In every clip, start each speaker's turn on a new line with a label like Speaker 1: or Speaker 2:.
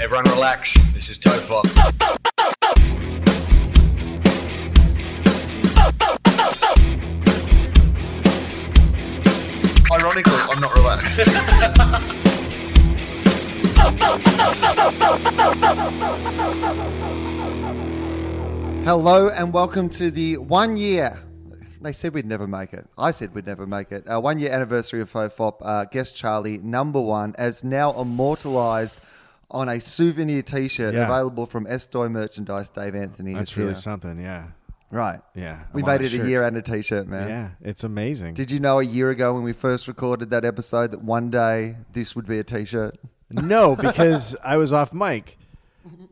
Speaker 1: Everyone relax. This is Topop. Ironically, I'm not relaxed.
Speaker 2: Hello and welcome to the one year. They said we'd never make it. I said we'd never make it. Uh, one year anniversary of FOFOP. Uh, guest Charlie, number one, as now immortalized on a souvenir t shirt
Speaker 3: Yeah.
Speaker 2: available from Estoy Merchandise. Dave Anthony is
Speaker 3: That's
Speaker 2: here.
Speaker 3: really something, yeah.
Speaker 2: Right.
Speaker 3: Yeah,
Speaker 2: We
Speaker 3: I'm on
Speaker 2: made
Speaker 3: a
Speaker 2: it a
Speaker 3: shirt.
Speaker 2: year and a t shirt, man.
Speaker 3: Yeah, it's amazing.
Speaker 2: Did you know a year ago when we first recorded that episode that one day this would be a t shirt?
Speaker 3: no, because I was off mic.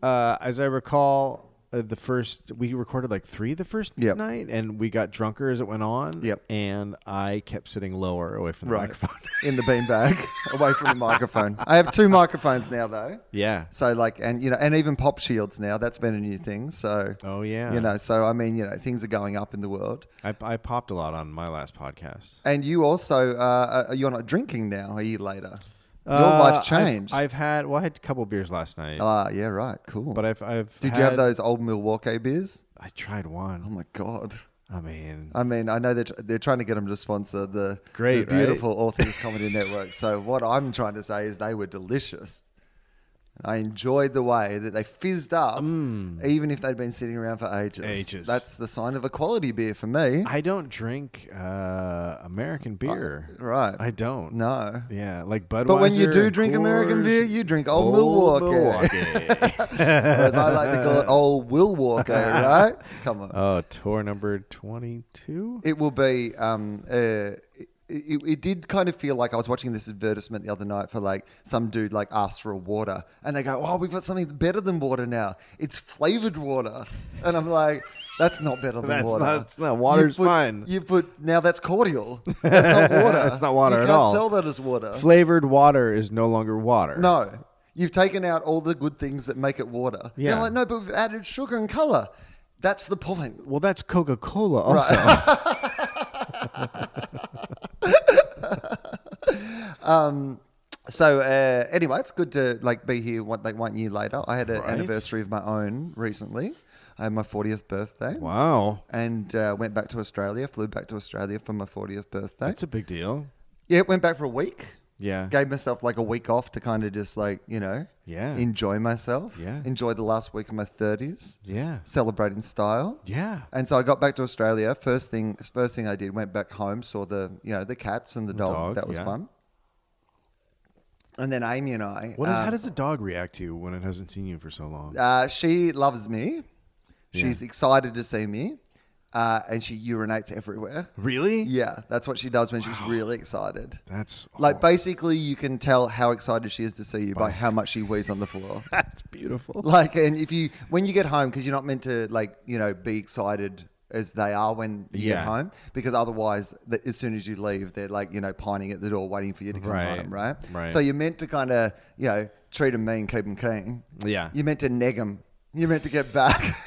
Speaker 3: Uh, as I recall, uh, the first we recorded like three the first
Speaker 2: Yep.
Speaker 3: night, and we got drunker as it went on.
Speaker 2: Yep.
Speaker 3: And I kept sitting lower away from the microphone.
Speaker 2: In the beanbag, away from the microphone. I have two microphones now, though.
Speaker 3: yeah.
Speaker 2: So like, and you know, and even pop shields now. That's been a new thing. So
Speaker 3: Oh, yeah.
Speaker 2: you know. So I mean, you know, things are going up in the world.
Speaker 3: I, I popped a lot on my last podcast.
Speaker 2: And you also, uh, uh, you're not drinking now. Are you later? Your
Speaker 3: Uh,
Speaker 2: life
Speaker 3: I've-
Speaker 2: changed.
Speaker 3: I've, had well, I had a couple beers last night,
Speaker 2: ah, yeah, right, cool.
Speaker 3: but I've I've
Speaker 2: did you have
Speaker 3: had-
Speaker 2: those old Milwaukee beers?
Speaker 3: I tried
Speaker 2: Oh
Speaker 3: one.
Speaker 2: my god.
Speaker 3: I mean,
Speaker 2: I mean, I know that they're trying to get them to sponsor the,
Speaker 3: Great,
Speaker 2: the beautiful All Things Comedy Network. So what I'm trying to say is they were delicious. I enjoyed the way that they fizzed up, even if they'd been sitting around for ages.
Speaker 3: Mm. Ages.
Speaker 2: That's the sign of a quality beer for me.
Speaker 3: I don't drink uh, American beer.
Speaker 2: right.
Speaker 3: I don't.
Speaker 2: no.
Speaker 3: Yeah, like Budweiser.
Speaker 2: But when you do
Speaker 3: and
Speaker 2: drink American
Speaker 3: Coors,
Speaker 2: beer, you drink Old
Speaker 3: Old
Speaker 2: Milwaukee. Whereas I like to call it Old Will Walker, right? Come on.
Speaker 3: oh, tour number twenty-two.
Speaker 2: It will be. Um, uh, it, it, it did kind of feel like I was watching this advertisement the other night for like some dude like asked for a water, and they go, "Oh, we've got something better than water now. It's flavored water," and I'm like. That's not better than
Speaker 3: That's
Speaker 2: water.
Speaker 3: not- it's not. Water's
Speaker 2: you put,
Speaker 3: fine.
Speaker 2: You put now that's cordial. That's not water.
Speaker 3: It's not water
Speaker 2: you
Speaker 3: at
Speaker 2: can't
Speaker 3: all.
Speaker 2: Tell that as water.
Speaker 3: Flavored water is no longer water.
Speaker 2: no, you've taken out all the good things that make it water.
Speaker 3: Yeah.
Speaker 2: You're like no, but we've added sugar and color. That's the point.
Speaker 3: Well, that's Coca Cola also.
Speaker 2: So uh, anyway, it's good to like be here one, like one year later. I had an
Speaker 3: Right.
Speaker 2: anniversary of my own recently. I had my fortieth birthday.
Speaker 3: wow,
Speaker 2: And uh, went back to Australia. Flew back to Australia for my fortieth birthday.
Speaker 3: that's a big deal.
Speaker 2: yeah, went back for a week.
Speaker 3: Yeah.
Speaker 2: Gave myself like a week off to kind of just like you know,
Speaker 3: Yeah.
Speaker 2: enjoy myself.
Speaker 3: Yeah.
Speaker 2: enjoy the last week of my thirties.
Speaker 3: Yeah.
Speaker 2: celebrate in style.
Speaker 3: Yeah.
Speaker 2: And so I got back to Australia. First thing, first thing I did, went back home, saw the you know the cats and the dog.
Speaker 3: dog,
Speaker 2: that was
Speaker 3: yeah.
Speaker 2: fun. And then Amy and I.
Speaker 3: What is,
Speaker 2: um,
Speaker 3: how does the dog react to you when it hasn't seen you for so long?
Speaker 2: uh, she loves me. She's excited to see me, uh, and she urinates everywhere.
Speaker 3: really?
Speaker 2: Yeah, that's what she does when she's really excited.
Speaker 3: That's
Speaker 2: Like
Speaker 3: oh,
Speaker 2: basically, you can tell how excited she is to see you by how much she wheezes on the floor.
Speaker 3: that's beautiful.
Speaker 2: like, and if you when you get home, because you're not meant to like you know be excited as they are when you get
Speaker 3: Yeah.
Speaker 2: home, because otherwise, the, as soon as you leave, they're like you know pining at the door, waiting for you to come
Speaker 3: Right,
Speaker 2: home, right?
Speaker 3: right.
Speaker 2: So you're meant to kind of you know treat them mean, keep them keen.
Speaker 3: Yeah.
Speaker 2: You meant to neg them. You meant to get back.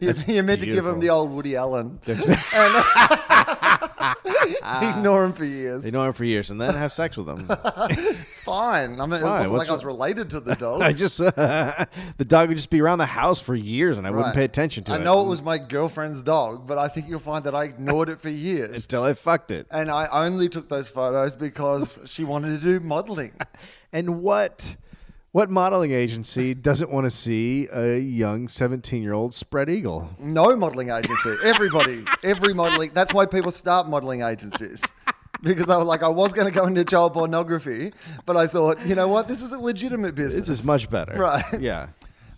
Speaker 2: you, you meant to give them
Speaker 3: beautiful.
Speaker 2: the old Woody Allen. and Ignore him for years.
Speaker 3: They know him for years, and then have sex with him.
Speaker 2: It's fine. I mean, it
Speaker 3: fine.
Speaker 2: wasn't
Speaker 3: What's
Speaker 2: like I was related to the dog.
Speaker 3: I just the dog would just be around the house for years, and I
Speaker 2: Right.
Speaker 3: wouldn't pay attention to
Speaker 2: I
Speaker 3: it.
Speaker 2: know it was my girlfriend's dog, but I think you'll find that I ignored it for years.
Speaker 3: until I fucked it.
Speaker 2: And I only took those photos because she wanted to do modeling.
Speaker 3: And what what modeling agency doesn't want to see a young 17-year-old spread eagle?
Speaker 2: No modeling agency. Everybody, every modeling. That's why people start modeling agencies. Because they were like, I was going to go into child pornography, but I thought, you know what? This is a legitimate business.
Speaker 3: This is much better.
Speaker 2: Right.
Speaker 3: Yeah.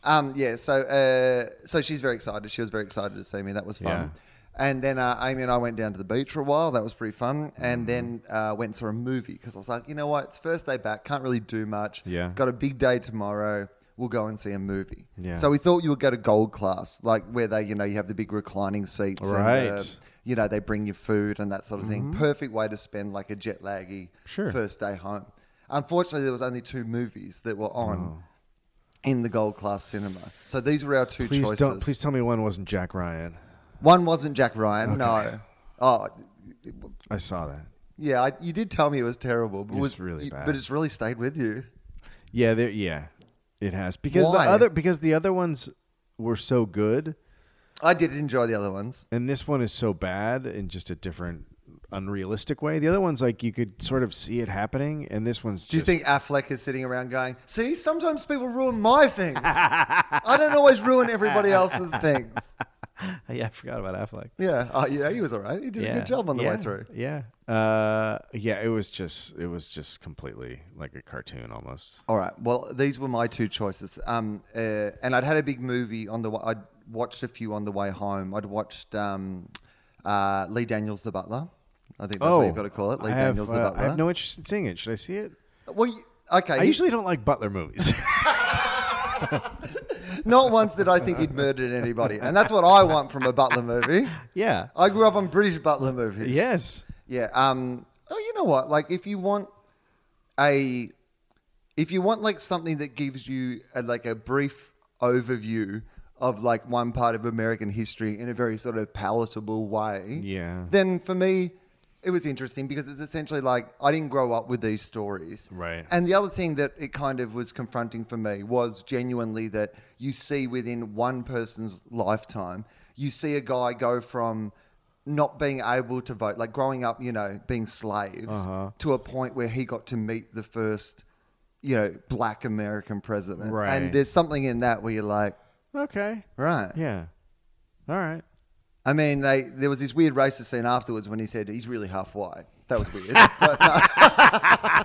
Speaker 2: Um, yeah, so uh, so she's very excited. She was very excited to see me. That was fun. And then uh, Amy and I went down to the beach for a while. That was pretty fun. And
Speaker 3: Mm.
Speaker 2: then uh, went and saw a movie because I was like, you know what? It's first day back. Can't really do much.
Speaker 3: Yeah.
Speaker 2: Got a big day tomorrow. We'll go and see a movie.
Speaker 3: Yeah.
Speaker 2: So we thought you would go to gold class, like where they, you know, you have the big reclining seats. And, uh,
Speaker 3: Right. Mm-hmm.
Speaker 2: you know, they bring you food and that sort of thing. Perfect way to spend like a jet laggy
Speaker 3: Sure.
Speaker 2: first day home. Unfortunately, there was only two movies that were
Speaker 3: Oh.
Speaker 2: on in the gold class cinema. So these were our two
Speaker 3: Please
Speaker 2: choices.
Speaker 3: don't. Please tell me one wasn't Jack Ryan.
Speaker 2: One wasn't Jack Ryan. No. Oh,
Speaker 3: I saw that.
Speaker 2: yeah. I, you did tell me it was terrible, but
Speaker 3: It's
Speaker 2: it was
Speaker 3: really
Speaker 2: you-
Speaker 3: bad.
Speaker 2: But it's really stayed with you.
Speaker 3: Yeah, there. Yeah, it has because
Speaker 2: Why?
Speaker 3: the other because the other ones were so good,
Speaker 2: I did enjoy the other ones.
Speaker 3: and this one is so bad in just a different, unrealistic way. The other one's like you could sort of see it happening, and this one's.
Speaker 2: Do you
Speaker 3: just,
Speaker 2: think Affleck is sitting around going, "See, sometimes people ruin my things. I don't always ruin everybody else's things."
Speaker 3: Yeah, I forgot about Affleck.
Speaker 2: Yeah. Oh, yeah. He was all right. He did a good job on the
Speaker 3: yeah,
Speaker 2: way through.
Speaker 3: Yeah. Uh, yeah, it was just it was just completely like a cartoon almost.
Speaker 2: All right. Well, these were my two choices. Um, uh, and I'd had a big movie on the. wa- I'd watched a few on the way home. I'd watched um, uh, Lee Daniels the Butler. I think that's what you've got to call it. Lee
Speaker 3: Oh, I have,
Speaker 2: Daniels the
Speaker 3: uh,
Speaker 2: Butler.
Speaker 3: I have no interest in seeing it. Should I see it?
Speaker 2: Well, you- okay.
Speaker 3: I usually don't like Butler movies.
Speaker 2: not ones that I think he'd murdered anybody, and that's what I want from a Butler movie.
Speaker 3: yeah.
Speaker 2: I grew up on British Butler movies.
Speaker 3: yes.
Speaker 2: Yeah. Um. Oh, you know what? Like, if you want a, if you want like something that gives you a, like a brief overview of like one part of American history in a very sort of palatable way.
Speaker 3: Yeah.
Speaker 2: Then for me, it was interesting because it's essentially like I didn't grow up with these stories.
Speaker 3: Right.
Speaker 2: And the other thing that it kind of was confronting for me was genuinely that you see within one person's lifetime, you see a guy go from not being able to vote, like growing up, you know, being slaves,
Speaker 3: Uh-huh.
Speaker 2: to a point where he got to meet the first, you know, black American president.
Speaker 3: Right.
Speaker 2: And there's something in that where you're like,
Speaker 3: Okay.
Speaker 2: right.
Speaker 3: Yeah. All right.
Speaker 2: I mean, they there was this weird racist scene afterwards when he said he's really half white. That was weird. but no,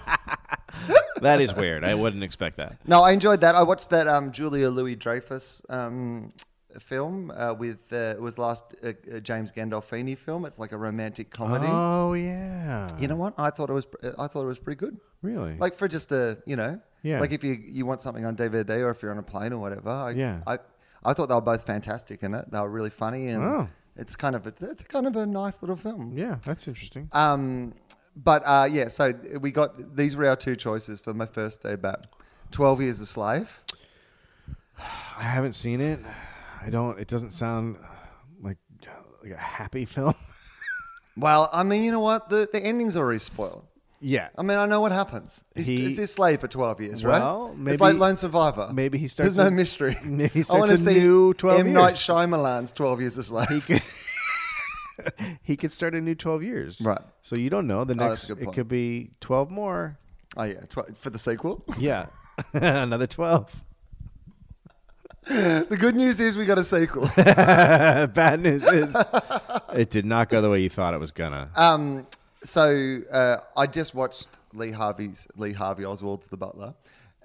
Speaker 3: That is weird. I wouldn't expect that.
Speaker 2: no, I enjoyed that. I watched that um, Julia Louis Dreyfus um, film uh, with uh, it was last uh, uh, James Gandolfini film. It's like a romantic comedy.
Speaker 3: Oh yeah.
Speaker 2: you know what? I thought it was pr- I thought it was pretty good.
Speaker 3: Really?
Speaker 2: Like for just a you know
Speaker 3: Yeah.
Speaker 2: Like if you you want something on DVD or if you're on a plane or whatever. I,
Speaker 3: Yeah.
Speaker 2: I I thought they were both fantastic in it. They were really funny and
Speaker 3: Oh.
Speaker 2: it's kind of it's, it's kind of a nice little film.
Speaker 3: yeah, that's interesting.
Speaker 2: Um, but uh, yeah, so we got these were our two choices for my first day back. Twelve Years a Slave.
Speaker 3: I haven't seen it. I don't. It doesn't sound like like a happy film.
Speaker 2: Well, I mean, you know what? The the ending's already spoiled.
Speaker 3: yeah.
Speaker 2: I mean, I know what happens. He's,
Speaker 3: He-
Speaker 2: he's a slave for twelve years,
Speaker 3: Well,
Speaker 2: right?
Speaker 3: maybe-
Speaker 2: it's like Lone Survivor.
Speaker 3: maybe he starts
Speaker 2: There's
Speaker 3: a-
Speaker 2: no mystery.
Speaker 3: maybe he
Speaker 2: I
Speaker 3: starts
Speaker 2: wanna
Speaker 3: a
Speaker 2: see
Speaker 3: new 12
Speaker 2: M. Night
Speaker 3: years.
Speaker 2: Shyamalan's Twelve Years a Slave.
Speaker 3: he could he could start a new 12 years
Speaker 2: Right. Oh,
Speaker 3: so you don't know the
Speaker 2: that's
Speaker 3: next
Speaker 2: a good
Speaker 3: it
Speaker 2: point.
Speaker 3: could be 12 more
Speaker 2: oh yeah, tw- for the sequel.
Speaker 3: yeah another 12
Speaker 2: the good news is we got a sequel.
Speaker 3: bad news is it did not go the way you thought it was gonna
Speaker 2: Um, so uh, I just watched Lee Harvey's Lee Harvey Oswald's The Butler,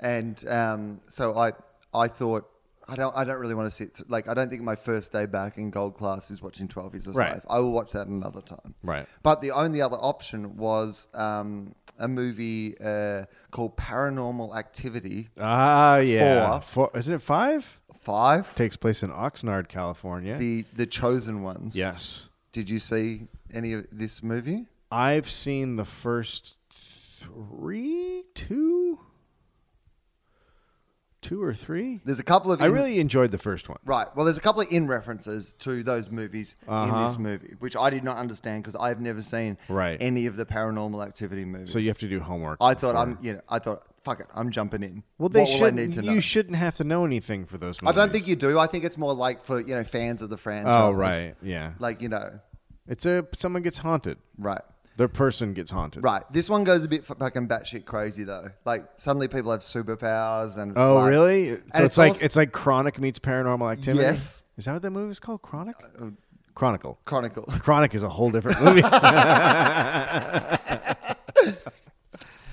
Speaker 2: and um, so I I thought I don't I don't really want to sit th- like I don't think my first day back in gold class is watching Twelve Years a Slave.
Speaker 3: Right.
Speaker 2: I will watch that another time.
Speaker 3: Right.
Speaker 2: But the only other option was um, a movie uh, called Paranormal Activity
Speaker 3: ah
Speaker 2: four.
Speaker 3: yeah four isn't it five
Speaker 2: Five,
Speaker 3: takes place in oxnard california
Speaker 2: the the chosen ones.
Speaker 3: yes
Speaker 2: Did you see any of this movie?
Speaker 3: i've seen the first three two two or three
Speaker 2: There's a couple of
Speaker 3: i
Speaker 2: in-
Speaker 3: really enjoyed the first one
Speaker 2: Right. Well, there's a couple of in references to those movies in
Speaker 3: Uh-huh.
Speaker 2: this movie, which I did not understand because I've never seen
Speaker 3: Right.
Speaker 2: any of the Paranormal Activity movies.
Speaker 3: so you have to do homework
Speaker 2: I thought
Speaker 3: before.
Speaker 2: I'm, you know, I thought, fuck it, I'm jumping in.
Speaker 3: Well, they
Speaker 2: What will I
Speaker 3: should.
Speaker 2: need to know?
Speaker 3: You shouldn't have to know anything for those.
Speaker 2: I
Speaker 3: Movies.
Speaker 2: don't think you do. I think it's more like for you know fans of the franchise.
Speaker 3: Oh right, yeah.
Speaker 2: Like you know,
Speaker 3: It's a someone gets haunted.
Speaker 2: right,
Speaker 3: Their person gets haunted.
Speaker 2: right. This one goes a bit fucking batshit crazy though. Like suddenly people have superpowers and it's
Speaker 3: Oh
Speaker 2: like-
Speaker 3: really? So
Speaker 2: and
Speaker 3: it's, like
Speaker 2: also-
Speaker 3: it's like Chronic meets Paranormal Activity.
Speaker 2: Yes. Uh,
Speaker 3: Is that what that movie is called? Chronic. Chronicle.
Speaker 2: Chronicle.
Speaker 3: Chronic is a whole different movie.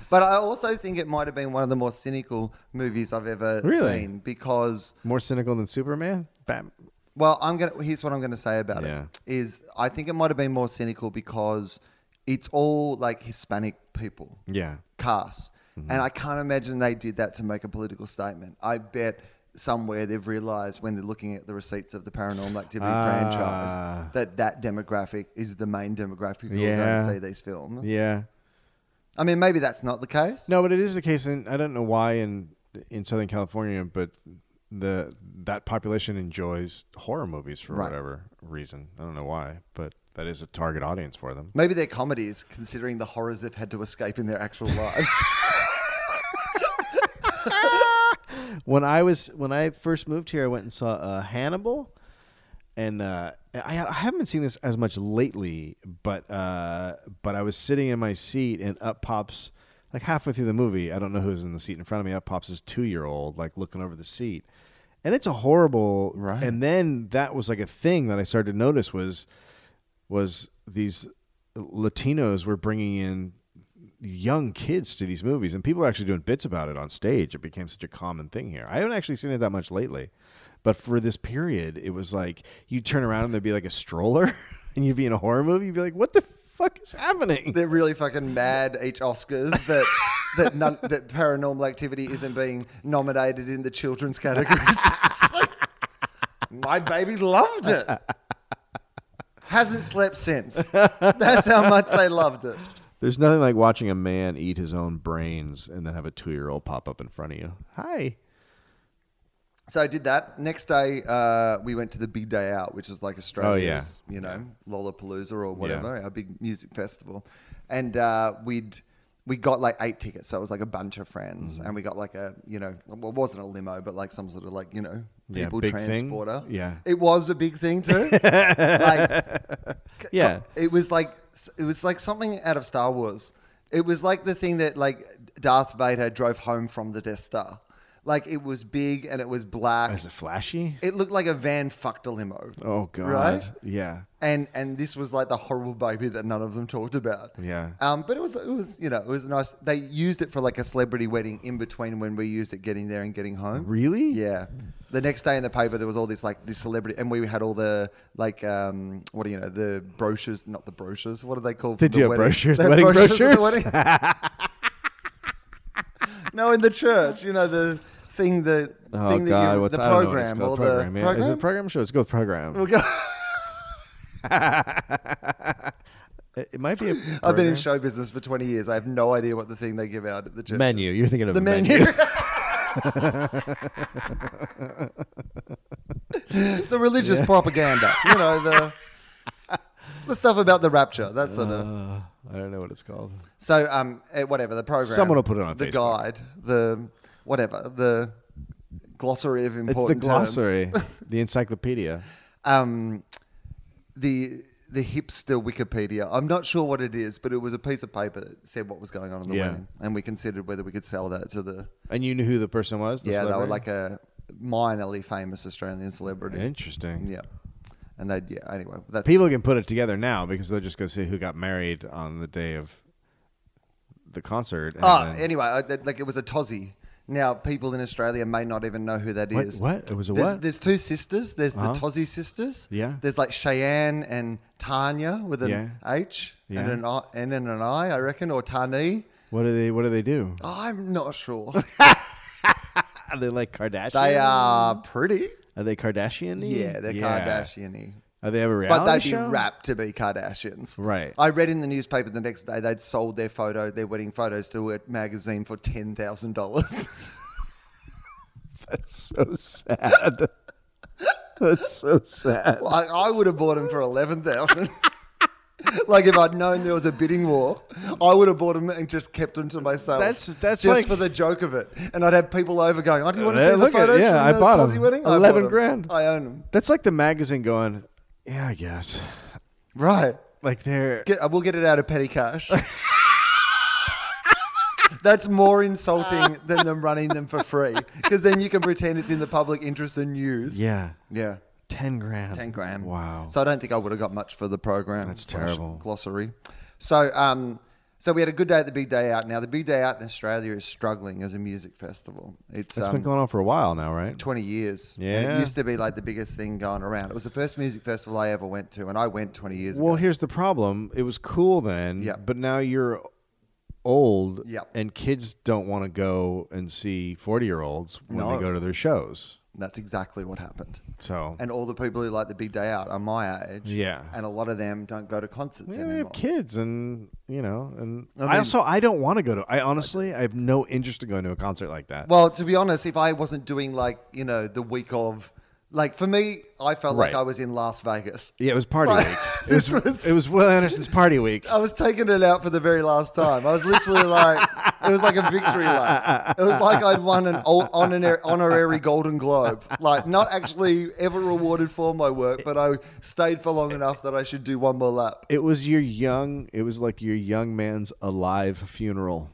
Speaker 2: But I also think it might have been one of the more cynical movies I've ever
Speaker 3: Really?
Speaker 2: seen because
Speaker 3: More cynical than Superman. Bat-
Speaker 2: Well, I'm gonna. Here's what I'm gonna say about
Speaker 3: Yeah.
Speaker 2: it: is I think it might have been more cynical because it's all like Hispanic people,
Speaker 3: Yeah.
Speaker 2: cast,
Speaker 3: Mm-hmm.
Speaker 2: and I can't imagine they did that to make a political statement. I bet somewhere they've realised when they're looking at the receipts of the Paranormal Activity
Speaker 3: Ah.
Speaker 2: franchise that that demographic is the main demographic who
Speaker 3: Yeah.
Speaker 2: are going to see these films.
Speaker 3: Yeah.
Speaker 2: I mean, maybe that's not the case.
Speaker 3: No, but it is the case, and I don't know why in in Southern California, but the that population enjoys horror movies for
Speaker 2: Right.
Speaker 3: whatever reason. I don't know why, but that is a target audience for them.
Speaker 2: Maybe they're comedies, considering the horrors they've had to escape in their actual lives.
Speaker 3: When I was when I first moved here, I went and saw uh, Hannibal, and uh, I, I haven't seen this as much lately, but uh, but I was sitting in my seat and up pops like halfway through the movie. I don't know who's in the seat in front of me. Up pops this two year old like looking over the seat, and it's a horrible.
Speaker 2: Right.
Speaker 3: And then that was like a thing that I started to notice was was these Latinos were bringing in young kids to these movies, and people were actually doing bits about it on stage. It became such a common thing here. I haven't actually seen it that much lately, but for this period, it was like you turn around and there'd be like a stroller, and you'd be in a horror movie. You'd be like, "What the fuck is happening?"
Speaker 2: They're really fucking mad each Oscars that that none, that Paranormal Activity isn't being nominated in the children's categories. It's like, my baby loved it. Hasn't slept since. That's how much they loved it.
Speaker 3: There's nothing like watching a man eat his own brains and then have a two year old pop up in front of you. Hi.
Speaker 2: So I did that. Next day, uh, we went to the big day out, which is like Australia's,
Speaker 3: Oh,
Speaker 2: you know, Lollapalooza or whatever, our big music festival. And uh, we'd we got like eight tickets, so it was like a bunch of friends,
Speaker 3: Mm-hmm.
Speaker 2: and we got like a you know, well, it wasn't a limo, but like some sort of like you know,
Speaker 3: Yeah,
Speaker 2: people
Speaker 3: big thing.
Speaker 2: transporter.
Speaker 3: Yeah.
Speaker 2: it was a big thing too. like, c-
Speaker 3: Yeah.
Speaker 2: it was like it was like something out of Star Wars. It was like the thing that like Darth Vader drove home from the Death Star. Like it was big and it was black.
Speaker 3: Is it flashy?
Speaker 2: It looked like a van fucked a limo.
Speaker 3: Oh god.
Speaker 2: Right?
Speaker 3: Yeah.
Speaker 2: And and this was like the horrible baby that none of them talked about.
Speaker 3: Yeah.
Speaker 2: Um, but it was it was you know it was nice. They used it for like a celebrity wedding in between when we used it getting there and getting home.
Speaker 3: Really?
Speaker 2: Yeah. The next day in the paper there was all this like this celebrity and we had all the like um what do you know the brochures not the brochures what are they called?
Speaker 3: They
Speaker 2: for
Speaker 3: do have
Speaker 2: wedding?
Speaker 3: brochures,
Speaker 2: They have
Speaker 3: wedding
Speaker 2: for the
Speaker 3: brochures?
Speaker 2: wedding. no, in the church, you know the thing the
Speaker 3: Oh
Speaker 2: thing that
Speaker 3: god.
Speaker 2: you,
Speaker 3: what's
Speaker 2: the
Speaker 3: I don't know what it's
Speaker 2: program or
Speaker 3: called.
Speaker 2: the
Speaker 3: program, yeah. Is it
Speaker 2: program?
Speaker 3: a program show? Let's go with program.
Speaker 2: We'll go-
Speaker 3: It it might be. A
Speaker 2: I've been in
Speaker 3: program.
Speaker 2: show business for 20 years. I have no idea what the thing they give out at the church.
Speaker 3: menu. You're thinking of
Speaker 2: The
Speaker 3: a
Speaker 2: menu. the religious propaganda. You know, the the stuff about the rapture, that sort of.
Speaker 3: Uh, I don't know what it's called.
Speaker 2: So, um, eh, whatever, the program.
Speaker 3: Someone will put it on
Speaker 2: The
Speaker 3: Facebook.
Speaker 2: guide, the whatever, the glossary of
Speaker 3: It's the
Speaker 2: important terms.
Speaker 3: glossary, the encyclopedia.
Speaker 2: um, the the hipster Wikipedia. I'm not sure what it is, but it was a piece of paper that said what was going on in the
Speaker 3: Yeah.
Speaker 2: wedding, and we considered whether we could sell that to the
Speaker 3: And you knew who the person was. The
Speaker 2: yeah, they were like
Speaker 3: celebrity?
Speaker 2: a minorly famous Australian celebrity.
Speaker 3: Interesting.
Speaker 2: Yeah, and they yeah. Anyway, that's
Speaker 3: People can put it together now because they'll just go see who got married on the day of the concert. Ah, and
Speaker 2: Oh,
Speaker 3: then-
Speaker 2: anyway, I, that, like it was a Tossie. Now people in Australia may not even know who that is.
Speaker 3: What- what? It was a
Speaker 2: there's,
Speaker 3: what?
Speaker 2: There's two sisters. There's
Speaker 3: Uh-huh.
Speaker 2: the Tossie sisters.
Speaker 3: Yeah.
Speaker 2: There's like Cheyenne and Tanya with an
Speaker 3: Yeah.
Speaker 2: H
Speaker 3: Yeah.
Speaker 2: and an I, and an I, I reckon, or Tani.
Speaker 3: what do they? What do they do?
Speaker 2: I'm not sure.
Speaker 3: Are Ah, they like Kardashian?
Speaker 2: they are pretty.
Speaker 3: Are they Kardashian?
Speaker 2: Yeah, they're Kardashian-y.
Speaker 3: Are they ever reality
Speaker 2: But they'd
Speaker 3: show?
Speaker 2: be wrapped to be Kardashians.
Speaker 3: Right.
Speaker 2: I read in the newspaper the next day they'd sold their photo, their wedding photos to a magazine for $10,000.
Speaker 3: That's so sad. That's so sad.
Speaker 2: Like I would have bought them for eleven thousand. like if I'd known there was a bidding war, I would have bought them and just kept them to myself.
Speaker 3: That's- that's
Speaker 2: just
Speaker 3: like-
Speaker 2: for the joke of it. And I'd have people over going, "Oh, do you want to
Speaker 3: Yeah,
Speaker 2: see the
Speaker 3: look at-
Speaker 2: photos
Speaker 3: yeah,
Speaker 2: from
Speaker 3: I
Speaker 2: the
Speaker 3: bought 'em.
Speaker 2: Aussie wedding? I bought
Speaker 3: 11
Speaker 2: 'em.
Speaker 3: grand.
Speaker 2: I own them.
Speaker 3: That's like the magazine going. Yeah, I guess.
Speaker 2: Right.
Speaker 3: Like they're
Speaker 2: Get, uh, we'll get it out of petty cash. That's more insulting than them running them for free, because then you can pretend it's in the public interest and news.
Speaker 3: yeah.
Speaker 2: Yeah.
Speaker 3: 10 grand.
Speaker 2: 10 grand.
Speaker 3: Wow.
Speaker 2: So I don't think I would have got much for the program.
Speaker 3: That's
Speaker 2: slash
Speaker 3: terrible.
Speaker 2: Glossary. So, um, So we had a good day at the Big Day Out. Now the Big Day Out in Australia is struggling as a music festival. It's
Speaker 3: That's
Speaker 2: um,
Speaker 3: been going on for a while now, right?
Speaker 2: 20 years. And
Speaker 3: Yeah.
Speaker 2: it used to be like the biggest thing going around. It was the first music festival I ever went to, and I went 20 years
Speaker 3: Well,
Speaker 2: ago.
Speaker 3: here's the problem. It was cool then,
Speaker 2: Yeah.
Speaker 3: but now you're old
Speaker 2: Yeah.
Speaker 3: and kids don't want to go and see 40-year-olds when
Speaker 2: No.
Speaker 3: they go to their shows.
Speaker 2: That's exactly what happened.
Speaker 3: So,
Speaker 2: And all the people who like the Big Day Out are my age.
Speaker 3: Yeah.
Speaker 2: And a lot of them don't go to concerts
Speaker 3: yeah, we
Speaker 2: anymore.
Speaker 3: have kids and, you know, and I,
Speaker 2: mean-
Speaker 3: also I don't want to go to I honestly I have no interest in going to a concert like that.
Speaker 2: Well, to be honest, if I wasn't doing like, you know, the week of, like for me, I felt like
Speaker 3: Right.
Speaker 2: I was in Las Vegas.
Speaker 3: yeah, it was party
Speaker 2: Like,
Speaker 3: week. It
Speaker 2: this
Speaker 3: was,
Speaker 2: was- Oh.
Speaker 3: it was Will Anderson's party week.
Speaker 2: I was taking it out for the very last time. I was literally like, it was like a victory lap. It was like I'd won an o- honorary, honorary Golden Globe. Like, not actually ever rewarded for my work, but I stayed for long enough that I should do one more lap.
Speaker 3: It was your young it was like your young man's alive funeral.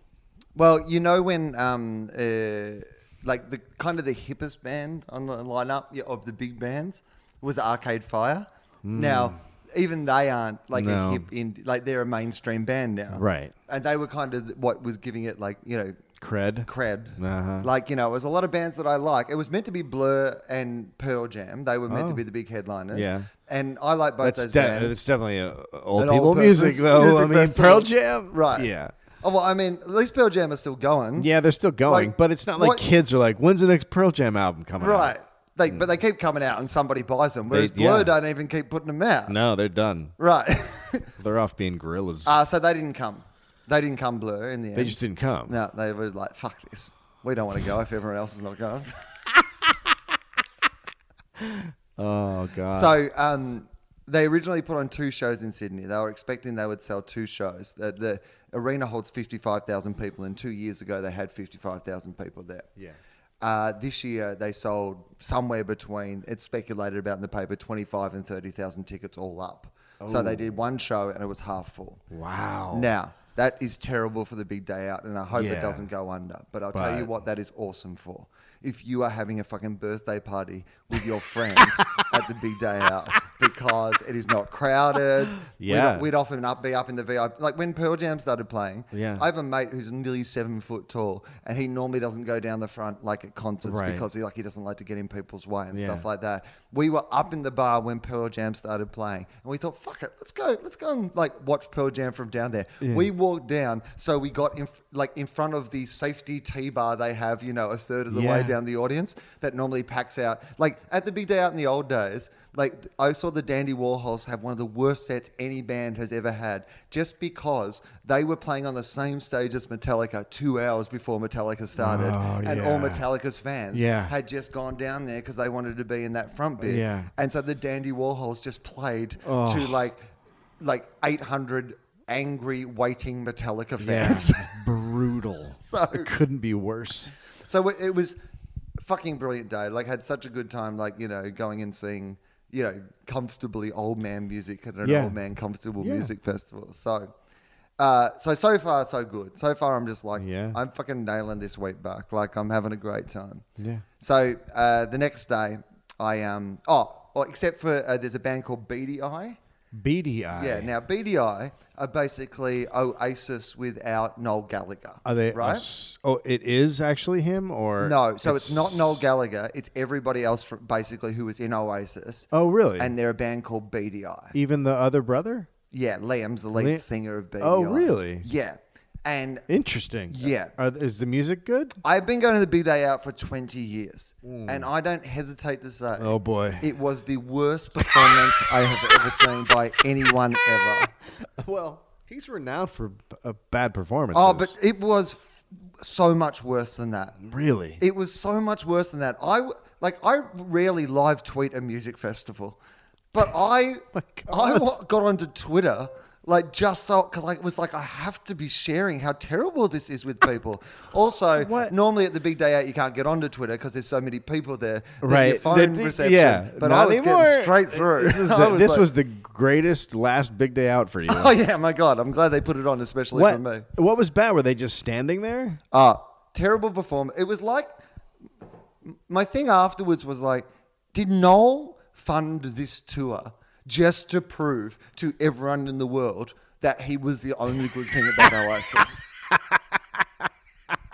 Speaker 2: Well, you know when, um, uh, like the kind of the hippest band on the lineup yeah, of the big bands was Arcade Fire. Now, even they aren't like
Speaker 3: Hmm. No.
Speaker 2: a hip in like they're a mainstream band now,
Speaker 3: Right.
Speaker 2: And they were kind of what was giving it like you know
Speaker 3: Cred.
Speaker 2: cred.
Speaker 3: Uh-huh.
Speaker 2: Like, you know, it was a lot of bands that I like. It was meant to be Blur and Pearl Jam. They were meant to
Speaker 3: Oh.
Speaker 2: be the big headliners.
Speaker 3: Yeah.
Speaker 2: And I like both
Speaker 3: That's
Speaker 2: those
Speaker 3: de-
Speaker 2: bands.
Speaker 3: it's definitely uh, old
Speaker 2: An
Speaker 3: people
Speaker 2: old person's
Speaker 3: music though.
Speaker 2: music
Speaker 3: I mean,
Speaker 2: festival.
Speaker 3: Pearl Jam,
Speaker 2: Right.
Speaker 3: Yeah,
Speaker 2: Oh, well, I mean, at least Pearl Jam is still going.
Speaker 3: yeah, they're still going,
Speaker 2: Like,
Speaker 3: but it's not like
Speaker 2: what-
Speaker 3: kids are like, when's the next Pearl Jam album coming? out?"
Speaker 2: Right. They, But they keep coming out and somebody buys them, whereas Blur
Speaker 3: Mm. yeah.
Speaker 2: don't even keep putting them out.
Speaker 3: No, they're done.
Speaker 2: Right.
Speaker 3: They're off being gorillas.
Speaker 2: uh, so they didn't come. They didn't come Blur in the end.
Speaker 3: they just didn't come.
Speaker 2: No, they were like, fuck this. We don't want to go if everyone else is not going.
Speaker 3: Oh god.
Speaker 2: So um, they originally put on two shows in Sydney. They were expecting they would sell two shows. The, the arena holds 55,000 people, and two years ago they had 55,000 people there.
Speaker 3: Yeah.
Speaker 2: Uh, this year they sold somewhere between, it's speculated about in the paper, 25 and 30,000 tickets all up. So they did one show and it was half full.
Speaker 3: wow.
Speaker 2: Now, that is terrible for the big day out, and I hope
Speaker 3: Yeah.
Speaker 2: it doesn't go under. But I'll tell you
Speaker 3: But-
Speaker 2: what, that is awesome for. If you are having a fucking birthday party with your friends at the big day out because it is not crowded. We'd-
Speaker 3: Yeah.
Speaker 2: We'd, often up, be up in the VIP. Like when Pearl Jam started playing,
Speaker 3: Yeah.
Speaker 2: I have a mate who's nearly seven foot tall and he normally doesn't go down the front like at concerts
Speaker 3: Right.
Speaker 2: because he like he doesn't like to get in people's way and
Speaker 3: Yeah.
Speaker 2: stuff like that. We were up in the bar when Pearl Jam started playing, and we thought, "Fuck it, let's go, let's go and like watch Pearl Jam from down there." We walked down, so we got in f- like in front of the safety T bar they have, you know, a third of the way
Speaker 3: Yeah.
Speaker 2: down the audience that normally packs out. Like at the big day out in the old days, like I saw the Dandy Warhols have one of the worst sets any band has ever had, just because they were playing on the same stage as Metallica two hours before Metallica started,
Speaker 3: Oh,
Speaker 2: and all
Speaker 3: yeah.
Speaker 2: Metallica's fans
Speaker 3: Yeah.
Speaker 2: had just gone down there because they wanted to be in that front bit.
Speaker 3: Yeah. Oh.
Speaker 2: And so the Dandy Warhols just played to like like 800 angry waiting Metallica
Speaker 3: Yeah.
Speaker 2: fans.
Speaker 3: Brutal.
Speaker 2: So-
Speaker 3: it couldn't be worse.
Speaker 2: so it, it was fucking brilliant day. Like had such a good time like, you know, going and seeing, you know, comfortably old man music at an
Speaker 3: Yeah.
Speaker 2: old man comfortable
Speaker 3: Yeah.
Speaker 2: music festival. So uh, so so far so good. So far I'm just like
Speaker 3: Yeah.
Speaker 2: I'm fucking nailing this week back. Like I'm having a great time.
Speaker 3: Yeah.
Speaker 2: So uh, the next day, I um oh, well, except for uh, there's a band called BDI.
Speaker 3: Beady
Speaker 2: Yeah. Now BDI are basically Oasis without Noel Gallagher.
Speaker 3: Are they
Speaker 2: right?
Speaker 3: Oh, it is actually him or
Speaker 2: no, so it's, not Noel Gallagher. It's everybody else from basically who was in Oasis.
Speaker 3: Oh, really?
Speaker 2: And they're a band called BDI.
Speaker 3: Even the other brother?
Speaker 2: Yeah, Liam's the lead
Speaker 3: Liam-
Speaker 2: singer of BDI.
Speaker 3: Oh, really?
Speaker 2: Yeah, and
Speaker 3: Interesting.
Speaker 2: Yeah.
Speaker 3: Are, is the music good?
Speaker 2: I've been going to the Big Day Out for 20 years, and I don't hesitate to say,
Speaker 3: Mm. Oh, boy.
Speaker 2: it was the worst performance I have ever seen by anyone ever.
Speaker 3: Well, he's renowned for a bad performance.
Speaker 2: Oh, but it was so much worse than that.
Speaker 3: really,
Speaker 2: It was so much worse than that. I w- like I rarely live tweet a music festival, but
Speaker 3: Oh
Speaker 2: I I wa- got onto Twitter like just so because I was like I have to be sharing how terrible this is with people. also,
Speaker 3: What?
Speaker 2: normally at the big day out you can't get onto Twitter because there's so many people there. That Your
Speaker 3: right?
Speaker 2: phone
Speaker 3: That-
Speaker 2: reception.
Speaker 3: Yeah,
Speaker 2: but
Speaker 3: not
Speaker 2: I was
Speaker 3: anymore.
Speaker 2: getting straight through.
Speaker 3: This, is
Speaker 2: I
Speaker 3: the, this
Speaker 2: like,
Speaker 3: was the greatest last big day out for you.
Speaker 2: Oh yeah, my God! I'm glad they put it on, especially
Speaker 3: what?
Speaker 2: for me.
Speaker 3: What was bad? Were they just standing there?
Speaker 2: Uh, terrible performance. It was like my thing afterwards was like, did Noel fund this tour just to prove to everyone in the world that he was the only good thing about Oasis.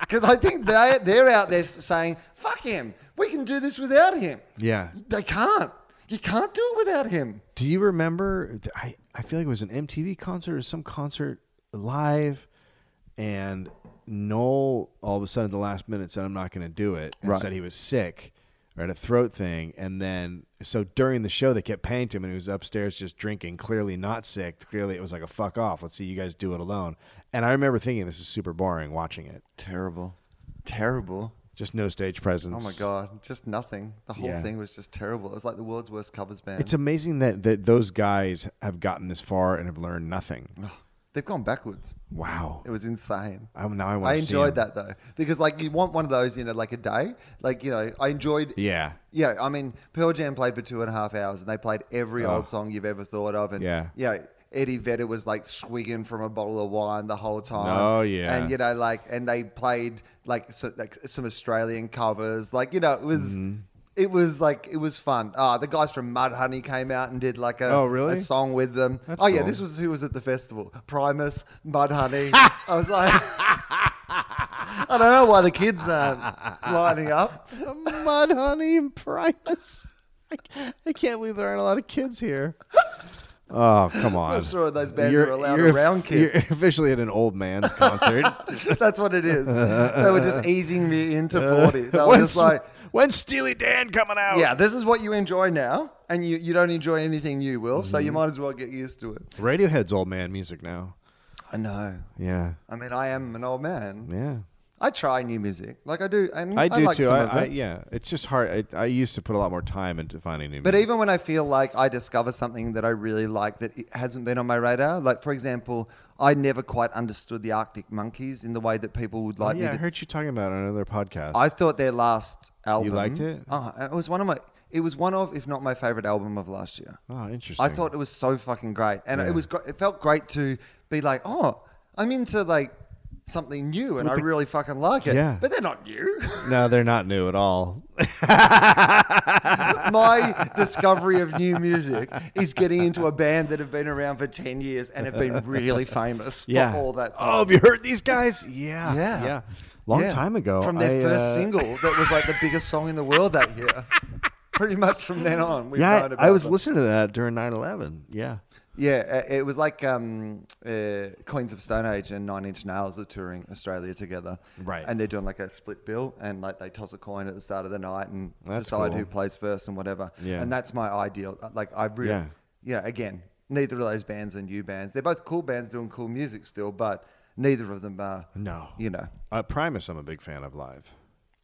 Speaker 2: Because I think they, they're out there saying, fuck him. We can do this without him.
Speaker 3: Yeah.
Speaker 2: They can't. You can't do it without him.
Speaker 3: Do you remember? th- I, I feel like it was an MTV concert or some concert live, and Noel all of a sudden at the last minute said, I'm not going to do it, and
Speaker 2: Right.
Speaker 3: said he was sick or had a throat thing. And then, so during the show, they kept paying to him, and he was upstairs just drinking, clearly not sick. Clearly, it was like a fuck off. Let's see you guys do it alone. And I remember thinking, this is super boring watching it.
Speaker 2: Terrible. Terrible.
Speaker 3: Just no stage presence.
Speaker 2: Oh my God. Just nothing. The whole
Speaker 3: Yeah.
Speaker 2: thing was just terrible. It was like the world's worst covers band.
Speaker 3: It's amazing that, that those guys have gotten this far and have learned nothing.
Speaker 2: They've gone backwards.
Speaker 3: Wow.
Speaker 2: It was insane.
Speaker 3: I, now I
Speaker 2: I
Speaker 3: want to see
Speaker 2: enjoyed
Speaker 3: them.
Speaker 2: that though because like you want one of those you know like a day like you know I enjoyed
Speaker 3: Yeah.
Speaker 2: yeah I mean Pearl Jam played for two and a half hours and they played every
Speaker 3: Oh.
Speaker 2: old song you've ever thought of and
Speaker 3: Yeah.
Speaker 2: you know, Eddie Vedder was like swigging from a bottle of wine the whole time
Speaker 3: Oh, yeah.
Speaker 2: and you know like and they played like, so, like some Australian covers like you know it was.
Speaker 3: Mm-hmm.
Speaker 2: It was like it was fun. Ah, the guys from Mudhoney came out and did like a,
Speaker 3: Oh, really?
Speaker 2: a song with them.
Speaker 3: That's
Speaker 2: oh yeah,
Speaker 3: cool.
Speaker 2: this was who was at the festival. Primus, Mudhoney. I was like, I don't know why the kids aren't lining up.
Speaker 3: Mud Honey and Primus. I, I can't believe there aren't a lot of kids here. Oh, come on.
Speaker 2: I'm sure those bands
Speaker 3: You're-
Speaker 2: are allowed
Speaker 3: you're-
Speaker 2: around kids.
Speaker 3: You're officially at an old man's concert.
Speaker 2: That's what it is. They were just easing me into 40. They were
Speaker 3: when's,
Speaker 2: just like,
Speaker 3: when's Steely Dan coming out?
Speaker 2: yeah, this is what you enjoy now, and you, you don't enjoy anything new, Will, so
Speaker 3: Mm-hmm.
Speaker 2: you might as well get used to it.
Speaker 3: Radiohead's old man music now.
Speaker 2: I know.
Speaker 3: Yeah.
Speaker 2: I mean, I am an old man.
Speaker 3: Yeah.
Speaker 2: I try new music. Like, I do. And
Speaker 3: I do
Speaker 2: like
Speaker 3: too.
Speaker 2: Some
Speaker 3: I,
Speaker 2: of it.
Speaker 3: I, yeah. It's just hard. I, I used to put a lot more time into finding new
Speaker 2: But
Speaker 3: music.
Speaker 2: even when I feel like I discover something that I really like that it hasn't been on my radar, like for example, I never quite understood the Arctic Monkeys in the way that people would like
Speaker 3: Oh, yeah, I
Speaker 2: me to.
Speaker 3: heard you talking about it on another podcast.
Speaker 2: I thought their last album.
Speaker 3: liked it?
Speaker 2: Oh, it was one of my. It was one of, if not my favorite album of last year.
Speaker 3: oh, interesting.
Speaker 2: I thought it was so fucking great, and
Speaker 3: Yeah.
Speaker 2: it was. gr- It felt great to be like, oh, I'm into like something new, and I really fucking like it.
Speaker 3: Yeah.
Speaker 2: But they're not new.
Speaker 3: No, they're not new at all.
Speaker 2: my discovery of new music is getting into a band that have been around for 10 years and have been really famous
Speaker 3: yeah.
Speaker 2: for all that time.
Speaker 3: Oh, have you heard these guys? Yeah.
Speaker 2: Yeah.
Speaker 3: Yeah. Long
Speaker 2: Yeah.
Speaker 3: time ago.
Speaker 2: From their
Speaker 3: I,
Speaker 2: first
Speaker 3: uh,
Speaker 2: single that was like the biggest song in the world that year. Pretty much from then on. We've
Speaker 3: Yeah,
Speaker 2: known
Speaker 3: I
Speaker 2: about
Speaker 3: was
Speaker 2: them.
Speaker 3: listening to that during 9 11. Yeah.
Speaker 2: Yeah, uh, it was like um, uh, Queens of Stone Age and Nine Inch Nails are touring Australia together,
Speaker 3: Right.
Speaker 2: And they're doing like a split bill, and like they toss a coin at the start of the night and
Speaker 3: That's
Speaker 2: decide
Speaker 3: cool.
Speaker 2: who plays first and whatever.
Speaker 3: Yeah.
Speaker 2: and that's my ideal. uh, Like I really,
Speaker 3: Yeah.
Speaker 2: yeah. Again, neither of those bands are new bands. They're both cool bands doing cool music still, but neither of them are.
Speaker 3: No.
Speaker 2: you know,
Speaker 3: Uh, Primus, I'm a big fan of live.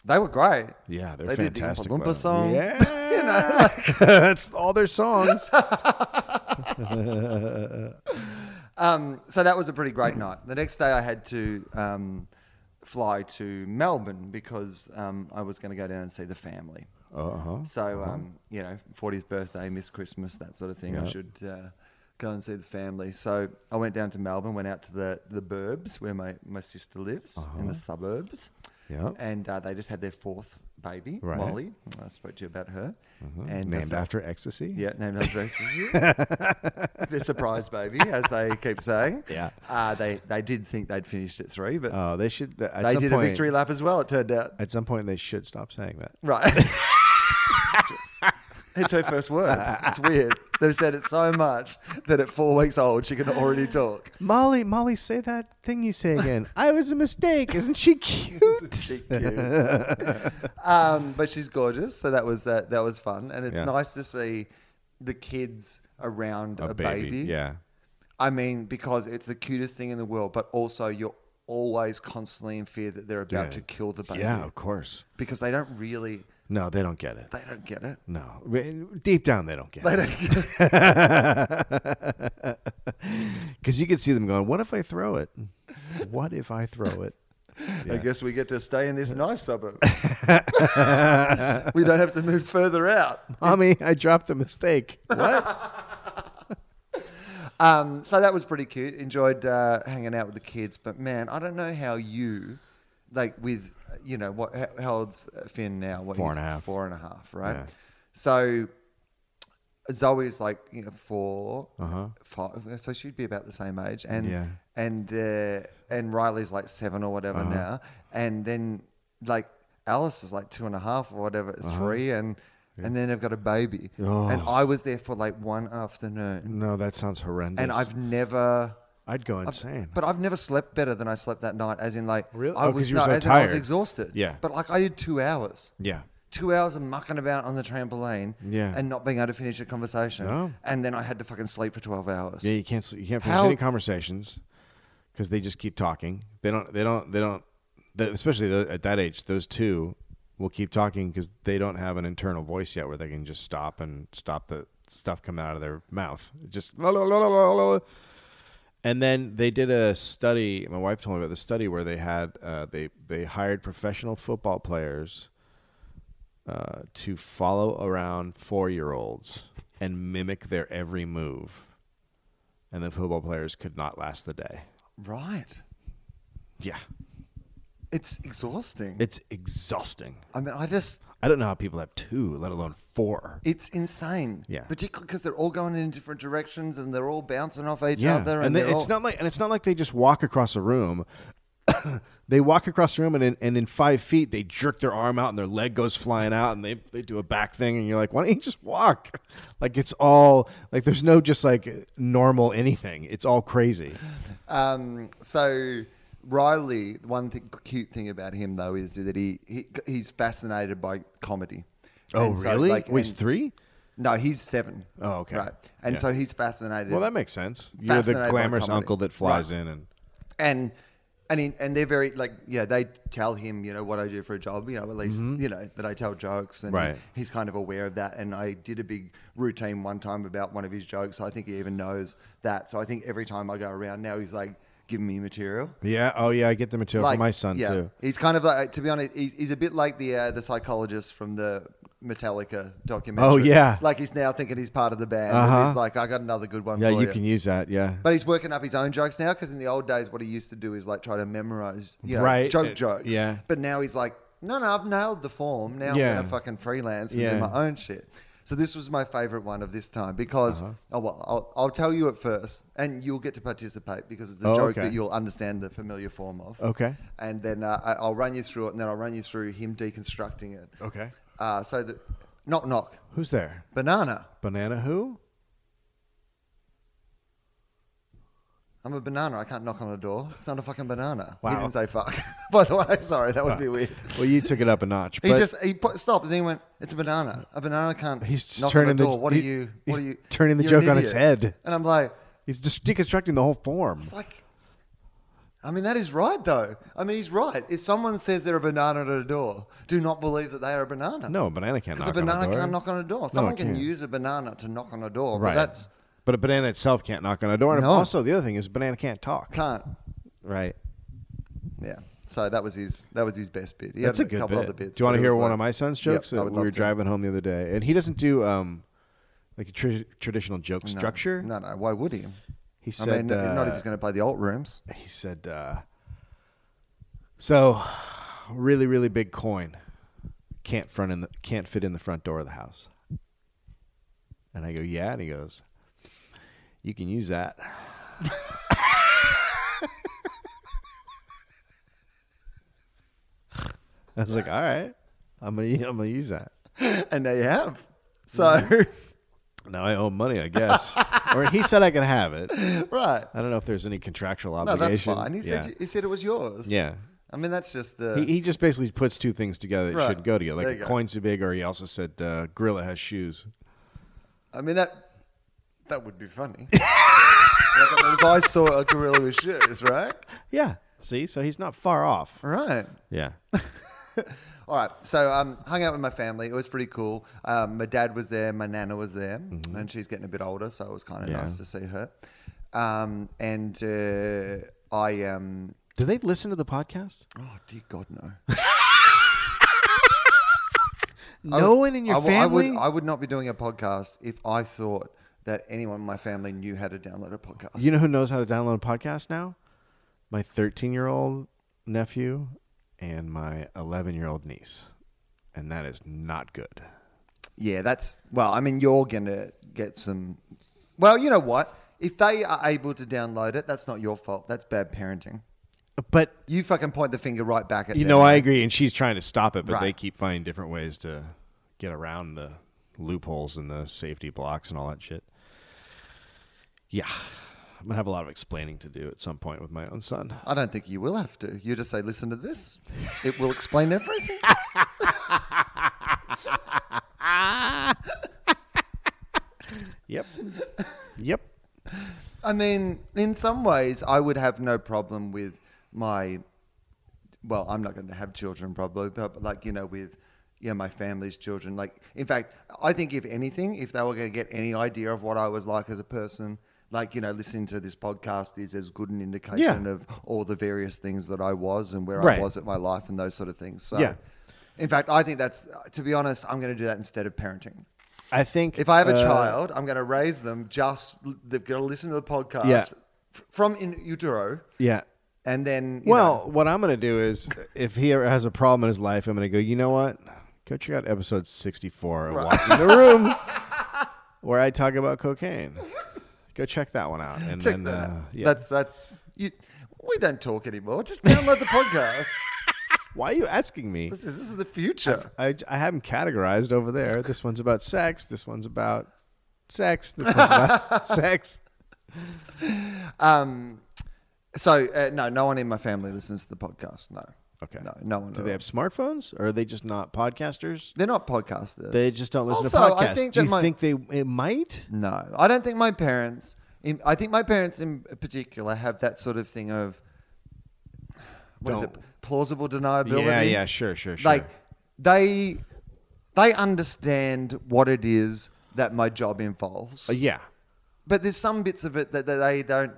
Speaker 2: they were great.
Speaker 3: Yeah, they're
Speaker 2: They did the
Speaker 3: fantastic.
Speaker 2: Oompa Loompa
Speaker 3: live.
Speaker 2: song.
Speaker 3: Yeah. That's all their songs.
Speaker 2: Um, so that was a pretty great night. The next day, I had to um, fly to Melbourne because um, I was going to go down and see the family.
Speaker 3: Uh huh.
Speaker 2: So um, you know, 40th birthday, miss Christmas, that sort of thing. I should uh, go and see the family. So I went down to Melbourne, went out to the the Burbs where my my sister lives in the suburbs.
Speaker 3: Uh-huh. Yeah.
Speaker 2: and uh, they just had their fourth baby,
Speaker 3: Right. Mm-hmm.
Speaker 2: Molly. I spoke to you about her, and uh,
Speaker 3: Named
Speaker 2: so-
Speaker 3: after Ecstasy.
Speaker 2: yeah, named after Ecstasy. Their surprise baby, as they keep saying.
Speaker 3: Yeah.
Speaker 2: Uh, they they did think they'd finished at three, but
Speaker 3: Oh, they should. At
Speaker 2: they
Speaker 3: some
Speaker 2: did
Speaker 3: point, Uh,
Speaker 2: a victory lap as well. It turned out
Speaker 3: At some point, they should stop saying that.
Speaker 2: right. it's her first words. It's weird. They've said it so much that at four weeks old she can already talk.
Speaker 3: Molly, Molly, say that thing you say again. I was a mistake. Isn't she cute?
Speaker 2: She cute. um, but she's gorgeous, so that was uh, that was fun, and it's
Speaker 3: Yeah.
Speaker 2: nice to see the kids around a, baby.
Speaker 3: Yeah.
Speaker 2: I mean, because it's the cutest thing in the world, but also you're always constantly in fear that they're about to
Speaker 3: Yeah.
Speaker 2: kill the baby
Speaker 3: Yeah, of course.
Speaker 2: because they don't really
Speaker 3: No, they don't get it.
Speaker 2: they don't get it.
Speaker 3: No, We- deep down they don't get
Speaker 2: They
Speaker 3: it.
Speaker 2: don't get it.
Speaker 3: Because you could see them going, "What if I throw it? What if I throw it?"
Speaker 2: I guess we get to stay in this nice suburb. we don't have to move further out.
Speaker 3: Mommy, I dropped the mistake. What?
Speaker 2: Um, so that was pretty cute. Enjoyed uh, hanging out with the kids, but man, I don't know how you, like, with you know what? How, how old's Finn now? What,
Speaker 3: Four and
Speaker 2: he's
Speaker 3: a half.
Speaker 2: Four and a half, right?
Speaker 3: Yeah.
Speaker 2: So Zoe's like you know, 4 five, so she'd be about the same age, and
Speaker 3: Uh-huh. Yeah.
Speaker 2: and uh, and Riley's like seven or whatever
Speaker 3: Uh-huh.
Speaker 2: now, and then like Alice is like two and a half or whatever,
Speaker 3: Uh-huh.
Speaker 2: three, and and then I've got a baby,
Speaker 3: Oh.
Speaker 2: and I was there for like one afternoon,
Speaker 3: No, that sounds horrendous.
Speaker 2: and I've never.
Speaker 3: I'd go
Speaker 2: I've-
Speaker 3: insane.
Speaker 2: But I've never slept better than I slept that night. As in, like,
Speaker 3: Really?
Speaker 2: I
Speaker 3: Oh, 'cause
Speaker 2: was
Speaker 3: you were
Speaker 2: no,
Speaker 3: so
Speaker 2: as in I was
Speaker 3: tired.
Speaker 2: exhausted.
Speaker 3: Yeah.
Speaker 2: But like, I did two hours
Speaker 3: yeah.
Speaker 2: two hours of mucking about on the trampoline
Speaker 3: Yeah.
Speaker 2: and not being able to finish a conversation.
Speaker 3: No.
Speaker 2: And then I had to fucking sleep for 12 hours.
Speaker 3: Yeah, you can't sl- you can't finish
Speaker 2: How-
Speaker 3: any conversations because they just keep talking. They don't they don't they don't the, especially tho- at that age. Those two will keep talking because they don't have an internal voice yet where they can just stop and stop the stuff coming out of their mouth. It Just la, la, la, la, la, la, la. and then they did a study. My wife told me about the study where they had uh, they they hired professional football players uh, to follow around four year olds and mimic their every move and the football players could not last the day.
Speaker 2: Right.
Speaker 3: Yeah,
Speaker 2: It's exhausting.
Speaker 3: it's exhausting.
Speaker 2: I mean, I just,
Speaker 3: I don't know how people have two, let alone four.
Speaker 2: it's insane.
Speaker 3: Yeah.
Speaker 2: Particularly because they're all going in different directions and they're all bouncing off each
Speaker 3: Yeah,
Speaker 2: other.
Speaker 3: and,
Speaker 2: And,
Speaker 3: they-
Speaker 2: they're
Speaker 3: it's
Speaker 2: all-
Speaker 3: not like and it's not like they just walk across a room. they walk across the room and in, and in five feet they jerk their arm out and their leg goes flying out and they, they do a back thing and you're like why don't you just walk like it's all like there's no just like normal anything it's all crazy
Speaker 2: Um, so Riley, one thing, cute thing about him though is that he, he he's fascinated by comedy.
Speaker 3: Oh,
Speaker 2: And so, like,
Speaker 3: Wait, it's
Speaker 2: and-
Speaker 3: three
Speaker 2: No, he's seven.
Speaker 3: Oh, okay.
Speaker 2: Right, and
Speaker 3: Yeah.
Speaker 2: so he's fascinated.
Speaker 3: well that makes sense you're the
Speaker 2: Fascinated by
Speaker 3: glamorous
Speaker 2: comedy.
Speaker 3: uncle that flies in and
Speaker 2: and and in, and they're very like yeah they tell him you know what I do for a job you know at least you know that I tell jokes and
Speaker 3: Mm-hmm. Right.
Speaker 2: he's kind of aware of that and I did a big routine one time about one of his jokes so I think he even knows that so I think every time I go around now he's like giving me material
Speaker 3: Yeah. Oh, yeah. I get the material
Speaker 2: like Oh,
Speaker 3: from my son too.
Speaker 2: he's kind of like to be honest he's, he's a bit like the uh, the psychologist from the Metallica documentary
Speaker 3: Oh, yeah.
Speaker 2: like he's now thinking he's part of the band
Speaker 3: Uh-huh.
Speaker 2: he's like I got another good one
Speaker 3: Yeah,
Speaker 2: for
Speaker 3: you can use that. Yeah.
Speaker 2: but he's working up his own jokes now because in the old days, what he used to do is like try to memorize, you know,
Speaker 3: Right,
Speaker 2: joke
Speaker 3: uh,
Speaker 2: jokes.
Speaker 3: yeah.
Speaker 2: But now he's like, no, no, I've nailed the form. Now
Speaker 3: Yeah.
Speaker 2: I'm gonna fucking freelance and
Speaker 3: Yeah.
Speaker 2: do my own shit. So this was my favorite one of this time because
Speaker 3: Uh-huh.
Speaker 2: oh well, I'll, I'll tell you at first, and you'll get to participate because it's a
Speaker 3: Oh,
Speaker 2: joke
Speaker 3: okay.
Speaker 2: that you'll understand the familiar form of.
Speaker 3: Okay.
Speaker 2: And then uh, I- I'll run you through it, and then I'll run you through him deconstructing it.
Speaker 3: okay.
Speaker 2: Uh, so the knock knock
Speaker 3: Who's there?
Speaker 2: banana.
Speaker 3: Banana who?
Speaker 2: I'm a banana. I can't knock on a door. It's not a fucking banana. He
Speaker 3: Wow.
Speaker 2: didn't say fuck. By the way, sorry, that would be weird.
Speaker 3: Ah. Well, you took it up a notch.
Speaker 2: He
Speaker 3: but
Speaker 2: just he put, stopped and then he went. It's a banana. A banana can't.
Speaker 3: He's just
Speaker 2: knock
Speaker 3: turning
Speaker 2: on
Speaker 3: the-
Speaker 2: a door. what are
Speaker 3: he-
Speaker 2: you?
Speaker 3: he's
Speaker 2: What are you?
Speaker 3: turning the
Speaker 2: you're an
Speaker 3: joke on its
Speaker 2: idiot."
Speaker 3: head.
Speaker 2: And I'm like,
Speaker 3: he's just deconstructing the whole form.
Speaker 2: it's like. I mean, that is right though. I mean, he's right. If someone says they're a banana at a door, do not believe that they are a banana.
Speaker 3: No, a banana can't
Speaker 2: because a
Speaker 3: knock on a
Speaker 2: banana
Speaker 3: door.
Speaker 2: can't knock on a door. Someone
Speaker 3: it
Speaker 2: can
Speaker 3: can't.
Speaker 2: use a banana to knock on a door,
Speaker 3: right.
Speaker 2: but that's
Speaker 3: But a banana itself can't knock on a door. And
Speaker 2: No.
Speaker 3: also, the other thing is, banana can't talk.
Speaker 2: can't.
Speaker 3: Right.
Speaker 2: Yeah. So that was his that was his best bit. He
Speaker 3: That's
Speaker 2: had
Speaker 3: a good
Speaker 2: couple
Speaker 3: bit.
Speaker 2: other bits.
Speaker 3: do you want
Speaker 2: but
Speaker 3: to
Speaker 2: it
Speaker 3: hear
Speaker 2: was
Speaker 3: one
Speaker 2: like-
Speaker 3: of my son's jokes?
Speaker 2: Yep, I
Speaker 3: that
Speaker 2: would
Speaker 3: we
Speaker 2: love
Speaker 3: were
Speaker 2: to.
Speaker 3: driving home the other day, and he doesn't do um, like a tra- traditional joke
Speaker 2: No.
Speaker 3: structure.
Speaker 2: No, no. Why would he? I
Speaker 3: He said,
Speaker 2: mean, n- not
Speaker 3: uh,
Speaker 2: if he's going to play the alt rooms.
Speaker 3: he said, uh, "So, really, really big coin can't front in the can't fit in the front door of the house." And I go, "Yeah," and he goes, "You can use that." I was like, "All right, I'm gonna I'm gonna use that."
Speaker 2: And they have. So,
Speaker 3: Mm-hmm. Now I owe him money, I guess. or he said I can have it. I
Speaker 2: right.
Speaker 3: don't know if there's any contractual
Speaker 2: No, that's
Speaker 3: obligation.
Speaker 2: fine. He said
Speaker 3: Yeah.
Speaker 2: you- he said it was yours.
Speaker 3: yeah.
Speaker 2: I mean, that's just the.
Speaker 3: He, he just basically puts two things together that
Speaker 2: Right.
Speaker 3: should go together. Like
Speaker 2: There
Speaker 3: a
Speaker 2: you go.
Speaker 3: coin's too big, or he also said uh, gorilla has shoes.
Speaker 2: I mean that. That would be funny. like, I mean, if I saw a gorilla with shoes, right?
Speaker 3: Yeah. See, so he's not far off.
Speaker 2: Right.
Speaker 3: Yeah.
Speaker 2: All right, so um, hung out with my family. It was pretty cool. Um, my dad was there, my nana was there, and she's getting a bit older, so it was kind of
Speaker 3: Mm-hmm. Yeah.
Speaker 2: nice to see her. Um, and uh, I um,
Speaker 3: Do they listen to the podcast?
Speaker 2: oh dear God, no,
Speaker 3: no one in your
Speaker 2: I w- I
Speaker 3: family.
Speaker 2: would, I would not be doing a podcast if I thought that anyone in my family knew how to download a podcast.
Speaker 3: you know who knows how to download a podcast now? My 13 year old nephew and my 11 year old niece, and that is not good.
Speaker 2: Yeah, that's well. I mean, you're gonna get some. Well, you know what? If they are able to download it, that's not your fault. That's bad parenting.
Speaker 3: But
Speaker 2: You fucking point the finger right back at
Speaker 3: you
Speaker 2: them.
Speaker 3: know, I agree, and she's trying to stop it, but they
Speaker 2: Right.
Speaker 3: keep finding different ways to get around the loopholes and the safety blocks and all that shit. Yeah, I'm gonna have a lot of explaining to do at some point with my own son.
Speaker 2: I don't think you will have to. You just say, "Listen to this. It will explain everything."
Speaker 3: Yep, yep.
Speaker 2: I mean, in some ways, I would have no problem with my. Well, I'm not going to have children probably, but like you know, with you know my family's children. Like, in fact, I think if anything, if they were going to get any idea of what I was like as a person, like you know, listening to this podcast is as good an indication
Speaker 3: Yeah.
Speaker 2: of all the various things that I was and where
Speaker 3: Right.
Speaker 2: I was at my life and those sort of things. So,
Speaker 3: Yeah.
Speaker 2: in fact, I think that's to be honest, I'm going to do that instead of parenting.
Speaker 3: I think
Speaker 2: If I have a
Speaker 3: uh,
Speaker 2: child, I'm going to raise them just they've got to listen to the podcast
Speaker 3: Yeah.
Speaker 2: f- from in utero,
Speaker 3: yeah.
Speaker 2: and then you
Speaker 3: Well, what I'm going to do is, if he ever has a problem in his life, I'm going to go. You know what? Go check out episode 64 of Walking the Room, where I talk about cocaine. Go check that one out. And
Speaker 2: know, check
Speaker 3: then,
Speaker 2: that.
Speaker 3: Uh,
Speaker 2: out.
Speaker 3: yeah.
Speaker 2: That's that's you, we don't talk anymore. Just download the podcast.
Speaker 3: Why are you asking me?
Speaker 2: This is this is the future.
Speaker 3: I, I have them categorized over there. This one's about sex. This one's about sex. This one's about sex.
Speaker 2: Um, so uh, no, no one in my family listens to the podcast. No,
Speaker 3: Okay.
Speaker 2: no, no one.
Speaker 3: Do
Speaker 2: at
Speaker 3: they
Speaker 2: all.
Speaker 3: have smartphones, or are they just not podcasters?
Speaker 2: They're not podcasters.
Speaker 3: They just don't listen to
Speaker 2: Also,
Speaker 3: podcasts.
Speaker 2: I think
Speaker 3: do
Speaker 2: that
Speaker 3: you
Speaker 2: my-
Speaker 3: think they it might?
Speaker 2: No, I don't think my parents. In, I think my parents in particular have that sort of thing of what is it?
Speaker 3: Don't-
Speaker 2: Plausible deniability.
Speaker 3: Yeah, yeah, sure, sure, sure.
Speaker 2: Like they they understand what it is that my job involves.
Speaker 3: Uh, yeah.
Speaker 2: But there's some bits of it that, that they don't.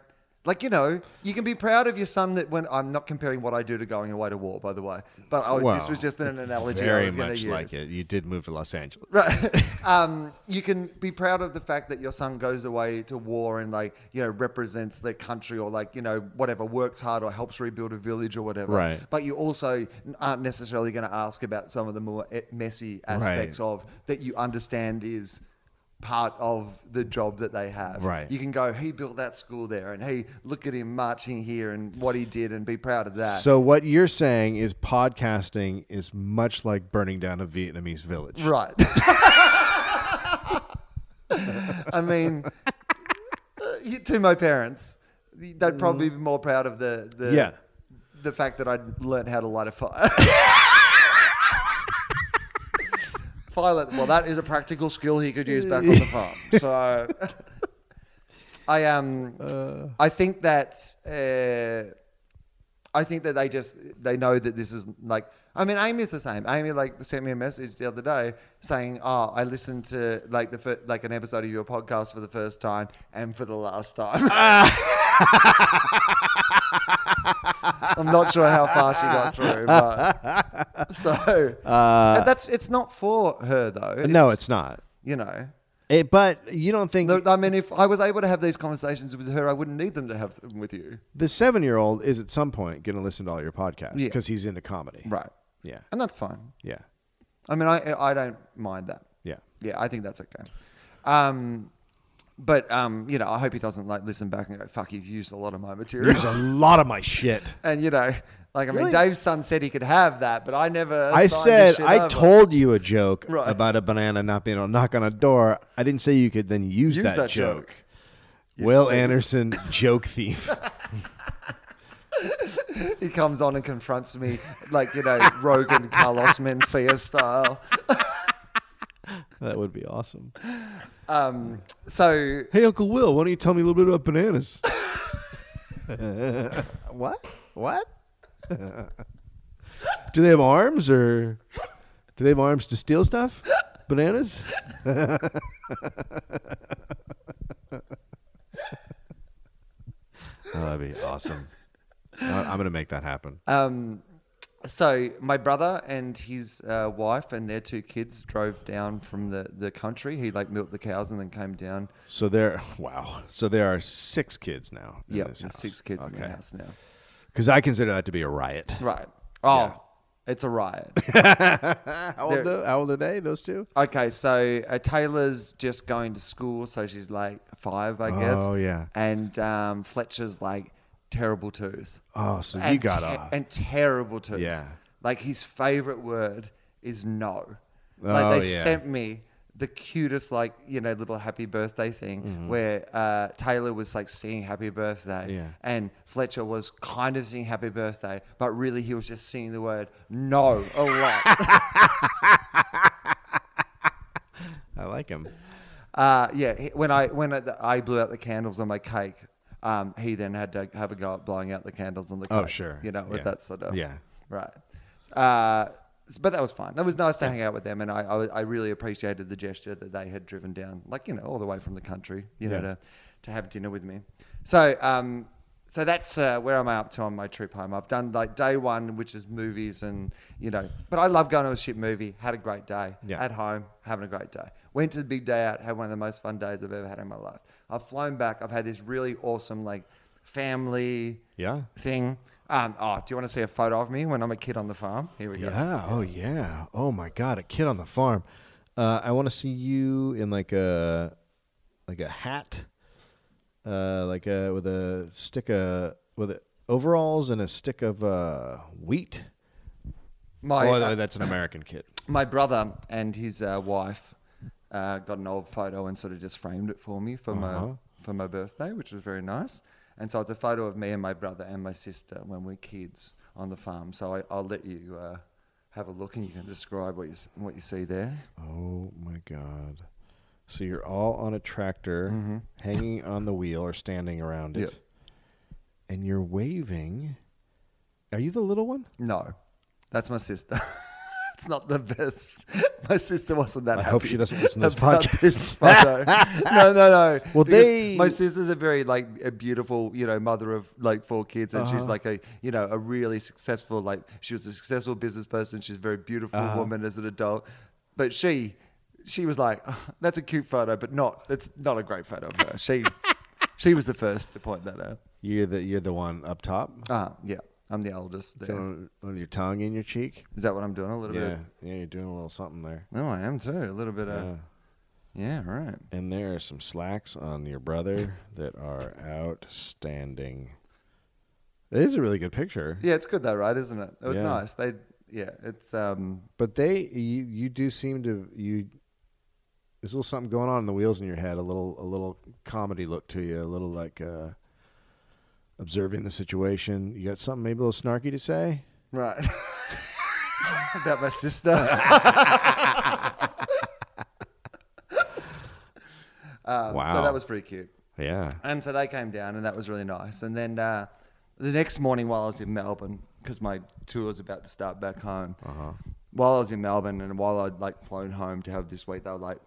Speaker 2: Like you know, you can be proud of your son that when I'm not comparing what I do to going away to war, by the way. But I, this
Speaker 3: Well,
Speaker 2: was just an analogy. I
Speaker 3: Very
Speaker 2: was gonna
Speaker 3: much
Speaker 2: use.
Speaker 3: like it. You did move to Los Angeles.
Speaker 2: Right. um, you can be proud of the fact that your son goes away to war and like you know represents their country or like you know whatever works hard or helps rebuild a village or whatever.
Speaker 3: Right.
Speaker 2: But you also aren't necessarily going to ask about some of the more e- messy aspects
Speaker 3: Right.
Speaker 2: of that you understand is part of the job that they have.
Speaker 3: Right.
Speaker 2: You can go, he built that school there, and hey, look at him marching here and what he did, and be proud of that.
Speaker 3: So what you're saying is podcasting is much like burning down a Vietnamese village.
Speaker 2: Right. I mean, uh, you- to my parents, they'd probably be more proud of the the
Speaker 3: Yeah.
Speaker 2: the fact that I'd learned how to light a fire. Pilot. Well, that is a practical skill he could use back on the farm. So, I um, I think that. Uh, I think that they just they know that this is like I mean Amy's the same. Amy like sent me a message the other day saying, "Oh, I listened to like the fir- like an episode of your podcast for the first time and for the last time." I'm not sure how far she got through, but so and that's it's not for her though.
Speaker 3: Uh, no, it's not.
Speaker 2: you know.
Speaker 3: It, but you don't think
Speaker 2: No, I mean, if I was able to have these conversations with her, I wouldn't need them to have them with you,
Speaker 3: the seven-year-old is at some point going to listen to all your podcasts
Speaker 2: Yeah.
Speaker 3: because he's into comedy.
Speaker 2: right?
Speaker 3: Yeah.
Speaker 2: And that's fine.
Speaker 3: Yeah.
Speaker 2: I mean, I I don't mind that.
Speaker 3: Yeah.
Speaker 2: Yeah, I think that's okay. Um, but um, you know, I hope he doesn't like listen back and go, "Fuck, you've used a lot of my material."
Speaker 3: There's a lot of my shit.
Speaker 2: and you know, like I mean,
Speaker 3: Really?
Speaker 2: Dave's son said he could have that, but I never.
Speaker 3: I
Speaker 2: signed
Speaker 3: said
Speaker 2: his shit
Speaker 3: I
Speaker 2: over.
Speaker 3: told you a joke
Speaker 2: Right.
Speaker 3: about a banana not being able to knock on a door. I didn't say you could then use,
Speaker 2: Use
Speaker 3: that,
Speaker 2: that
Speaker 3: joke.
Speaker 2: joke.
Speaker 3: Will Anderson, joke thief.
Speaker 2: he comes on and confronts me, like you know, Rogan Carlos Mencia style.
Speaker 3: that would be awesome.
Speaker 2: Um, so
Speaker 3: Hey, Uncle Will, why don't you tell me a little bit about bananas? what? What? do they have arms or do they have arms to steal stuff? Bananas? oh, that'd be awesome. I- I'm going to make that happen.
Speaker 2: Um, so my brother and his uh, wife and their two kids drove down from the, the country. He like milked the cows and then came down.
Speaker 3: so there, wow. So there are six kids now. in
Speaker 2: Yeah,
Speaker 3: this house.
Speaker 2: six kids in the
Speaker 3: Okay.
Speaker 2: house now.
Speaker 3: Because I consider that to be a riot.
Speaker 2: Right. Oh, It's a riot.
Speaker 3: How old, the, how old are they? Those two?
Speaker 2: Okay, so uh, Taylor's just going to school, so she's like five, I guess.
Speaker 3: Oh, yeah.
Speaker 2: And um, Fletcher's like terrible twos.
Speaker 3: Oh, so you
Speaker 2: and
Speaker 3: got
Speaker 2: te-
Speaker 3: off.
Speaker 2: and terrible twos.
Speaker 3: Yeah.
Speaker 2: Like his favorite word is no. Like
Speaker 3: Oh,
Speaker 2: they
Speaker 3: yeah.
Speaker 2: sent me the cutest, like you know, little happy birthday thing where uh, Taylor was like singing happy birthday,
Speaker 3: Mm-hmm. Yeah.
Speaker 2: and Fletcher was kind of singing happy birthday, but really he was just singing the word no a lot.
Speaker 3: I like him.
Speaker 2: Uh, yeah, he- when I when I, I blew out the candles on my cake, um, he then had to have a go at blowing out the candles on the cake.
Speaker 3: Oh, sure.
Speaker 2: You know, it was
Speaker 3: Yeah.
Speaker 2: that sort of
Speaker 3: Yeah.
Speaker 2: right. Uh, s- but that was fun. It was nice to hang out with them, and I, I was- I really appreciated the gesture that they had driven down, like you know, all the way from the country, you know,
Speaker 3: Yeah.
Speaker 2: to to have dinner with me. So um, so that's uh, where am I up to on my trip home? I've done like day one, which is movies, and you know, but I love going to a shit movie. Had a great day
Speaker 3: Yeah.
Speaker 2: at home, having a great day. Went to the big day out, had one of the most fun days I've ever had in my life. I've flown back. I've had this really awesome like family
Speaker 3: Yeah.
Speaker 2: thing. Um, oh, do you want to see a photo of me when I'm a kid on the farm? Here we go.
Speaker 3: Yeah. Oh yeah. Oh my God, a kid on the farm. Uh, I want to see you in like a like a hat, uh, like a with a stick of with a, overalls and a stick of uh, wheat.
Speaker 2: My
Speaker 3: oh,
Speaker 2: uh,
Speaker 3: that's an American kid.
Speaker 2: my brother and his uh, wife uh, got an old photo and sort of just framed it for me for
Speaker 3: Uh-huh.
Speaker 2: my for my birthday, which was very nice. And so it's a photo of me and my brother and my sister when we're kids on the farm. So I, I'll let you uh, have a look and you can describe what you s- what you see there.
Speaker 3: Oh my God. So you're all on a tractor, hanging on the wheel or standing around it,
Speaker 2: Yep.
Speaker 3: and you're waving. Are you the little one?
Speaker 2: No, that's my sister. it's not the best. My sister wasn't that.
Speaker 3: I hope
Speaker 2: happy
Speaker 3: she doesn't listen to this
Speaker 2: about
Speaker 3: podcast.
Speaker 2: this photo. no, no, no.
Speaker 3: Well,
Speaker 2: Because
Speaker 3: they-
Speaker 2: My sister's a very like a beautiful, you know, mother of like four kids, and
Speaker 3: Uh-huh.
Speaker 2: she's like a, you know, a really successful. Like she was a successful business person. She's a very beautiful
Speaker 3: Uh-huh.
Speaker 2: woman as an adult, but she. She was like, "Oh, "That's a cute photo, but not. It's not a great photo of her." She, she was the first to point that out.
Speaker 3: You're the you're the one up top.
Speaker 2: Ah, yeah, I'm the oldest. There.
Speaker 3: Going with your tongue in your cheek.
Speaker 2: Is that what I'm doing? A little bit.
Speaker 3: Yeah,
Speaker 2: Of,
Speaker 3: yeah, you're doing a little something there.
Speaker 2: No, I am too. A little bit
Speaker 3: Yeah.
Speaker 2: of yeah, right.
Speaker 3: And there are some slacks on your brother that are outstanding. It is a really good picture.
Speaker 2: Yeah, it's good though, right? Isn't it? It was
Speaker 3: Yeah.
Speaker 2: nice. They yeah, it's um
Speaker 3: But they, you, you do seem to you. There's a little something going on in the wheels in your head. A little, a little comedy look to you. A little like uh, observing the situation. You got something maybe a little snarky to say.
Speaker 2: right. About my sister. Um, So
Speaker 3: Wow.
Speaker 2: that was pretty cute.
Speaker 3: Yeah.
Speaker 2: And so they came down, and that was really nice. And then uh, the next morning, while I was in Melbourne, because my tour was about to start back home,
Speaker 3: Uh-huh.
Speaker 2: while I was in Melbourne and while I'd like flown home to have this week, they were like,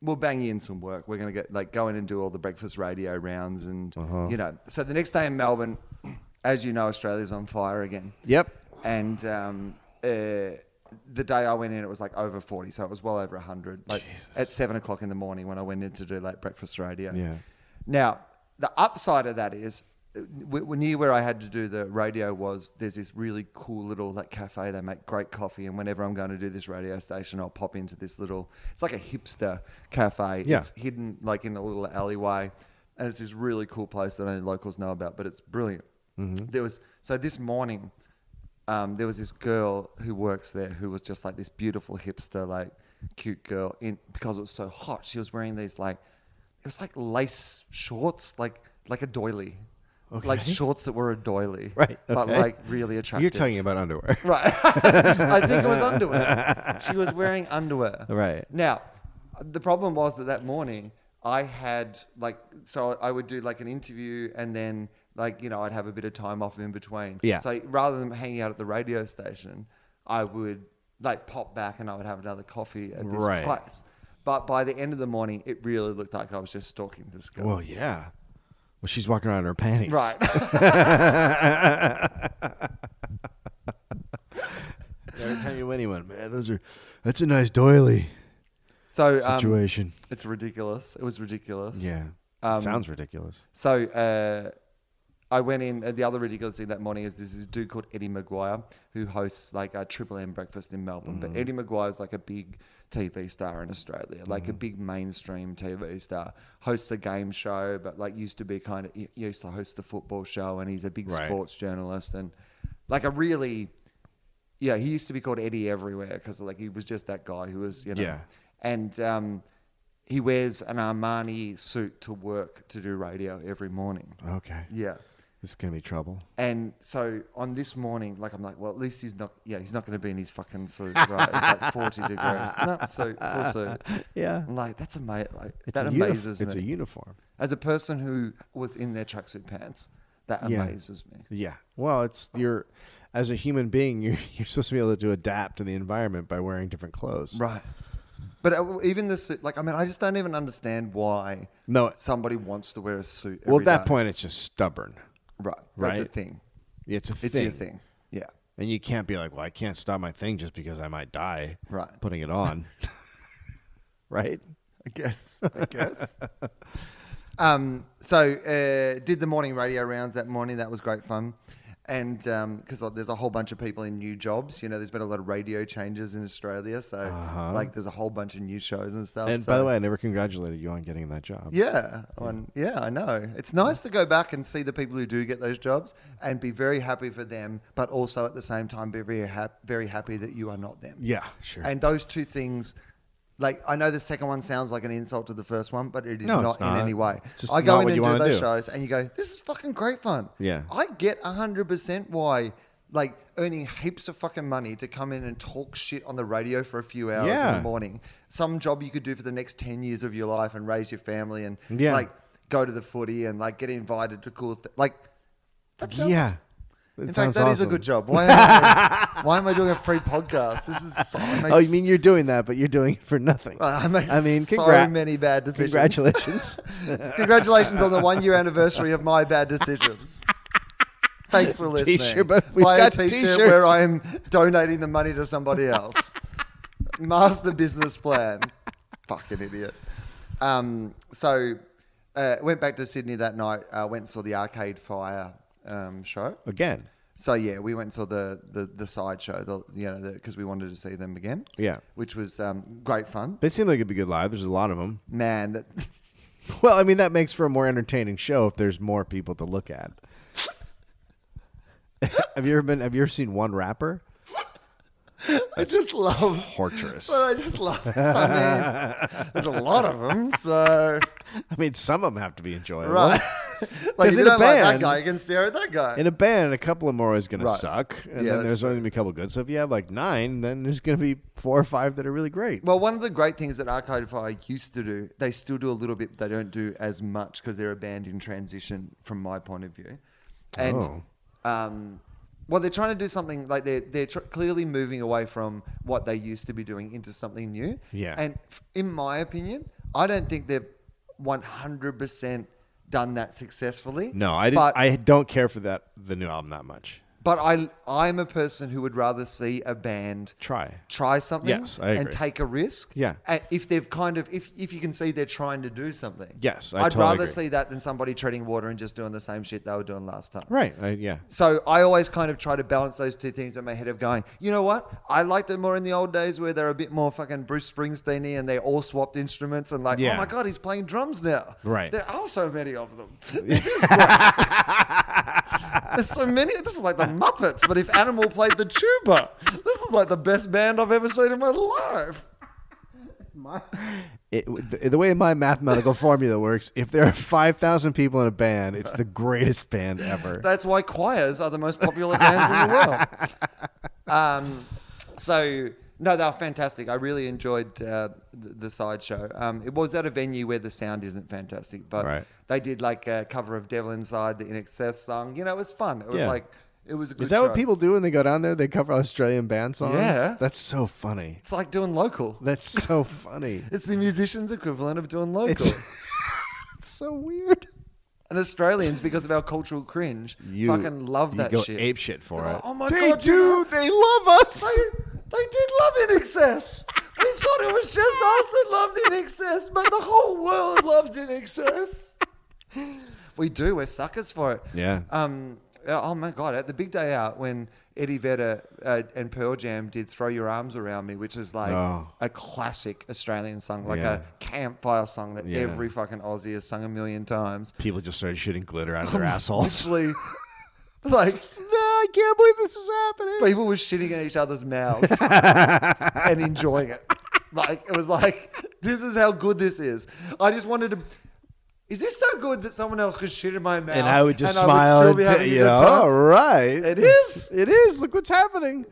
Speaker 2: "We'll bang you in some work. We're gonna get like go in and do all the breakfast radio rounds, and
Speaker 3: Uh-huh.
Speaker 2: you know." So the next day in Melbourne, as you know, Australia's on fire again.
Speaker 3: Yep.
Speaker 2: And um, uh, the day I went in, it was like over 40. So it was well over 100. Like at seven o'clock in the morning when I went in to do like breakfast radio.
Speaker 3: Yeah.
Speaker 2: Now, the upside of that is uh, w- w- near where I had to do the radio was there's this really cool little like cafe. They make great coffee. And whenever I'm going to do this radio station, I'll pop into this little, it's like a hipster cafe.
Speaker 3: Yeah.
Speaker 2: It's hidden like in a little alleyway. And it's this really cool place that only locals know about, but it's brilliant.
Speaker 3: Mm-hmm.
Speaker 2: There was, so this morning, um, there was this girl who works there who was just like this beautiful hipster, like cute girl. In because it was so hot, she was wearing these like it was like lace shorts, like like a doily, like
Speaker 3: Okay.
Speaker 2: shorts that were a doily,
Speaker 3: Right,
Speaker 2: But
Speaker 3: okay.
Speaker 2: like really attractive.
Speaker 3: You're talking about underwear.
Speaker 2: Right. I think it was underwear. She was wearing underwear.
Speaker 3: Right.
Speaker 2: Now, the problem was that that morning I had like so I would do like an interview and then like you know I'd have a bit of time off in between.
Speaker 3: Yeah.
Speaker 2: So rather than hanging out at the radio station, I would like pop back and I would have another coffee at this
Speaker 3: Right.
Speaker 2: place. But by the end of the morning, it really looked like I was just stalking this girl.
Speaker 3: Well, yeah. Well, she's walking around in her panties.
Speaker 2: Right.
Speaker 3: Every time you anyone, man, those are that's a nice doily
Speaker 2: so um,
Speaker 3: situation.
Speaker 2: it's ridiculous. It was ridiculous.
Speaker 3: yeah,
Speaker 2: um,
Speaker 3: sounds ridiculous.
Speaker 2: So uh, I went in. And the other ridiculous thing that morning is this is dude called Eddie Maguire who hosts like a Triple M breakfast in Melbourne. But Eddie Maguire is like a big TV star in Australia, like a big mainstream TV star. Hosts a game show, but like used to be kind of he used to host the football show, and he's a big
Speaker 3: Right.
Speaker 2: sports journalist and like a really yeah, he used to be called Eddie everywhere because like he was just that guy who was you know.
Speaker 3: Yeah.
Speaker 2: And um, he wears an Armani suit to work to do radio every morning.
Speaker 3: Okay.
Speaker 2: Yeah.
Speaker 3: This is gonna be trouble.
Speaker 2: And so on this morning, like I'm like, well, at least he's not. Yeah, he's not going to be in his fucking suit, right? It's like 40 degrees. No, suit, full suit.
Speaker 3: Yeah.
Speaker 2: I'm like that's amazing. Like,
Speaker 3: It's
Speaker 2: that
Speaker 3: a uni-
Speaker 2: amazes
Speaker 3: It's a
Speaker 2: me.
Speaker 3: uniform.
Speaker 2: As a person who was in their tracksuit pants, that
Speaker 3: Yeah.
Speaker 2: amazes me.
Speaker 3: Yeah. Well, it's you're as a human being, you're you're supposed to be able to adapt to the environment by wearing different clothes.
Speaker 2: Right. But uh, even the suit, like, I mean, I just don't even understand why
Speaker 3: No.
Speaker 2: somebody wants to wear a suit.
Speaker 3: Well,
Speaker 2: every
Speaker 3: at that
Speaker 2: day.
Speaker 3: point, it's just stubborn.
Speaker 2: right, that's a
Speaker 3: right?
Speaker 2: thing.
Speaker 3: It's a thing.
Speaker 2: It's your thing. Yeah,
Speaker 3: And you can't be like, well, I can't stop my thing just because I might die.
Speaker 2: Right.
Speaker 3: Putting it on. right.
Speaker 2: I guess. I guess. um, so uh, did the morning radio rounds that morning. That was great fun. And because like, there's a whole bunch of people in new jobs, you know, there's been a lot of radio changes in Australia, so like there's a whole bunch of new shows and stuff.
Speaker 3: Uh-huh. And
Speaker 2: so-
Speaker 3: by the way, I never congratulated you on getting that job.
Speaker 2: Yeah, on, yeah, I know. It's nice to go back and see the people who do get those jobs and be very happy for them, but also at the same time be very, hap- very happy that you are not them.
Speaker 3: Yeah, sure.
Speaker 2: And those two things, like I know the second one sounds like an insult to the first one, but it is
Speaker 3: No,
Speaker 2: not,
Speaker 3: it's
Speaker 2: in
Speaker 3: not.
Speaker 2: any way.
Speaker 3: It's just
Speaker 2: I go
Speaker 3: not
Speaker 2: in
Speaker 3: what
Speaker 2: and
Speaker 3: you
Speaker 2: do
Speaker 3: wanna
Speaker 2: those
Speaker 3: do.
Speaker 2: shows, and you go, "This is fucking great fun."
Speaker 3: Yeah.
Speaker 2: I get hundred percent why. Like earning heaps of fucking money to come in and talk shit on the radio for a few hours in the
Speaker 3: Yeah.
Speaker 2: morning. Some job you could do for the next ten years of your life and raise your family and
Speaker 3: Yeah.
Speaker 2: like go to the footy and like get invited to cool th- like. That sounds
Speaker 3: yeah.
Speaker 2: in fact, that is a good
Speaker 3: job.
Speaker 2: job. Why am, I, why am I doing a free podcast? This is so. I make
Speaker 3: Oh, you mean you're doing that, but you're doing it for nothing.
Speaker 2: I make so
Speaker 3: congrat-
Speaker 2: many bad decisions.
Speaker 3: Congratulations.
Speaker 2: Congratulations on the one year anniversary of my bad decisions. Thanks for listening.
Speaker 3: T-shirt, but we've
Speaker 2: Buy
Speaker 3: got
Speaker 2: a t-shirt
Speaker 3: t-shirts.
Speaker 2: where I'm donating the money to somebody else. Master business plan. Fucking idiot. Um, so uh, went back to Sydney that night. Uh, went and saw the Arcade Fire um, show.
Speaker 3: Again.
Speaker 2: So yeah, we went and saw the the, the sideshow, the you know, because we wanted to see them again.
Speaker 3: Yeah.
Speaker 2: which was um, great fun.
Speaker 3: They seem like it'd be good live. There's a lot of them.
Speaker 2: Man, that,
Speaker 3: Well, I mean, that makes for a more entertaining show if there's more people to look at. have you ever been? Have you ever seen one rapper?
Speaker 2: I just love.
Speaker 3: Torturous.
Speaker 2: But I just love. I mean, there's a lot of them, so
Speaker 3: I mean, some of them have to be enjoyable.
Speaker 2: right. like
Speaker 3: 'Cause
Speaker 2: if you
Speaker 3: in a
Speaker 2: don't like that
Speaker 3: band-
Speaker 2: guy, you can stare at that guy.
Speaker 3: In a band, a couple of them are always going
Speaker 2: Right.
Speaker 3: to suck, and
Speaker 2: Yeah,
Speaker 3: then
Speaker 2: that's
Speaker 3: there's only going to be a couple good. So if you have like nine, then there's going to be four or five that are really great.
Speaker 2: well, one of the great things that Arcade Fire used to do, they still do a little bit, but they don't do as much because they're a band in transition from my point of view. And
Speaker 3: Oh.
Speaker 2: um, well, they're trying to do something like they're they're tr- clearly moving away from what they used to be doing into something new.
Speaker 3: Yeah.
Speaker 2: And f- in my opinion, I don't think they've one hundred percent done that successfully.
Speaker 3: no, I didn't,
Speaker 2: But
Speaker 3: I don't care for that the new album that much.
Speaker 2: but I I'm a person who would rather see a band
Speaker 3: Try.
Speaker 2: try something
Speaker 3: Yes, I
Speaker 2: and
Speaker 3: agree.
Speaker 2: take a risk.
Speaker 3: Yeah.
Speaker 2: And if they've kind of if if you can see they're trying to do something.
Speaker 3: Yes, I
Speaker 2: would
Speaker 3: totally
Speaker 2: rather
Speaker 3: agree.
Speaker 2: see that than somebody treading water and just doing the same shit they were doing last time.
Speaker 3: Right. I, yeah.
Speaker 2: So I always kind of try to balance those two things in my head of going, you know what? I liked it more in the old days where they're a bit more fucking Bruce Springsteen and they all swapped instruments and like, oh
Speaker 3: Yeah.
Speaker 2: my god, he's playing drums now.
Speaker 3: Right.
Speaker 2: There are so many of them. This is great. There's so many. This is like the Muppets, but if Animal played the tuba, this is like the best band I've ever seen in my life.
Speaker 3: It, the, the way my mathematical formula works, if there are 5,000 people in a band, it's the greatest band ever.
Speaker 2: That's why choirs are the most popular bands in the world. Um, so no, they were fantastic. I really enjoyed uh, the, the sideshow. Um, it was at a venue where the sound isn't fantastic, but
Speaker 3: Right.
Speaker 2: they did like a cover of "Devil Inside" the In Excess song. You know, it was fun. It was
Speaker 3: Yeah.
Speaker 2: like it was a good.
Speaker 3: Is that what
Speaker 2: show.
Speaker 3: people do when they go down there? They cover Australian band songs?
Speaker 2: Yeah.
Speaker 3: That's so funny.
Speaker 2: It's like doing local.
Speaker 3: That's so funny.
Speaker 2: It's the musicians' equivalent of doing local.
Speaker 3: It's, it's so weird.
Speaker 2: and Australians, because of our cultural cringe,
Speaker 3: You
Speaker 2: fucking love that
Speaker 3: you go
Speaker 2: shit.
Speaker 3: ape shit for
Speaker 2: They're
Speaker 3: it.
Speaker 2: like, "Oh my
Speaker 3: they
Speaker 2: God,
Speaker 3: do.
Speaker 2: you know-
Speaker 3: They love us.
Speaker 2: They, they did love In Excess. We thought it was just us that loved In Excess, but the whole world loved In Excess. We do. We're suckers for it.
Speaker 3: Yeah.
Speaker 2: Um. Oh my god! At the big day out when Eddie Vedder uh, and Pearl Jam did "Throw Your Arms Around Me," which is like
Speaker 3: Oh.
Speaker 2: a classic Australian song, like
Speaker 3: Yeah.
Speaker 2: a campfire song that
Speaker 3: Yeah.
Speaker 2: every fucking Aussie has sung a million times.
Speaker 3: People just started shooting glitter out of their assholes.
Speaker 2: Literally, like
Speaker 3: I can't believe this is happening.
Speaker 2: people were shitting in each other's mouths and enjoying it. Like it was like, this is how good this is. I just wanted to. Is this so good that someone else could shit in my mouth?
Speaker 3: And I would just
Speaker 2: and I
Speaker 3: smile
Speaker 2: would still be
Speaker 3: and
Speaker 2: having a
Speaker 3: t- Oh, you
Speaker 2: good
Speaker 3: know,
Speaker 2: time?
Speaker 3: all right.
Speaker 2: It is.
Speaker 3: It is. Look what's happening.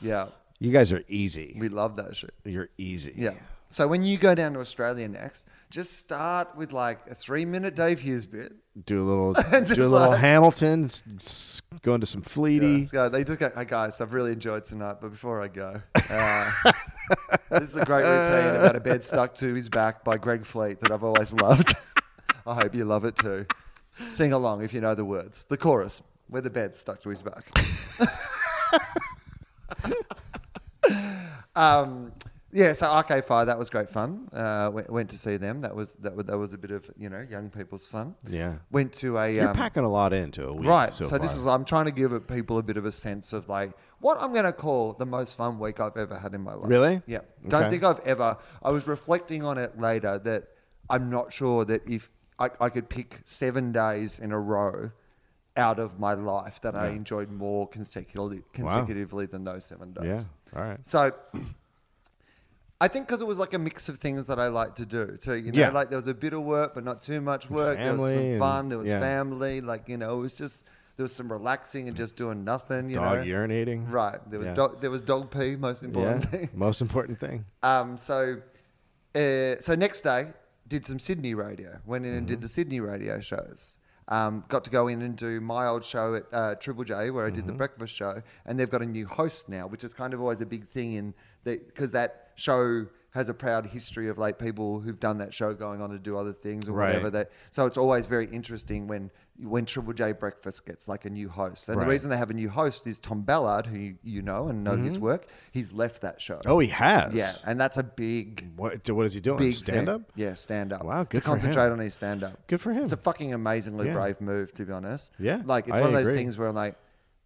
Speaker 2: Yeah,
Speaker 3: You guys are easy.
Speaker 2: we love that shit.
Speaker 3: You're easy.
Speaker 2: Yeah. So when you go down to Australia next, just start with like a three-minute Dave Hughes bit.
Speaker 3: Do a little,
Speaker 2: Just
Speaker 3: do a little
Speaker 2: like-
Speaker 3: Hamilton. s- s- Go into some Fleety.
Speaker 2: Let's go. They just go, hey guys, I've really enjoyed tonight, but before I go, uh, this is a great routine about a bed stuck to his back by Greg Fleet that I've always loved. I hope you love it too. Sing along if you know the words. The chorus, where the bed stuck to his back. um, yeah, so Arcade Fire, that was great fun. Uh, went, went to see them. That was that was, that was a bit of you know young people's fun.
Speaker 3: Yeah.
Speaker 2: Went to a
Speaker 3: You're
Speaker 2: um,
Speaker 3: packing a lot into a week.
Speaker 2: Right. So,
Speaker 3: So,
Speaker 2: this
Speaker 3: far.
Speaker 2: is I'm trying to give it- people a bit of a sense of like what I'm going to call the most fun week I've ever had in my life.
Speaker 3: Really?
Speaker 2: Yeah. Don't
Speaker 3: Okay.
Speaker 2: think I've ever. I was reflecting on it later that I'm not sure that if I, I could pick seven days in a row out of my life that I enjoyed more consecutively consecutively than those seven days.
Speaker 3: Yeah. All right.
Speaker 2: So I think because it was like a mix of things that I like to do. So, you know,
Speaker 3: Yeah.
Speaker 2: like there was a bit of work, but not too much work. there was
Speaker 3: family
Speaker 2: some
Speaker 3: and-
Speaker 2: fun. There was
Speaker 3: yeah.
Speaker 2: family. Like, you know, it was just, there was some relaxing and just doing nothing, you
Speaker 3: Dog
Speaker 2: know.
Speaker 3: urinating.
Speaker 2: Right. There was,
Speaker 3: Yeah.
Speaker 2: dog, there was dog pee, most important
Speaker 3: Yeah.
Speaker 2: thing.
Speaker 3: Most important thing.
Speaker 2: Um, so, uh, so next day, did some Sydney radio. Went in and
Speaker 3: Mm-hmm.
Speaker 2: did the Sydney radio shows. Um, got to go in and do my old show at uh, Triple J, where I did
Speaker 3: Mm-hmm.
Speaker 2: the breakfast show, and they've got a new host now, which is kind of always a big thing in that because that show has a proud history of like people who've done that show going on to do other things or
Speaker 3: Right.
Speaker 2: whatever that. So it's always very interesting when when Triple J Breakfast gets like a new host, and the
Speaker 3: Right.
Speaker 2: reason they have a new host is Tom Ballard, who you, you know and know
Speaker 3: Mm-hmm.
Speaker 2: his work. He's left that show.
Speaker 3: Oh, he has.
Speaker 2: Yeah, and that's a big,
Speaker 3: What, what is he doing?
Speaker 2: big
Speaker 3: Stand up?
Speaker 2: Thing. Yeah, stand up.
Speaker 3: Wow, good
Speaker 2: to
Speaker 3: for him.
Speaker 2: concentrate on his stand up.
Speaker 3: Good for him.
Speaker 2: It's a fucking amazingly
Speaker 3: Yeah.
Speaker 2: brave move, to be honest.
Speaker 3: Yeah,
Speaker 2: like it's
Speaker 3: I
Speaker 2: one of those
Speaker 3: agree.
Speaker 2: things where I'm like,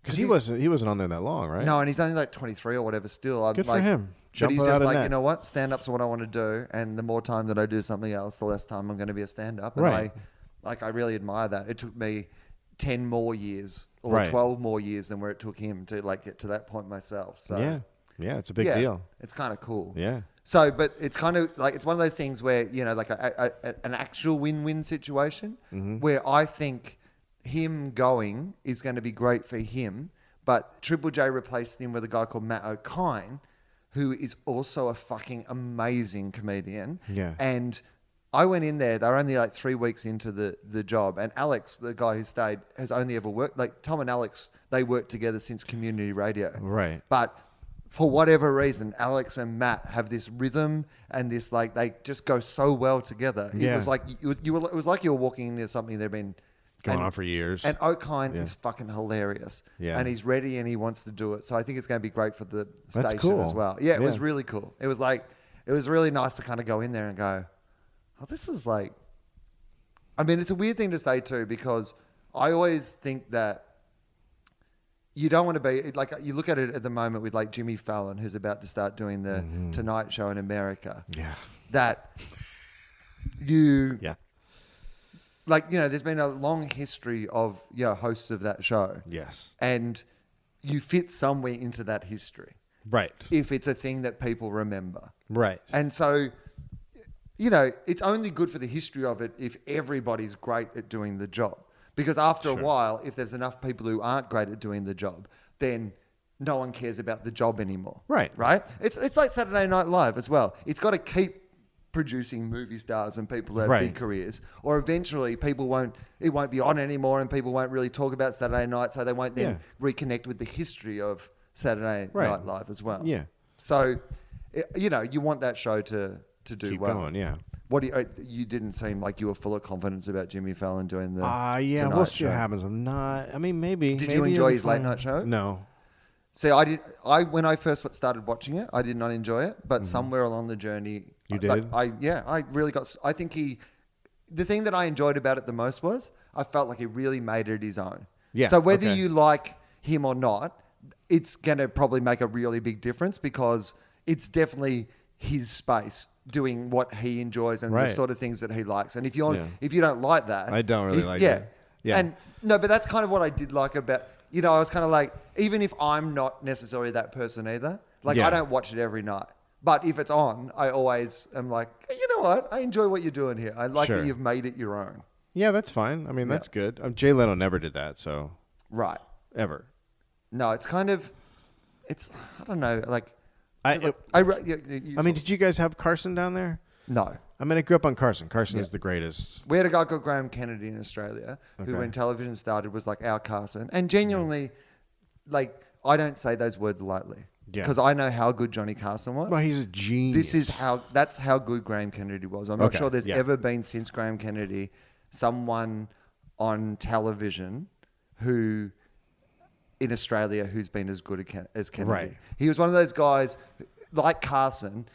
Speaker 3: Because he
Speaker 2: he's-
Speaker 3: wasn't he wasn't on there that long, right?
Speaker 2: no, and he's only like 23 or whatever. Still, I'm
Speaker 3: Good for
Speaker 2: like,
Speaker 3: him.
Speaker 2: But
Speaker 3: Jump
Speaker 2: he's
Speaker 3: out
Speaker 2: just
Speaker 3: of
Speaker 2: like,
Speaker 3: that.
Speaker 2: you know what? Stand ups are what I want to do, and the more time that I do something else, the less time I'm going to be a stand up. And
Speaker 3: Right.
Speaker 2: I, like, I really admire that. It took me 10 more years or
Speaker 3: Right.
Speaker 2: 12 more years than where it took him to like get to that point myself. So
Speaker 3: Yeah. Yeah. It's a big
Speaker 2: yeah,
Speaker 3: deal.
Speaker 2: It's kind of cool.
Speaker 3: Yeah.
Speaker 2: So, but it's kind of like it's one of those things where you know, like a, a, a, an actual win-win situation,
Speaker 3: Mm-hmm.
Speaker 2: where I think him going is going to be great for him, but Triple J replaced him with a guy called Matt O'Kine, who is also a fucking amazing comedian.
Speaker 3: Yeah.
Speaker 2: and. I went in there. They're only like three weeks into the, the job, and Alex, the guy who stayed, has only ever worked like Tom and Alex. They worked together since community radio.
Speaker 3: Right.
Speaker 2: But for whatever reason, Alex and Matt have this rhythm and this like they just go so well together. It
Speaker 3: Yeah.
Speaker 2: was like you, you were, it was like you were walking into something they've been
Speaker 3: Going
Speaker 2: and-
Speaker 3: on for years.
Speaker 2: And O'Kine is fucking hilarious.
Speaker 3: Yeah.
Speaker 2: And he's ready and he wants to do it. So I think it's going to be great for the
Speaker 3: That's
Speaker 2: station as
Speaker 3: cool.
Speaker 2: well. Yeah, it was
Speaker 3: Yeah.
Speaker 2: really cool. It was like it was really nice to kind of go in there and go, "Oh, this is like I mean, it's a weird thing to say too because I always think that you don't want to be like you look at it at the moment with like Jimmy Fallon, who's about to start doing the
Speaker 3: Mm-hmm.
Speaker 2: Tonight Show in America.
Speaker 3: yeah.
Speaker 2: That you
Speaker 3: Yeah.
Speaker 2: like, you know, there's been a long history of you know, hosts of that show,
Speaker 3: Yes.
Speaker 2: and you fit somewhere into that history
Speaker 3: Right.
Speaker 2: if it's a thing that people remember.
Speaker 3: Right.
Speaker 2: And so, you know, it's only good for the history of it if everybody's great at doing the job. Because after a while, if there's enough people who aren't great at doing the job, then no one cares about the job anymore.
Speaker 3: Right.
Speaker 2: Right? It's, it's like Saturday Night Live as well. It's got to keep producing movie stars and people who have big
Speaker 3: Right.
Speaker 2: careers or eventually people won't it won't be on anymore and people won't really talk about saturday night so they won't then
Speaker 3: Yeah.
Speaker 2: reconnect with the history of saturday
Speaker 3: Right.
Speaker 2: night live as well
Speaker 3: Yeah.
Speaker 2: so, i- you know, you want that show to to do
Speaker 3: Keep
Speaker 2: well.
Speaker 3: going, yeah.
Speaker 2: What do you, uh, you didn't seem like you were full of confidence about Jimmy Fallon doing the.
Speaker 3: Ah, yeah. We'll
Speaker 2: Tonight
Speaker 3: see what
Speaker 2: Show.
Speaker 3: happens. I'm not. I mean, maybe.
Speaker 2: Did you
Speaker 3: maybe
Speaker 2: enjoy
Speaker 3: it'll be
Speaker 2: his late
Speaker 3: fine.
Speaker 2: night show?
Speaker 3: No.
Speaker 2: See, I did. I when I first wa- started watching it, I did not enjoy it. But somewhere along the journey,
Speaker 3: Mm-hmm. You
Speaker 2: I- like,
Speaker 3: did?
Speaker 2: I yeah, I really got. s- I think he the thing that I enjoyed about it the most was I felt like he really made it his own.
Speaker 3: Yeah,
Speaker 2: So whether
Speaker 3: okay.
Speaker 2: you like him or not, it's going to probably make a really big difference because it's definitely his space doing what he enjoys and the
Speaker 3: Right.
Speaker 2: sort of things that he likes. And if you're
Speaker 3: Yeah.
Speaker 2: if you don't like that,
Speaker 3: I don't really
Speaker 2: he's-
Speaker 3: like
Speaker 2: yeah.
Speaker 3: it. Yeah.
Speaker 2: And no, but that's kind of what I did like about you know, I was kind of like even if I'm not necessarily that person either, like
Speaker 3: Yeah.
Speaker 2: I don't watch it every night. But if it's on, I always am like, you know what? I enjoy what you're doing here. I like
Speaker 3: Sure.
Speaker 2: that you've made it your own.
Speaker 3: Yeah, that's fine. I mean, that's good. Um, Jay Leno never did that, so
Speaker 2: Right.
Speaker 3: ever.
Speaker 2: No, it's kind of, it's, I don't know. Like,
Speaker 3: I,
Speaker 2: I, re- you, you- you-
Speaker 3: I mean, did you guys have Carson down there?
Speaker 2: no.
Speaker 3: I mean, I grew up on Carson. Carson is the greatest.
Speaker 2: We had a guy called Graham Kennedy in Australia who,
Speaker 3: Okay.
Speaker 2: when television started, was like our Carson. And genuinely, like, I don't say those words lightly.
Speaker 3: Yeah.
Speaker 2: Because I know how good Johnny Carson was.
Speaker 3: Well, he's a genius.
Speaker 2: This is how that's how good Graham Kennedy was. I'm not
Speaker 3: Okay,
Speaker 2: sure there's
Speaker 3: yeah.
Speaker 2: ever been since Graham Kennedy someone on television who in Australia who's been as good a Ken- as Kennedy.
Speaker 3: Right.
Speaker 2: He was one of those guys like Carson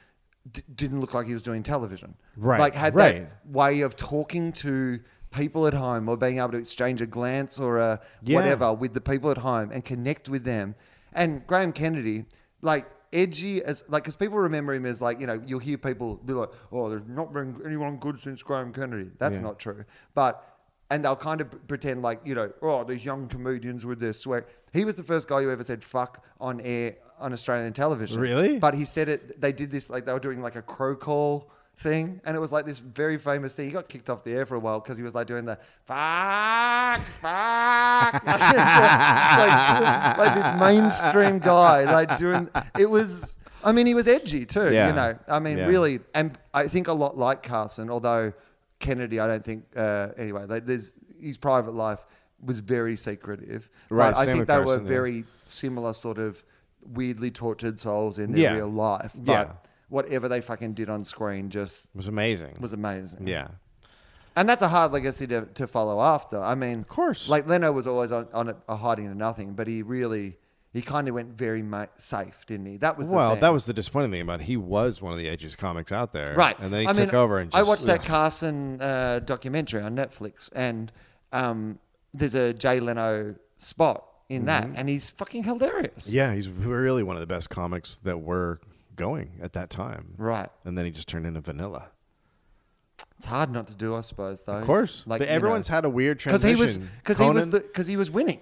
Speaker 2: d- didn't look like he was doing television.
Speaker 3: Right,
Speaker 2: Like had
Speaker 3: right.
Speaker 2: that way of talking to people at home or being able to exchange a glance or a
Speaker 3: Yeah.
Speaker 2: whatever with the people at home and connect with them. And Graham Kennedy, like edgy as like, because people remember him as like you know you'll hear people be like, oh, there's not been anyone good since Graham Kennedy. That's not true, but. And they'll kind of pretend like, you know, oh, these young comedians with their swear. He was the first guy who ever said fuck on air on Australian television.
Speaker 3: Really?
Speaker 2: But he said it, they did this, like, they were doing like a crow call thing. And it was like this very famous thing. He got kicked off the air for a while because he was like doing the fuck, fuck. Like, just, like, doing- like this mainstream guy, like doing it was. I mean, he was edgy too.
Speaker 3: Yeah.
Speaker 2: You know, I mean,
Speaker 3: Yeah.
Speaker 2: really, and I think a lot like Carson, although Kennedy, I don't think. Uh, anyway, like, there's his private life was very secretive,
Speaker 3: Right,
Speaker 2: but I
Speaker 3: same
Speaker 2: think
Speaker 3: with
Speaker 2: they were
Speaker 3: Carson, yeah.
Speaker 2: very similar sort of weirdly tortured souls in their
Speaker 3: Yeah.
Speaker 2: real life. But
Speaker 3: Yeah.
Speaker 2: whatever they fucking did on screen just
Speaker 3: It was amazing.
Speaker 2: was amazing.
Speaker 3: yeah.
Speaker 2: And that's a hard legacy to, to follow after. I mean, of
Speaker 3: course.
Speaker 2: Like Leno was always on, on a, a hiding to nothing, but he really, he kind of went very ma- safe, didn't he? That was the
Speaker 3: Well,
Speaker 2: thing.
Speaker 3: that was the disappointing thing about it. he was one of the edgiest comics out there,
Speaker 2: right.
Speaker 3: And then he
Speaker 2: I
Speaker 3: took
Speaker 2: mean,
Speaker 3: over and just,
Speaker 2: I watched that
Speaker 3: ugh.
Speaker 2: Carson uh, documentary on Netflix, and um, there's a Jay Leno spot in that, and he's fucking hilarious.
Speaker 3: Mm-hmm. Yeah, he's really one of the best comics that were going at that time.
Speaker 2: Right.
Speaker 3: And then he just turned into vanilla.
Speaker 2: It's hard not to do, I suppose, though.
Speaker 3: Of course,
Speaker 2: like
Speaker 3: But everyone's had a weird
Speaker 2: because
Speaker 3: transition.
Speaker 2: he was because he was
Speaker 3: Conan-
Speaker 2: because he was winning.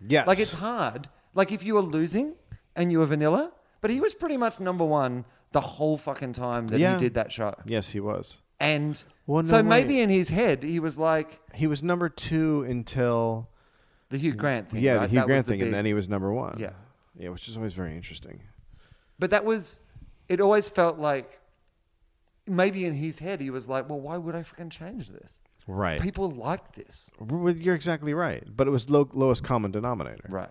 Speaker 3: Yes.
Speaker 2: Like it's hard. Like if you were losing and you were vanilla, but he was pretty much number one the whole fucking time that
Speaker 3: Yeah.
Speaker 2: he did that show.
Speaker 3: yes, he was.
Speaker 2: And
Speaker 3: Well, no
Speaker 2: so
Speaker 3: way.
Speaker 2: maybe in his head he was like
Speaker 3: He was number two until
Speaker 2: the Hugh Grant thing.
Speaker 3: yeah the
Speaker 2: right?
Speaker 3: Hugh
Speaker 2: That was
Speaker 3: Grant thing,
Speaker 2: big-
Speaker 3: and then he was number one.
Speaker 2: Yeah.
Speaker 3: yeah, which is always very interesting.
Speaker 2: But that was it. Always felt like maybe in his head he was like, well, why would I fucking change this?
Speaker 3: Right.
Speaker 2: People like this,
Speaker 3: Well, You're exactly right, but it was low, lowest common denominator.
Speaker 2: right?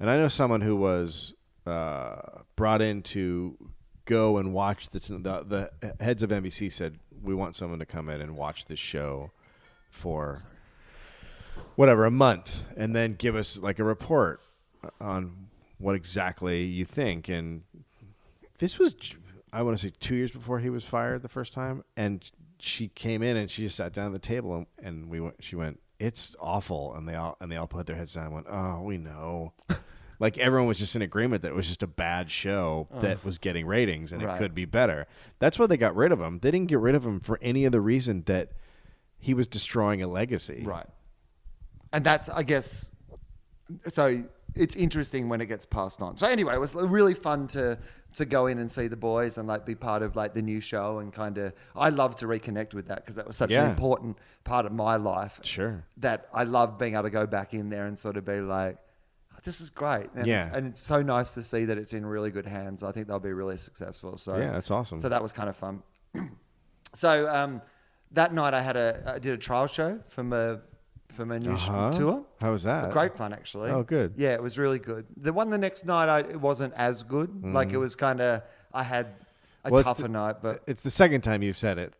Speaker 3: And I know someone who was uh, brought in to go and watch the, the the heads of NBC said we want someone to come in and watch this show for whatever a month and then give us like a report on what exactly you think and this was i want to say two years before he was fired the first time and she came in and she just sat down at the table and, and we went she went it's awful and they all and they all put their heads down and went oh we know like everyone was just in agreement that it was just a bad show that was getting ratings and it
Speaker 2: Uh. Right.
Speaker 3: could be better that's why they got rid of him they didn't get rid of him for any other reason that he was destroying a legacy
Speaker 2: Right. And that's, I guess, so it's interesting when it gets passed on. So anyway, it was really fun to to go in and see the boys and like be part of like the new show and kind of I love to reconnect with that because that was such
Speaker 3: Yeah.
Speaker 2: an important part of my life.
Speaker 3: Sure.
Speaker 2: That I love being able to go back in there and sort of be like "Oh, this is great. And
Speaker 3: Yeah.
Speaker 2: It's, and it's so nice to see that it's in really good hands. I think they'll be really successful. So
Speaker 3: Yeah, that's awesome.
Speaker 2: So that was kind of fun. So um, that night I had a I did a trial show from a from a new sh
Speaker 3: Uh-huh.
Speaker 2: tour.
Speaker 3: How was that?
Speaker 2: Great fun actually.
Speaker 3: Oh, good.
Speaker 2: Yeah, it was really good. The one the next night I it wasn't as good. Like it was kind of I had a
Speaker 3: Mm. Well, it's
Speaker 2: tougher
Speaker 3: the-
Speaker 2: night, but
Speaker 3: It's the second time you've said it.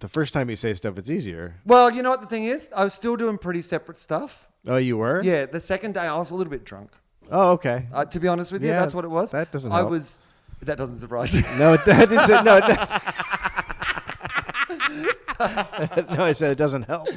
Speaker 3: The first time you say stuff, it's easier.
Speaker 2: well, you know what the thing is, I was still doing pretty separate stuff.
Speaker 3: Oh, you were?
Speaker 2: Yeah, the second day I was a little bit drunk.
Speaker 3: Oh, okay.
Speaker 2: Uh, to be honest with you,
Speaker 3: Yeah,
Speaker 2: that's what it was.
Speaker 3: that doesn't
Speaker 2: I
Speaker 3: help.
Speaker 2: was. That doesn't surprise you.
Speaker 3: no, it, it's a, no. It, no, I said it doesn't help.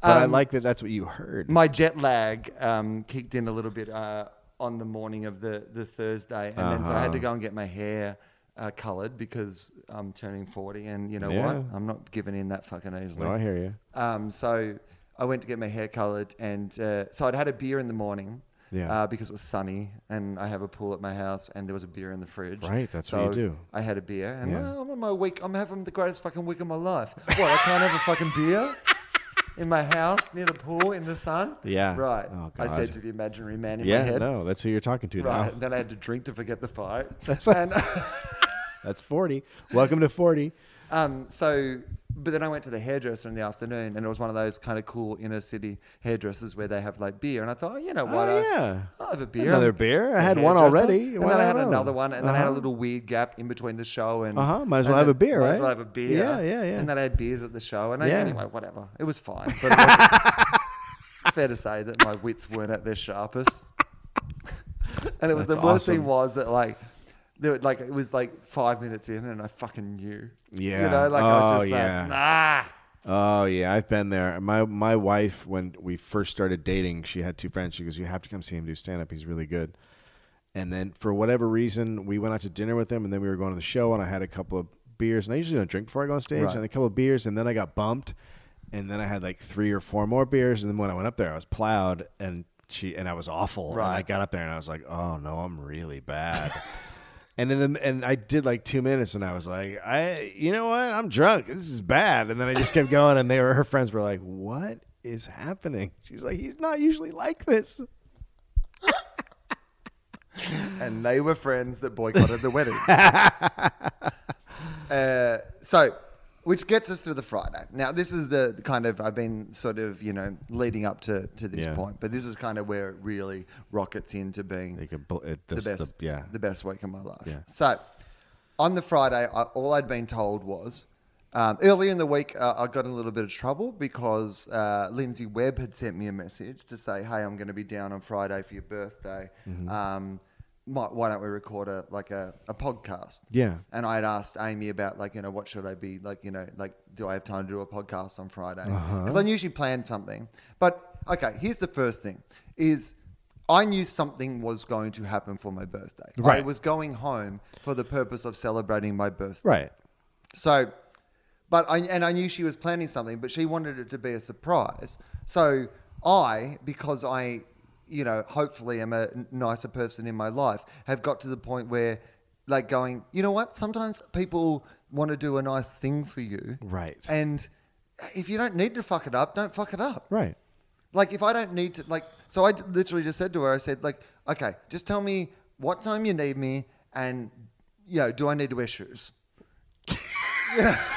Speaker 3: But I like that that's what you heard.
Speaker 2: Um, my jet lag um, kicked in a little bit uh, on the morning of the, the Thursday, and then so I
Speaker 3: Uh-huh.
Speaker 2: had to go and get my hair uh, colored because I'm turning forty, and you know
Speaker 3: Yeah.
Speaker 2: what? I'm not giving in that fucking easily.
Speaker 3: no, I hear you.
Speaker 2: Um, so I went to get my hair colored, and uh, so I'd had a beer in the morning.
Speaker 3: Yeah.
Speaker 2: Uh, because it was sunny, and I have a pool at my house, and there was a beer in the fridge.
Speaker 3: Right, that's
Speaker 2: so
Speaker 3: what you do.
Speaker 2: I had a beer, and
Speaker 3: Yeah.
Speaker 2: well, I'm on my week. I'm having the greatest fucking week of my life. What? I can't have a fucking beer in my house near the pool in the sun.
Speaker 3: Yeah.
Speaker 2: Right.
Speaker 3: Oh,
Speaker 2: I
Speaker 3: God.
Speaker 2: said to the imaginary man in my
Speaker 3: Yeah,
Speaker 2: head.
Speaker 3: no, that's who you're talking to
Speaker 2: Right.
Speaker 3: now.
Speaker 2: Then I had to drink to forget the fight.
Speaker 3: That's fine.
Speaker 2: and,
Speaker 3: That's 40. Welcome to 40.
Speaker 2: um, so, but then I went to the hairdresser in the afternoon, and it was one of those kind of cool inner city hairdressers where they have like beer. And I thought, oh, you know what?
Speaker 3: Oh,
Speaker 2: I-
Speaker 3: yeah.
Speaker 2: I'll have a beer.
Speaker 3: Another
Speaker 2: I'm
Speaker 3: beer? I
Speaker 2: a
Speaker 3: had one
Speaker 2: hairdresser.
Speaker 3: already.
Speaker 2: And
Speaker 3: Why
Speaker 2: then I
Speaker 3: not
Speaker 2: had
Speaker 3: another?
Speaker 2: another one, and then I had a
Speaker 3: Uh-huh.
Speaker 2: little weird gap in between the show. And
Speaker 3: Uh-huh, might as
Speaker 2: and
Speaker 3: well have
Speaker 2: then-
Speaker 3: a beer,
Speaker 2: Might as
Speaker 3: right?
Speaker 2: well have a beer.
Speaker 3: Yeah, yeah, yeah.
Speaker 2: And then I had beers at the show, and I,
Speaker 3: Yeah.
Speaker 2: anyway, whatever. It was fine. But it wasn't- it's fair to say that my wits weren't at their sharpest. And it was
Speaker 3: That's
Speaker 2: the worst
Speaker 3: awesome.
Speaker 2: thing was that like. There, were- like it was like five minutes in, and I fucking knew.
Speaker 3: Yeah.
Speaker 2: you know, like I
Speaker 3: Oh,
Speaker 2: was just
Speaker 3: yeah.
Speaker 2: like, nah.
Speaker 3: Oh yeah, I've been there. My my wife, when we first started dating, she had two friends. She goes, "You have to come see him do stand up. He's really good." And then for whatever reason, we went out to dinner with him, and then we were going to the show, and I had a couple of beers, and I usually don't drink before I go on stage,
Speaker 2: Right.
Speaker 3: and a couple of beers, and then I got bumped, and then I had like three or four more beers, and then when I went up there, I was plowed, and she and I was awful, and I
Speaker 2: Right.
Speaker 3: got up there, and I was like, "Oh no, I'm really bad." And then and I did like two minutes, and I was like, I, you know what, I'm drunk. This is bad. And then I just kept going, and they were her friends were like, what is happening? She's like, he's not usually like this.
Speaker 2: and they were friends that boycotted the wedding. uh, so, which gets us to the Friday. Now, this is the kind of I've been sort of you know leading up to to this
Speaker 3: Yeah.
Speaker 2: point, but this is kind of where it really rockets into being
Speaker 3: They could, bl- it,
Speaker 2: the
Speaker 3: this-
Speaker 2: best,
Speaker 3: the- yeah,
Speaker 2: the best week of my life.
Speaker 3: Yeah.
Speaker 2: So, on the Friday, I, all I'd been told was um, earlier in the week uh, I got in a little bit of trouble because uh, Lindsay Webb had sent me a message to say, "Hey, I'm going to be down on Friday for your birthday.
Speaker 3: Mm-hmm.
Speaker 2: Um, might, why don't we record a like a, a podcast?"
Speaker 3: Yeah.
Speaker 2: And I'd asked Amy about like you know what should I be like you know like do I have time to do a podcast on Friday?
Speaker 3: Uh-huh.
Speaker 2: Because I usually plan something. But okay, here's the first thing: is I knew something was going to happen for my birthday. I
Speaker 3: Right.
Speaker 2: was going home for the purpose of celebrating my birthday.
Speaker 3: right.
Speaker 2: So, but I and I knew she was planning something, but she wanted it to be a surprise. So I, because I, you know, hopefully am a n- nicer person in my life, have got to the point where, like, going, you know what? Sometimes people want to do a nice thing for you,
Speaker 3: Right.
Speaker 2: And if you don't need to fuck it up, don't fuck it up,
Speaker 3: Right.
Speaker 2: like if I don't need to, like, so I d- literally just said to her, I said, like, okay, just tell me what time you need me, and you know, do I need to wear shoes? Yeah.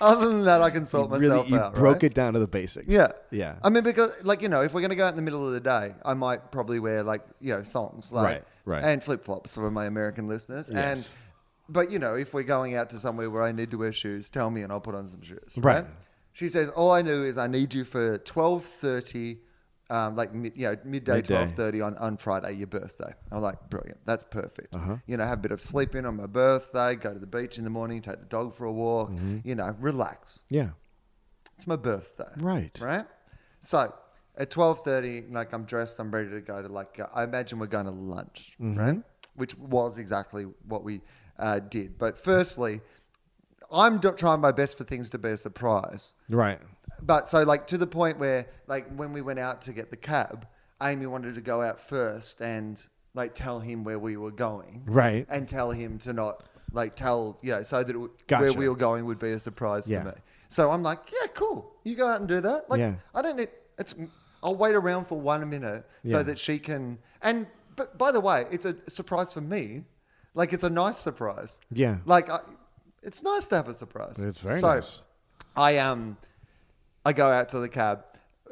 Speaker 2: Other than that, I can sort myself
Speaker 3: really, you
Speaker 2: out.
Speaker 3: broke
Speaker 2: right?
Speaker 3: it down to the basics.
Speaker 2: Yeah.
Speaker 3: Yeah.
Speaker 2: I mean, because, like, you know, if we're going to go out in the middle of the day, I might probably wear, like, you know, thongs, like,
Speaker 3: Right, right.
Speaker 2: and flip flops for my American listeners. And,
Speaker 3: Yes.
Speaker 2: but, you know, if we're going out to somewhere where I need to wear shoes, tell me and I'll put on some shoes.
Speaker 3: Right.
Speaker 2: She says, all I know is I need you for 12.30, um, like, mid, you know, midday,
Speaker 3: Midday.
Speaker 2: 12.30 on, on Friday, your birthday. I'm like, brilliant. That's perfect.
Speaker 3: Uh-huh.
Speaker 2: You know, have a bit of sleep in on my birthday, go to the beach in the morning, take the dog for a walk,
Speaker 3: Mm-hmm.
Speaker 2: you know, relax.
Speaker 3: yeah.
Speaker 2: It's my birthday.
Speaker 3: Right.
Speaker 2: Right. So at twelve thirty, like I'm dressed, I'm ready to go to like uh, I imagine we're going to lunch, right? Which was exactly what we uh, did. But firstly, I'm do- trying my best for things to be a surprise.
Speaker 3: Right.
Speaker 2: But so like to the point where like when we went out to get the cab, Amy wanted to go out first and like tell him where we were going,
Speaker 3: Right.
Speaker 2: And tell him to not like tell you know so that it would, where
Speaker 3: Gotcha.
Speaker 2: we were going would be a surprise
Speaker 3: Yeah.
Speaker 2: to me. So I'm like, yeah, cool. You go out and do that. Like
Speaker 3: Yeah.
Speaker 2: I don't need it's. I'll wait around for one minute
Speaker 3: Yeah.
Speaker 2: so that she can. And but by the way, it's a surprise for me. Like it's a nice surprise.
Speaker 3: Yeah.
Speaker 2: Like I, it's nice to have a surprise.
Speaker 3: It's very
Speaker 2: so,
Speaker 3: nice.
Speaker 2: I um, I go out to the cab.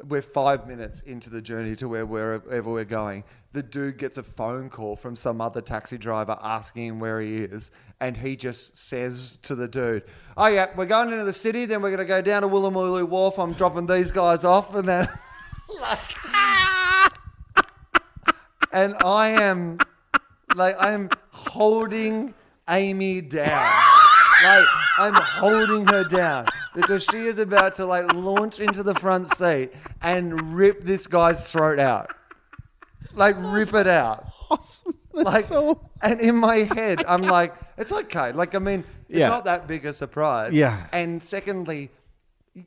Speaker 2: We're five minutes into the journey to where wherever we're going. The dude gets a phone call from some other taxi driver asking him where he is, and he just says to the dude, "Oh yeah, we're going into the city. Then we're gonna go down to Woolloomooloo Wharf. I'm dropping these guys off, and then like, and I am like I'm holding Amy down. Like I'm holding her down because she is about to like launch into the front seat and rip this guy's throat out. Like rip it out.
Speaker 3: Awesome. That's
Speaker 2: Like
Speaker 3: so-
Speaker 2: and in my head I'm like it's okay. Like I mean it's
Speaker 3: Yeah.
Speaker 2: not that big a surprise.
Speaker 3: Yeah.
Speaker 2: And secondly,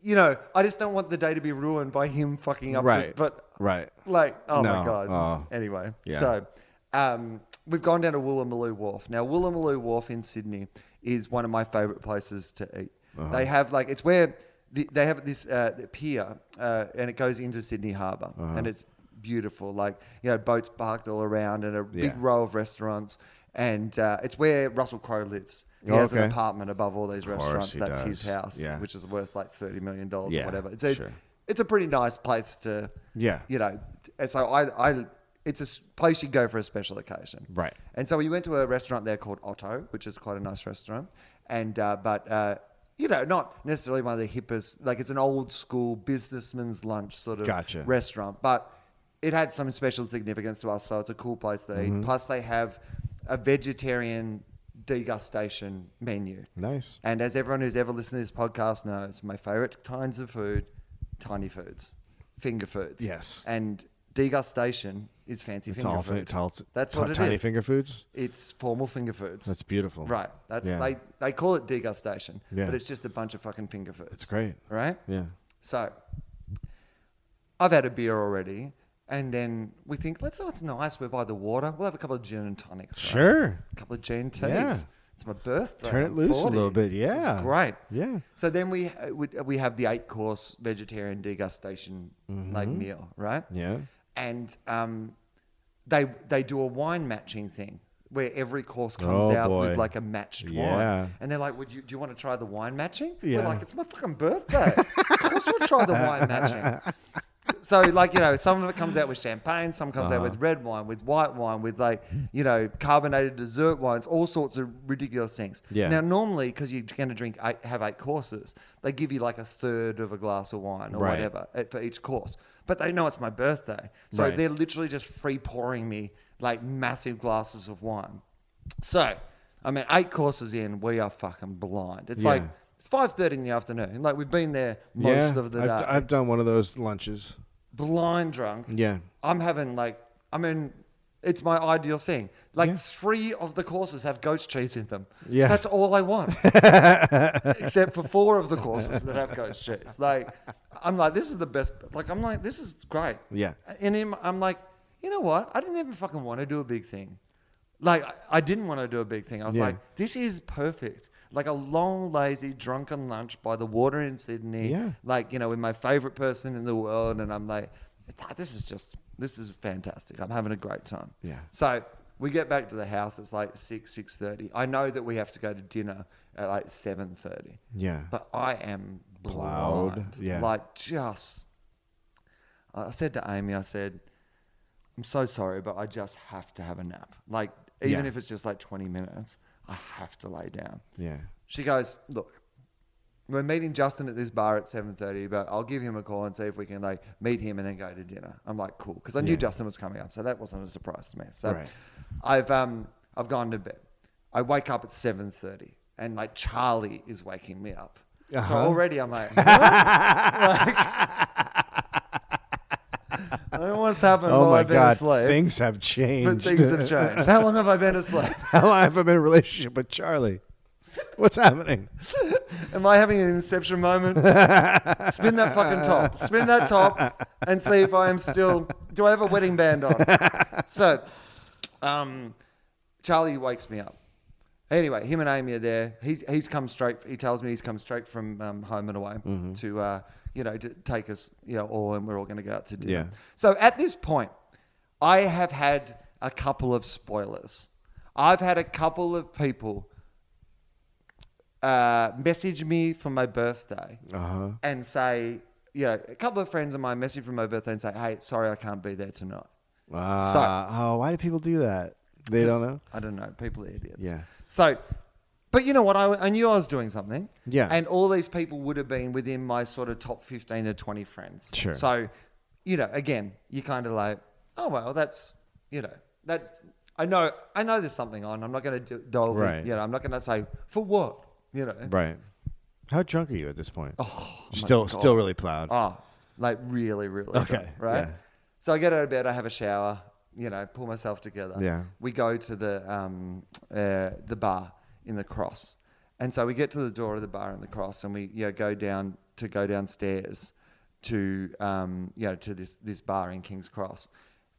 Speaker 2: you know, I just don't want the day to be ruined by him fucking up. the-
Speaker 3: Right.
Speaker 2: but
Speaker 3: Right.
Speaker 2: like, oh my
Speaker 3: No,
Speaker 2: god.
Speaker 3: oh.
Speaker 2: anyway,
Speaker 3: Yeah.
Speaker 2: so um, we've gone down to Woolloomooloo Wharf. Now, Woolloomooloo Wharf in Sydney is one of my favourite places to eat.
Speaker 3: Uh-huh.
Speaker 2: They have like it's where the, they have this uh, pier, uh, and it goes into Sydney harbour,
Speaker 3: Uh-huh.
Speaker 2: and it's beautiful. Like you know, boats parked all around, and a
Speaker 3: Yeah.
Speaker 2: big row of restaurants. And uh, it's where Russell Crowe lives. He
Speaker 3: Oh,
Speaker 2: has an
Speaker 3: okay.
Speaker 2: apartment above all these
Speaker 3: course
Speaker 2: restaurants.
Speaker 3: he
Speaker 2: That's his
Speaker 3: does.
Speaker 2: house,
Speaker 3: Yeah.
Speaker 2: which is worth like thirty million dollars or
Speaker 3: Yeah,
Speaker 2: whatever. It's a,
Speaker 3: sure.
Speaker 2: it's a pretty nice place to
Speaker 3: Yeah.
Speaker 2: you know and so i i it's a s- place you go for a special occasion
Speaker 3: Right.
Speaker 2: and so we went to a restaurant there called otto which is quite a nice restaurant and uh, but uh you know, not necessarily one of the hippest. Like it's an old school businessman's lunch sort of
Speaker 3: Gotcha.
Speaker 2: restaurant, but it had some special significance to us, so it's a cool place to
Speaker 3: Mm-hmm.
Speaker 2: eat. Plus, they have a vegetarian degustation menu.
Speaker 3: Nice.
Speaker 2: And as everyone who's ever listened to this podcast knows, my favorite kinds of food, tiny foods, finger foods.
Speaker 3: Yes.
Speaker 2: And degustation is fancy
Speaker 3: It's
Speaker 2: finger
Speaker 3: all
Speaker 2: food.
Speaker 3: fin- it's all t-
Speaker 2: That's
Speaker 3: t-
Speaker 2: what it is.
Speaker 3: tiny finger foods?
Speaker 2: It's formal finger foods.
Speaker 3: That's beautiful.
Speaker 2: Right. That's
Speaker 3: Yeah.
Speaker 2: they they call it degustation,
Speaker 3: Yeah.
Speaker 2: but it's just a bunch of fucking finger foods. It's
Speaker 3: great.
Speaker 2: Right?
Speaker 3: Yeah.
Speaker 2: So I've had a beer already. And then we think, let's oh, it's nice. We're by the water. We'll have a couple of gin and tonics. right?
Speaker 3: Sure.
Speaker 2: a couple of gin teas.
Speaker 3: Yeah.
Speaker 2: It's my birthday.
Speaker 3: Turn it
Speaker 2: I'm
Speaker 3: loose a little bit,
Speaker 2: This is
Speaker 3: yeah.
Speaker 2: great.
Speaker 3: Yeah.
Speaker 2: So then we uh, we, we have the eight course vegetarian degustation like meal, right?
Speaker 3: Mm-hmm. Yeah.
Speaker 2: And um, they they do a wine matching thing where every course comes
Speaker 3: Oh,
Speaker 2: out with
Speaker 3: boy.
Speaker 2: like a matched
Speaker 3: Yeah.
Speaker 2: wine, and they're like, "Would you do you want to try the wine matching?" We're
Speaker 3: Yeah.
Speaker 2: like, "It's my fucking birthday. of course we'll try the wine matching." So like you know, some of it comes out with champagne, some comes
Speaker 3: Uh-huh.
Speaker 2: out with red wine, with white wine, with like you know carbonated dessert wines, all sorts of ridiculous things.
Speaker 3: Yeah.
Speaker 2: Now normally, because you're going to drink eight, have eight courses, they give you like a third of a glass of wine or
Speaker 3: Right.
Speaker 2: whatever eh, for each course. But they know it's my birthday, so
Speaker 3: Right.
Speaker 2: they're literally just free pouring me like massive glasses of wine. So I mean, eight courses in, we are fucking blind. It's
Speaker 3: Yeah.
Speaker 2: like it's five thirty in the afternoon. Like we've been there most
Speaker 3: yeah.
Speaker 2: of the
Speaker 3: I've,
Speaker 2: day
Speaker 3: d- I've done one of those lunches.
Speaker 2: blind drunk.
Speaker 3: Yeah.
Speaker 2: I'm having like, I mean, it's my ideal thing. Like
Speaker 3: Yeah.
Speaker 2: three of the courses have goat's cheese in them.
Speaker 3: Yeah.
Speaker 2: That's all I want. Except for four of the courses that have goat's cheese. Like, I'm like, this is the best. Like, I'm like, this is great.
Speaker 3: Yeah.
Speaker 2: And him, I'm like, you know what? I didn't even fucking want to do a big thing. Like, I- I didn't want to do a big thing. I was
Speaker 3: Yeah.
Speaker 2: like, this is perfect. Like a long, lazy, drunken lunch by the water in Sydney
Speaker 3: Yeah.
Speaker 2: like you know with my favorite person in the world and i'm like "Ah, this is just this is fantastic i'm having a great time
Speaker 3: Yeah.
Speaker 2: so we get back to the house it's like 6 6.30 i know that we have to go to dinner at like 7.30
Speaker 3: Yeah.
Speaker 2: but i am
Speaker 3: Blowed,
Speaker 2: blind
Speaker 3: yeah.
Speaker 2: like just i said to amy i said i'm so sorry but i just have to have a nap like even
Speaker 3: Yeah.
Speaker 2: if it's just like 20 minutes i have to lay down
Speaker 3: Yeah.
Speaker 2: she goes, "Look, we're meeting Justin at this bar at 7:30, but I'll give him a call and see if we can like meet him and then go to dinner." I'm like, "Cool," because I knew Justin was coming up, so that wasn't a surprise to me. So,
Speaker 3: Right.
Speaker 2: I've um I've gone to bed. I wake up at 7:30, and like Charlie is waking me up. So
Speaker 3: Uh-huh.
Speaker 2: already I'm like, "What?" Like, I don't know what's happened
Speaker 3: Oh
Speaker 2: while
Speaker 3: my
Speaker 2: I've been
Speaker 3: God.
Speaker 2: asleep,
Speaker 3: Things have
Speaker 2: but
Speaker 3: changed.
Speaker 2: things have changed. How long have I been asleep?
Speaker 3: How long have I been in a relationship with Charlie? What's happening?
Speaker 2: Am I having an inception moment? Spin that fucking top. Spin that top and see if I am still. Do I have a wedding band on? So, um, Charlie wakes me up. Anyway, him and Amy are there. He's he's come straight. He tells me he's come straight from um, home and away to uh, you know to take us you know all and we're all going to go out to dinner.
Speaker 3: Yeah.
Speaker 2: So at this point, I have had a couple of spoilers. I've had a couple of people uh, message me for my birthday and say, you know, a couple of friends of mine message for my birthday and say, hey, sorry, I can't be there tonight.
Speaker 3: Uh, oh, why do people do that? They don't know.
Speaker 2: I don't know. People are idiots.
Speaker 3: Yeah.
Speaker 2: So, but you know what? I, I knew I was doing something.
Speaker 3: Yeah.
Speaker 2: And all these people would have been within my sort of top 15 to 20 friends.
Speaker 3: Sure.
Speaker 2: So, you know, again, you kind of like, oh, well, that's, you know, that's, I know, I know there's something on. I'm not going to do, delve in,
Speaker 3: Right.
Speaker 2: You know, I'm not going to say, for what? You know,
Speaker 3: Right. How drunk are you at this point? Oh, still, still really plowed.
Speaker 2: Ah, like really, really. drunk,
Speaker 3: Okay,
Speaker 2: right?
Speaker 3: yeah.
Speaker 2: So I get out of bed, I have a shower, you know, pull myself together.
Speaker 3: Yeah.
Speaker 2: We go to the um, uh, the bar in the cross. And so we get to the door of the bar in the cross and we you know, go down to go downstairs to um, you know, to this this bar in King's Cross.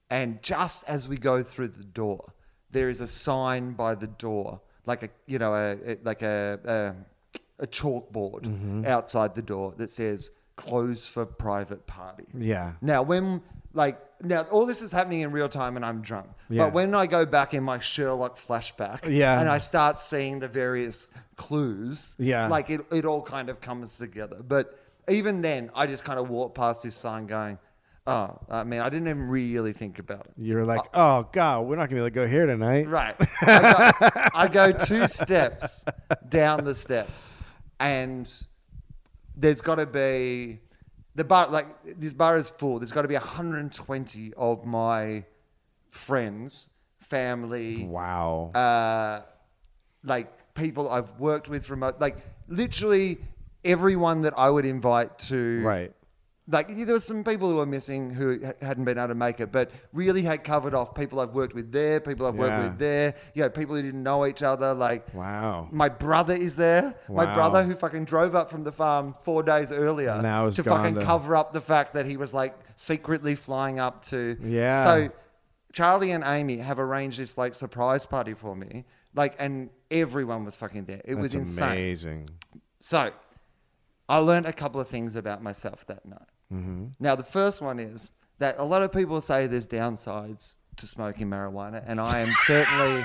Speaker 2: And just as we go through the door, there is a sign by the door, like a you know, a, a like a, a a chalkboard outside the door that says close for private party.
Speaker 3: Yeah.
Speaker 2: Now, when like now, all this is happening in real time, and I'm drunk.
Speaker 3: Yeah.
Speaker 2: But when I go back in my Sherlock flashback,
Speaker 3: Yeah.
Speaker 2: and I start seeing the various clues,
Speaker 3: Yeah.
Speaker 2: like it, it all kind of comes together. But even then, I just kind of walk past this sign, going, "Oh, I mean, I didn't even really think about it."
Speaker 3: You're like, oh god, we're not gonna be able to go here tonight.
Speaker 2: Uh, Right. I go, I go two steps down the steps, and there's got to be the bar. Like this bar is full. There's got to be 120 of my friends, family,
Speaker 3: Wow.
Speaker 2: uh, like people I've worked with remote, like literally everyone that I would invite to
Speaker 3: right.
Speaker 2: like yeah, there were some people who were missing who ha- hadn't been able to make it, but really had covered off people I've worked with there, people I've
Speaker 3: Yeah.
Speaker 2: worked with there, you know, people who didn't know each other. Like,
Speaker 3: Wow.
Speaker 2: my brother is there. My
Speaker 3: Wow.
Speaker 2: brother who fucking drove up from the farm four days earlier
Speaker 3: Now has
Speaker 2: to
Speaker 3: gone
Speaker 2: fucking
Speaker 3: to-
Speaker 2: cover up the fact that he was like secretly flying up to.
Speaker 3: Yeah.
Speaker 2: So Charlie and Amy have arranged this like surprise party for me, like, and everyone was fucking there. It was
Speaker 3: That's
Speaker 2: insane.
Speaker 3: amazing.
Speaker 2: So, I learned a couple of things about myself that night. Mm-hmm. Now, the first one is that a lot of people say there's downsides to smoking marijuana, and I am certainly,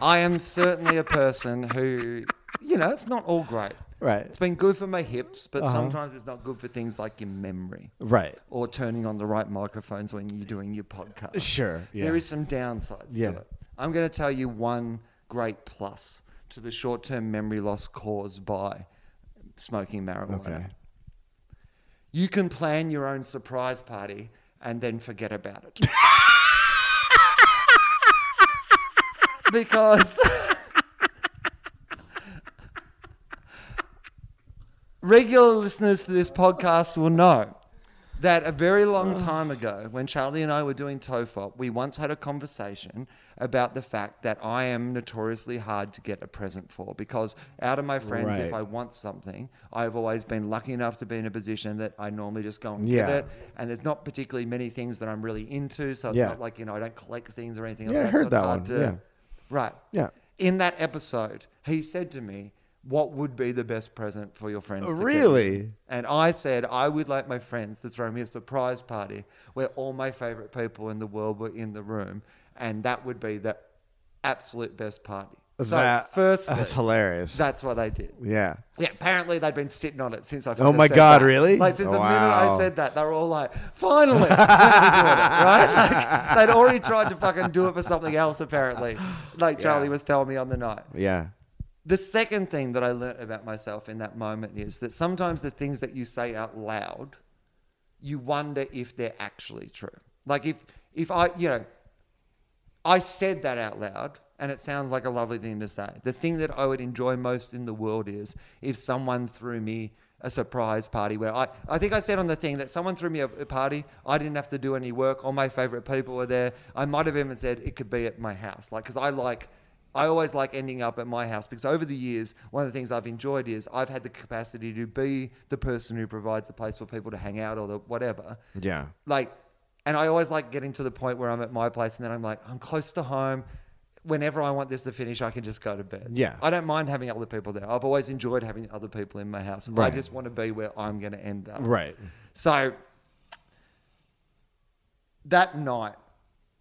Speaker 2: I am certainly a person who, you know, it's not all great.
Speaker 3: Right.
Speaker 2: It's been good for my hips, but sometimes it's not good for things like your memory
Speaker 3: Right.
Speaker 2: or turning on the right microphones when you're doing your podcast.
Speaker 3: Sure, yeah.
Speaker 2: There is some downsides
Speaker 3: Yeah.
Speaker 2: to it. I'm going to tell you one great plus to the short term memory loss caused by smoking marijuana.
Speaker 3: Okay.
Speaker 2: You can plan your own surprise party and then forget about it. because. regular listeners to this podcast will know that a very long time ago, when Charlie and I were doing TOEFOP, we once had a conversation about the fact that I am notoriously hard to get a present for because out of my friends, if
Speaker 3: Right.
Speaker 2: I want something, I've always been lucky enough to be in a position that I normally just go and
Speaker 3: Yeah.
Speaker 2: get it. And there's not particularly many things that I'm really into, so it's
Speaker 3: Yeah.
Speaker 2: not like you know I don't collect things or anything.
Speaker 3: Yeah, I
Speaker 2: like that,
Speaker 3: heard
Speaker 2: so it's
Speaker 3: that
Speaker 2: hard
Speaker 3: one,
Speaker 2: to-
Speaker 3: yeah.
Speaker 2: Right.
Speaker 3: Yeah.
Speaker 2: In that episode, he said to me, "What would be the best present for your friends?" to give you?"
Speaker 3: Really?
Speaker 2: And I said, "I would like my friends to throw me a surprise party where all my favorite people in the world were in the room, and that would be the absolute best party." So
Speaker 3: That-
Speaker 2: first,
Speaker 3: that's hilarious.
Speaker 2: That's what they did.
Speaker 3: Yeah.
Speaker 2: Yeah, apparently they've been sitting on it since I.
Speaker 3: Oh
Speaker 2: first
Speaker 3: my
Speaker 2: said
Speaker 3: God,
Speaker 2: that.
Speaker 3: really?
Speaker 2: Like since the minute I
Speaker 3: Wow.
Speaker 2: said that, they're all like, "Finally, when are we doing it?" Right? Like, they'd already tried to fucking do it for something else. Apparently, like Charlie was telling me on the night.
Speaker 3: Yeah.
Speaker 2: The second thing that I learnt about myself in that moment is that sometimes the things that you say out loud, you wonder if they're actually true. Like if if I, you know, I said that out loud and it sounds like a lovely thing to say. The thing that I would enjoy most in the world is if someone threw me a surprise party where I, I think I said on the thing that someone threw me a, a party. I didn't have to do any work. All my favorite people were there. I might have even said it could be at my house. Like, because I like, I always like ending up at my house because over the years, one of the things I've enjoyed is I've had the capacity to be the person who provides a place for people to hang out or the whatever
Speaker 3: Yeah.
Speaker 2: like and i always like getting to the point where i'm at my place and then i'm like i'm close to home whenever i want this to finish i can just go to bed
Speaker 3: Yeah.
Speaker 2: i don't mind having other people there i've always enjoyed having other people in my house
Speaker 3: Right.
Speaker 2: i just want to be where i'm going to end up
Speaker 3: Right.
Speaker 2: so that night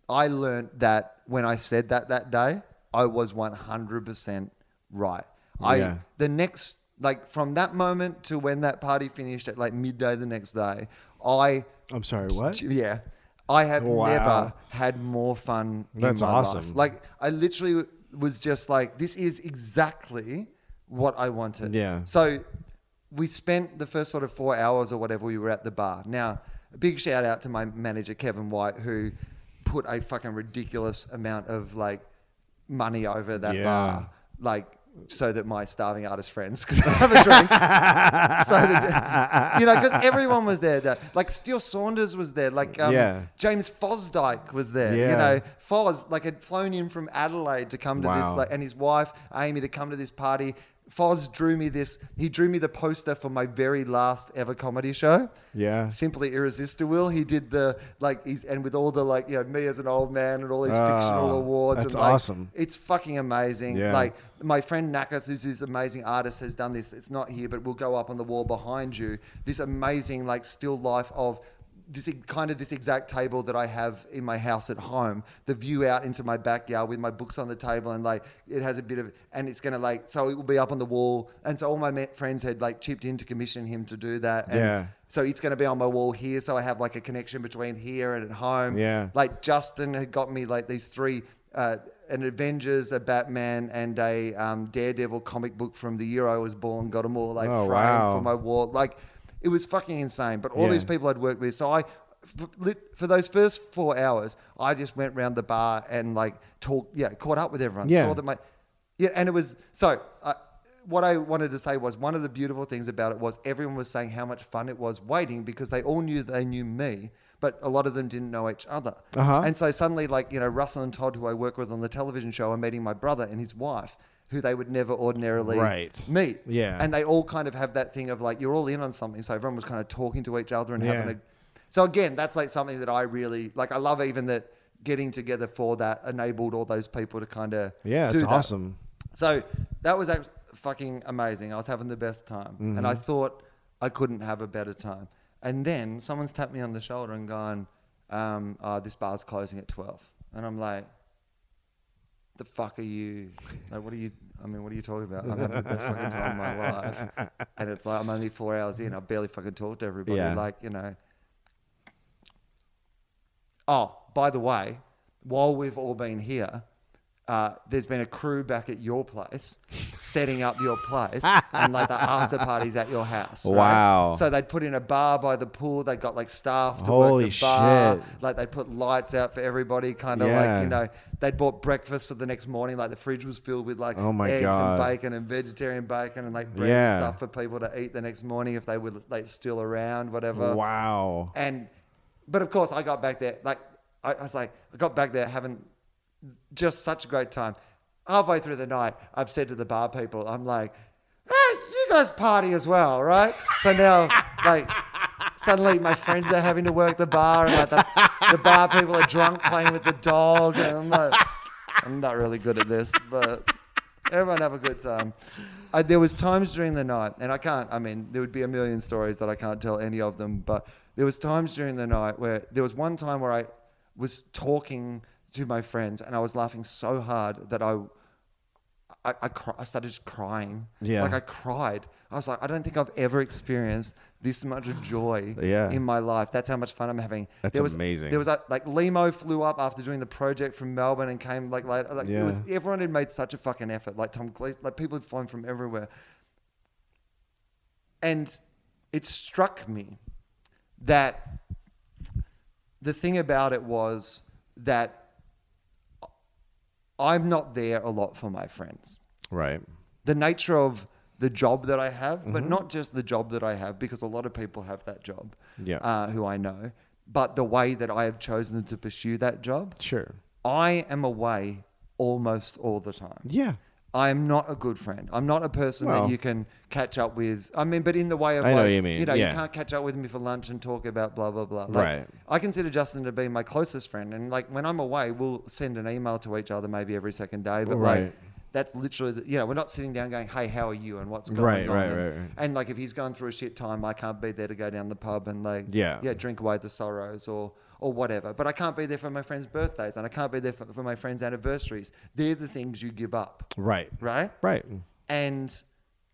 Speaker 2: i learned that when i said that that day i was 100% right
Speaker 3: Yeah.
Speaker 2: i the next like from that moment to when that party finished at like midday the next day i
Speaker 3: I'm sorry. What?
Speaker 2: yeah. I have
Speaker 3: Wow.
Speaker 2: never had more fun. in
Speaker 3: That's
Speaker 2: my
Speaker 3: awesome.
Speaker 2: life. Like I literally was just like, this is exactly what I wanted.
Speaker 3: Yeah.
Speaker 2: So we spent the first sort of four hours or whatever we were at the bar. Now, a big shout out to my manager Kevin White who put a fucking ridiculous amount of like money over that
Speaker 3: Yeah.
Speaker 2: bar. Like so that my starving artist friends could have a drink. so that, you know, because everyone was there. That, like Steele Saunders was there. Like um,
Speaker 3: Yeah.
Speaker 2: James Fosdyke was there. You
Speaker 3: Yeah.
Speaker 2: know, Foz like had flown in from Adelaide to come to this,
Speaker 3: Wow.
Speaker 2: like, and his wife Amy to come to this party. Foz drew me this. He drew me the poster for my very last ever comedy show.
Speaker 3: Yeah.
Speaker 2: Simply Irresistible. He did the like he's and with all the like you know me as an old man and all these
Speaker 3: Ah,
Speaker 2: fictional awards.
Speaker 3: that's
Speaker 2: and, like,
Speaker 3: awesome.
Speaker 2: It's fucking amazing.
Speaker 3: Yeah.
Speaker 2: Like my friend Nakas, who's this amazing artist, has done this. It's not here, but will go up on the wall behind you. This amazing like still life of this e- kind of this exact table that I have in my house at home. The view out into my backyard with my books on the table and like it has a bit of and it's gonna like so it will be up on the wall. And so all my ma- friends had like chipped in to commission him to do that. And
Speaker 3: Yeah.
Speaker 2: So it's going to be on my wall here. So I have like a connection between here and at home.
Speaker 3: Yeah.
Speaker 2: Like Justin had got me like these three, uh, an Avengers, a Batman, and a um, Daredevil comic book from the year I was born. Got them all like
Speaker 3: Oh,
Speaker 2: framed
Speaker 3: wow.
Speaker 2: for my wall. Like it was fucking insane. But all
Speaker 3: Yeah.
Speaker 2: these people I'd worked with. So I, for, lit- for those first four hours, I just went round the bar and like talk, yeah, caught up with everyone.
Speaker 3: Yeah.
Speaker 2: Saw that my, yeah, and it was so. Uh, what I wanted to say was one of the beautiful things about it was everyone was saying how much fun it was waiting because they all knew they knew me, but a lot of them didn't know each other.
Speaker 3: Uh-huh.
Speaker 2: And so suddenly, like you know, Russell and Todd, who I work with on the television show, are meeting my brother and his wife, who they would never ordinarily
Speaker 3: Right.
Speaker 2: meet.
Speaker 3: Yeah.
Speaker 2: And they all kind of have that thing of like you're all in on something, so everyone was kind of talking to each other and
Speaker 3: Yeah.
Speaker 2: having a. So again, that's like something that I really like. I love even that getting together for that enabled all those people to kind of
Speaker 3: Yeah,
Speaker 2: do
Speaker 3: it's
Speaker 2: that.
Speaker 3: awesome.
Speaker 2: So that was act- fucking amazing. I was having the best time,
Speaker 3: Mm-hmm.
Speaker 2: and I thought I couldn't have a better time. And then someone's tapped me on the shoulder and gone, um, uh, "This bar's closing at 12. and I'm like, "The fuck are you? Like, what are you? I mean, what are you talking about? I'm having the best fucking time of my life, and it's like I'm only four hours in. I barely fucking talked to everybody.
Speaker 3: Yeah.
Speaker 2: Like, you know." Oh, by the way, while we've all been here, uh, there's been a crew back at your place setting up your place and like the after parties at your house. right?
Speaker 3: Wow.
Speaker 2: So they'd put in a bar by the pool. They got like staff to
Speaker 3: Holy
Speaker 2: work the bar.
Speaker 3: shit.
Speaker 2: Like they'd put lights out for everybody, kind of
Speaker 3: Yeah.
Speaker 2: like, you know, they'd bought breakfast for the next morning. Like the fridge was filled with like
Speaker 3: Oh my
Speaker 2: eggs
Speaker 3: God.
Speaker 2: and bacon and vegetarian bacon and like bread
Speaker 3: Yeah.
Speaker 2: and stuff for people to eat the next morning if they were like still around, whatever.
Speaker 3: Wow.
Speaker 2: And but of course, I got back there like I, I was like I got back there having just such a great time. Halfway through the night, I've said to the bar people, I'm like, hey, you guys party as well, right? So now, like, suddenly my friends are having to work the bar, and like the, the bar people are drunk playing with the dog. And I'm like, I'm not really good at this, but everyone have a good time. I, there was times during the night, and I can't. I mean, there would be a million stories that I can't tell any of them, but there was times during the night where there was one time where I was talking to my friends, and I was laughing so hard that I. I, I, cry, I started just crying.
Speaker 3: Yeah.
Speaker 2: Like I cried. I was like, I don't think I've ever experienced this much joy
Speaker 3: Yeah.
Speaker 2: in my life. That's how much fun I'm having.
Speaker 3: That's
Speaker 2: there was,
Speaker 3: amazing.
Speaker 2: There was a, like Limo flew up after doing the project from Melbourne and came like later. Like, it was
Speaker 3: Yeah.
Speaker 2: everyone had made such a fucking effort. Like Tom Gleason, like people had flown from everywhere. And it struck me that the thing about it was that I'm not there a lot for my friends
Speaker 3: Right.
Speaker 2: the nature of the job that I have, but not just the job that I have, because a lot of people have that job
Speaker 3: Yeah.
Speaker 2: uh, who I know, but the way that I have chosen to pursue that job.
Speaker 3: Sure.
Speaker 2: I am away almost all the time.
Speaker 3: Yeah.
Speaker 2: I am not a good friend. I'm not a person
Speaker 3: Well-
Speaker 2: that you can catch up with. I mean, but in the way of
Speaker 3: I know
Speaker 2: like,
Speaker 3: what you mean,
Speaker 2: know,
Speaker 3: yeah.
Speaker 2: you can't catch up with me for lunch and talk about blah blah blah. Like,
Speaker 3: Right.
Speaker 2: I consider Justin to be my closest friend, and like when I'm away, we'll send an email to each other maybe every second day. But
Speaker 3: Right.
Speaker 2: like, that's literally the, you know we're not sitting down going, hey, how are you and what's going
Speaker 3: Right,
Speaker 2: on?
Speaker 3: right,
Speaker 2: and,
Speaker 3: right, right.
Speaker 2: and like if he's going through a shit time, I can't be there to go down the pub and like
Speaker 3: Yeah.
Speaker 2: yeah drink away the sorrows or or whatever. But I can't be there for my friends' birthdays, and I can't be there for, for my friends' anniversaries. They're the things you give up
Speaker 3: Right.
Speaker 2: right?
Speaker 3: Right.
Speaker 2: And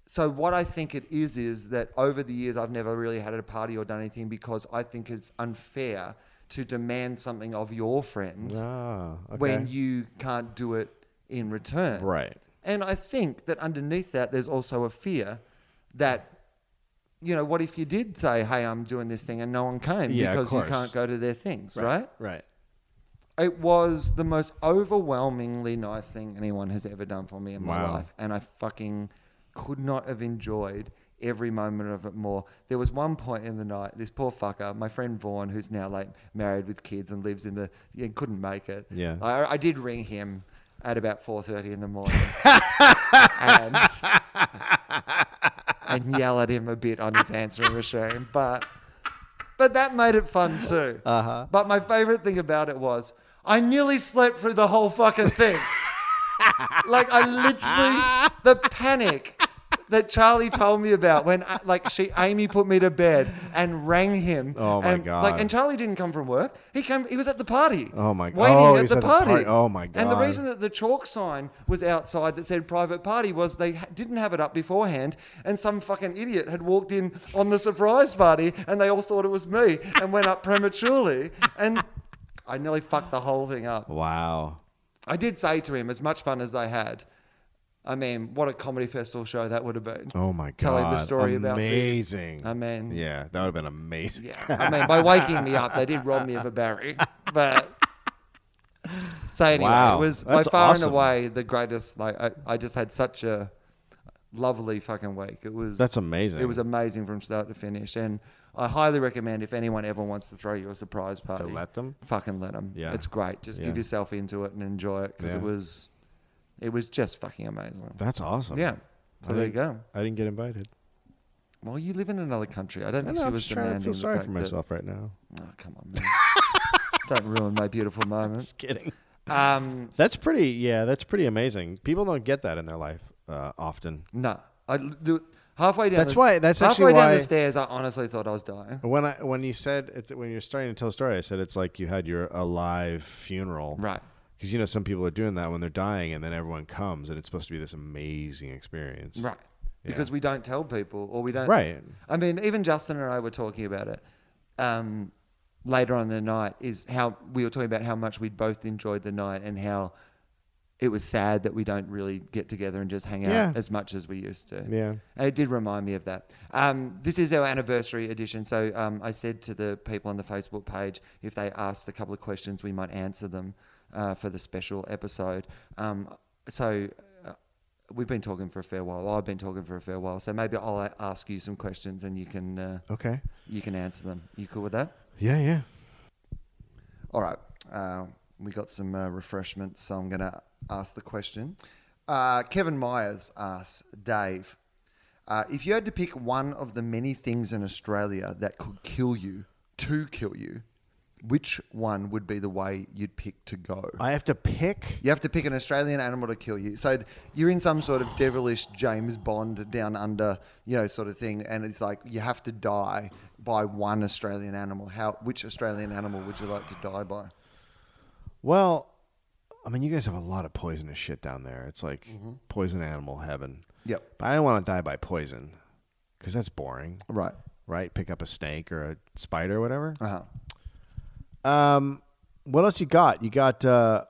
Speaker 2: so what I think it is is that over the years I've never really had a party or done anything because I think it's unfair to demand something of your friends
Speaker 3: Ah. Okay.
Speaker 2: when you can't do it in return.
Speaker 3: Right.
Speaker 2: And I think that underneath that there's also a fear that you know, what if you did say, "Hey, I'm doing this thing," and no one came
Speaker 3: Yeah, of
Speaker 2: because you
Speaker 3: course.
Speaker 2: can't go to their things, right?
Speaker 3: Right.
Speaker 2: It was the most overwhelmingly nice thing anyone has ever done for me in my
Speaker 3: Wow.
Speaker 2: life. And I fucking could not have enjoyed every moment of it more. There was one point in the night, this poor fucker, my friend Vaughn, who's now like married with kids and lives in the, yeah, couldn't make it.
Speaker 3: Yeah.
Speaker 2: I, I did ring him at about 4.30 in the morning and, and yell at him a bit on his answering machine. But but that made it fun too. Uh-huh. But my favorite thing about it was I nearly slept through the whole fucking thing. like I literally the panic that Charlie told me about when uh, like she Amy put me to bed and rang him.
Speaker 3: Oh, my
Speaker 2: and, Like
Speaker 3: God.
Speaker 2: and Charlie didn't come from work. He came. He was at the party.
Speaker 3: Oh, my-
Speaker 2: Waiting
Speaker 3: oh,
Speaker 2: at
Speaker 3: he's
Speaker 2: the
Speaker 3: at the
Speaker 2: party.
Speaker 3: party. Oh, my
Speaker 2: And the
Speaker 3: God.
Speaker 2: reason that the chalk sign was outside that said private party was they ha- didn't have it up beforehand, and some fucking idiot had walked in on the surprise party, and they all thought it was me and went up prematurely, and I nearly fucked the whole thing up.
Speaker 3: Wow.
Speaker 2: I did say to him, as much fun as they had, I mean, what a comedy festival show that would have been.
Speaker 3: Oh my god.
Speaker 2: Telling the story about the-
Speaker 3: amazing.
Speaker 2: I mean-
Speaker 3: Yeah, that would have been amazing.
Speaker 2: Yeah. I mean, by waking me up, they did rob me of a berry. But so anyway,
Speaker 3: Wow,
Speaker 2: it was by
Speaker 3: that's
Speaker 2: far
Speaker 3: awesome.
Speaker 2: and away the greatest. Like I, I just had such a lovely fucking week. It was
Speaker 3: That's amazing.
Speaker 2: It was amazing from start to finish, and I highly recommend if anyone ever wants to throw you a surprise party,
Speaker 3: let them?
Speaker 2: Fucking let them.
Speaker 3: Yeah.
Speaker 2: it's great. Just give
Speaker 3: Yeah.
Speaker 2: yourself into it and enjoy it because it
Speaker 3: Yeah.
Speaker 2: was, it was just fucking amazing.
Speaker 3: That's awesome.
Speaker 2: yeah. So
Speaker 3: I
Speaker 2: there you
Speaker 3: think-
Speaker 2: go.
Speaker 3: I didn't get invited.
Speaker 2: Well, you live in another country. I don't
Speaker 3: I
Speaker 2: think
Speaker 3: know,
Speaker 2: she
Speaker 3: I'm
Speaker 2: was
Speaker 3: just trying to
Speaker 2: demanding
Speaker 3: feel
Speaker 2: the
Speaker 3: sorry
Speaker 2: fact
Speaker 3: for
Speaker 2: that-
Speaker 3: myself right now.
Speaker 2: Oh, come on, man. Don't ruin my beautiful moment.
Speaker 3: Just kidding.
Speaker 2: Um,
Speaker 3: That's pretty. Yeah, that's pretty amazing. People don't get that in their life uh, often.
Speaker 2: no. I, the, halfway down
Speaker 3: That's
Speaker 2: the,
Speaker 3: why- that's
Speaker 2: halfway
Speaker 3: actually
Speaker 2: down
Speaker 3: why-
Speaker 2: the stairs, I honestly thought I was dying.
Speaker 3: When I when you said it's, when you're starting to tell a story, I said it's like you had your alive funeral,
Speaker 2: Right.
Speaker 3: Because you know some people are doing that when they're dying, and then everyone comes, and it's supposed to be this amazing experience,
Speaker 2: Right. Because we don't tell people or we don't.
Speaker 3: Right.
Speaker 2: I mean, even Justin and I were talking about it um, later on in the night, is how we were talking about how much we'd both enjoyed the night and how it was sad that we don't really get together and just hang out
Speaker 3: Yeah.
Speaker 2: as much as we used to.
Speaker 3: Yeah.
Speaker 2: And it did remind me of that. Um, this is our anniversary edition. So um, I said to the people on the Facebook page if they asked a couple of questions, we might answer them uh, for the special episode. Um, so uh, we've been talking for a fair while. I've been talking for a fair while. So maybe I'll a- ask you some questions and you can uh,
Speaker 3: Okay.
Speaker 2: you can answer them. You cool with that?
Speaker 3: Yeah, yeah.
Speaker 2: All right. Uh, we got some uh, refreshments, so I'm going to ask the question. Uh, Kevin Myers asks Dave uh, If you had to pick one of the many things in Australia that could kill you to kill you, which one would be the way you'd pick to go?
Speaker 3: I have to pick.
Speaker 2: You have to pick an Australian animal to kill you. So th- you're in some sort of devilish James Bond down under, you know, sort of thing, and it's like you have to die by one Australian animal. How? Which Australian animal would you like to die by?
Speaker 3: Well, I mean, you guys have a lot of poisonous shit down there. It's like poison animal heaven.
Speaker 2: Mm-hmm. Yep.
Speaker 3: But I don't want to die by poison because that's boring,
Speaker 2: Right.
Speaker 3: right? Pick up a snake or a spider or whatever.
Speaker 2: Uh huh.
Speaker 3: Um, what else you got? You got uh,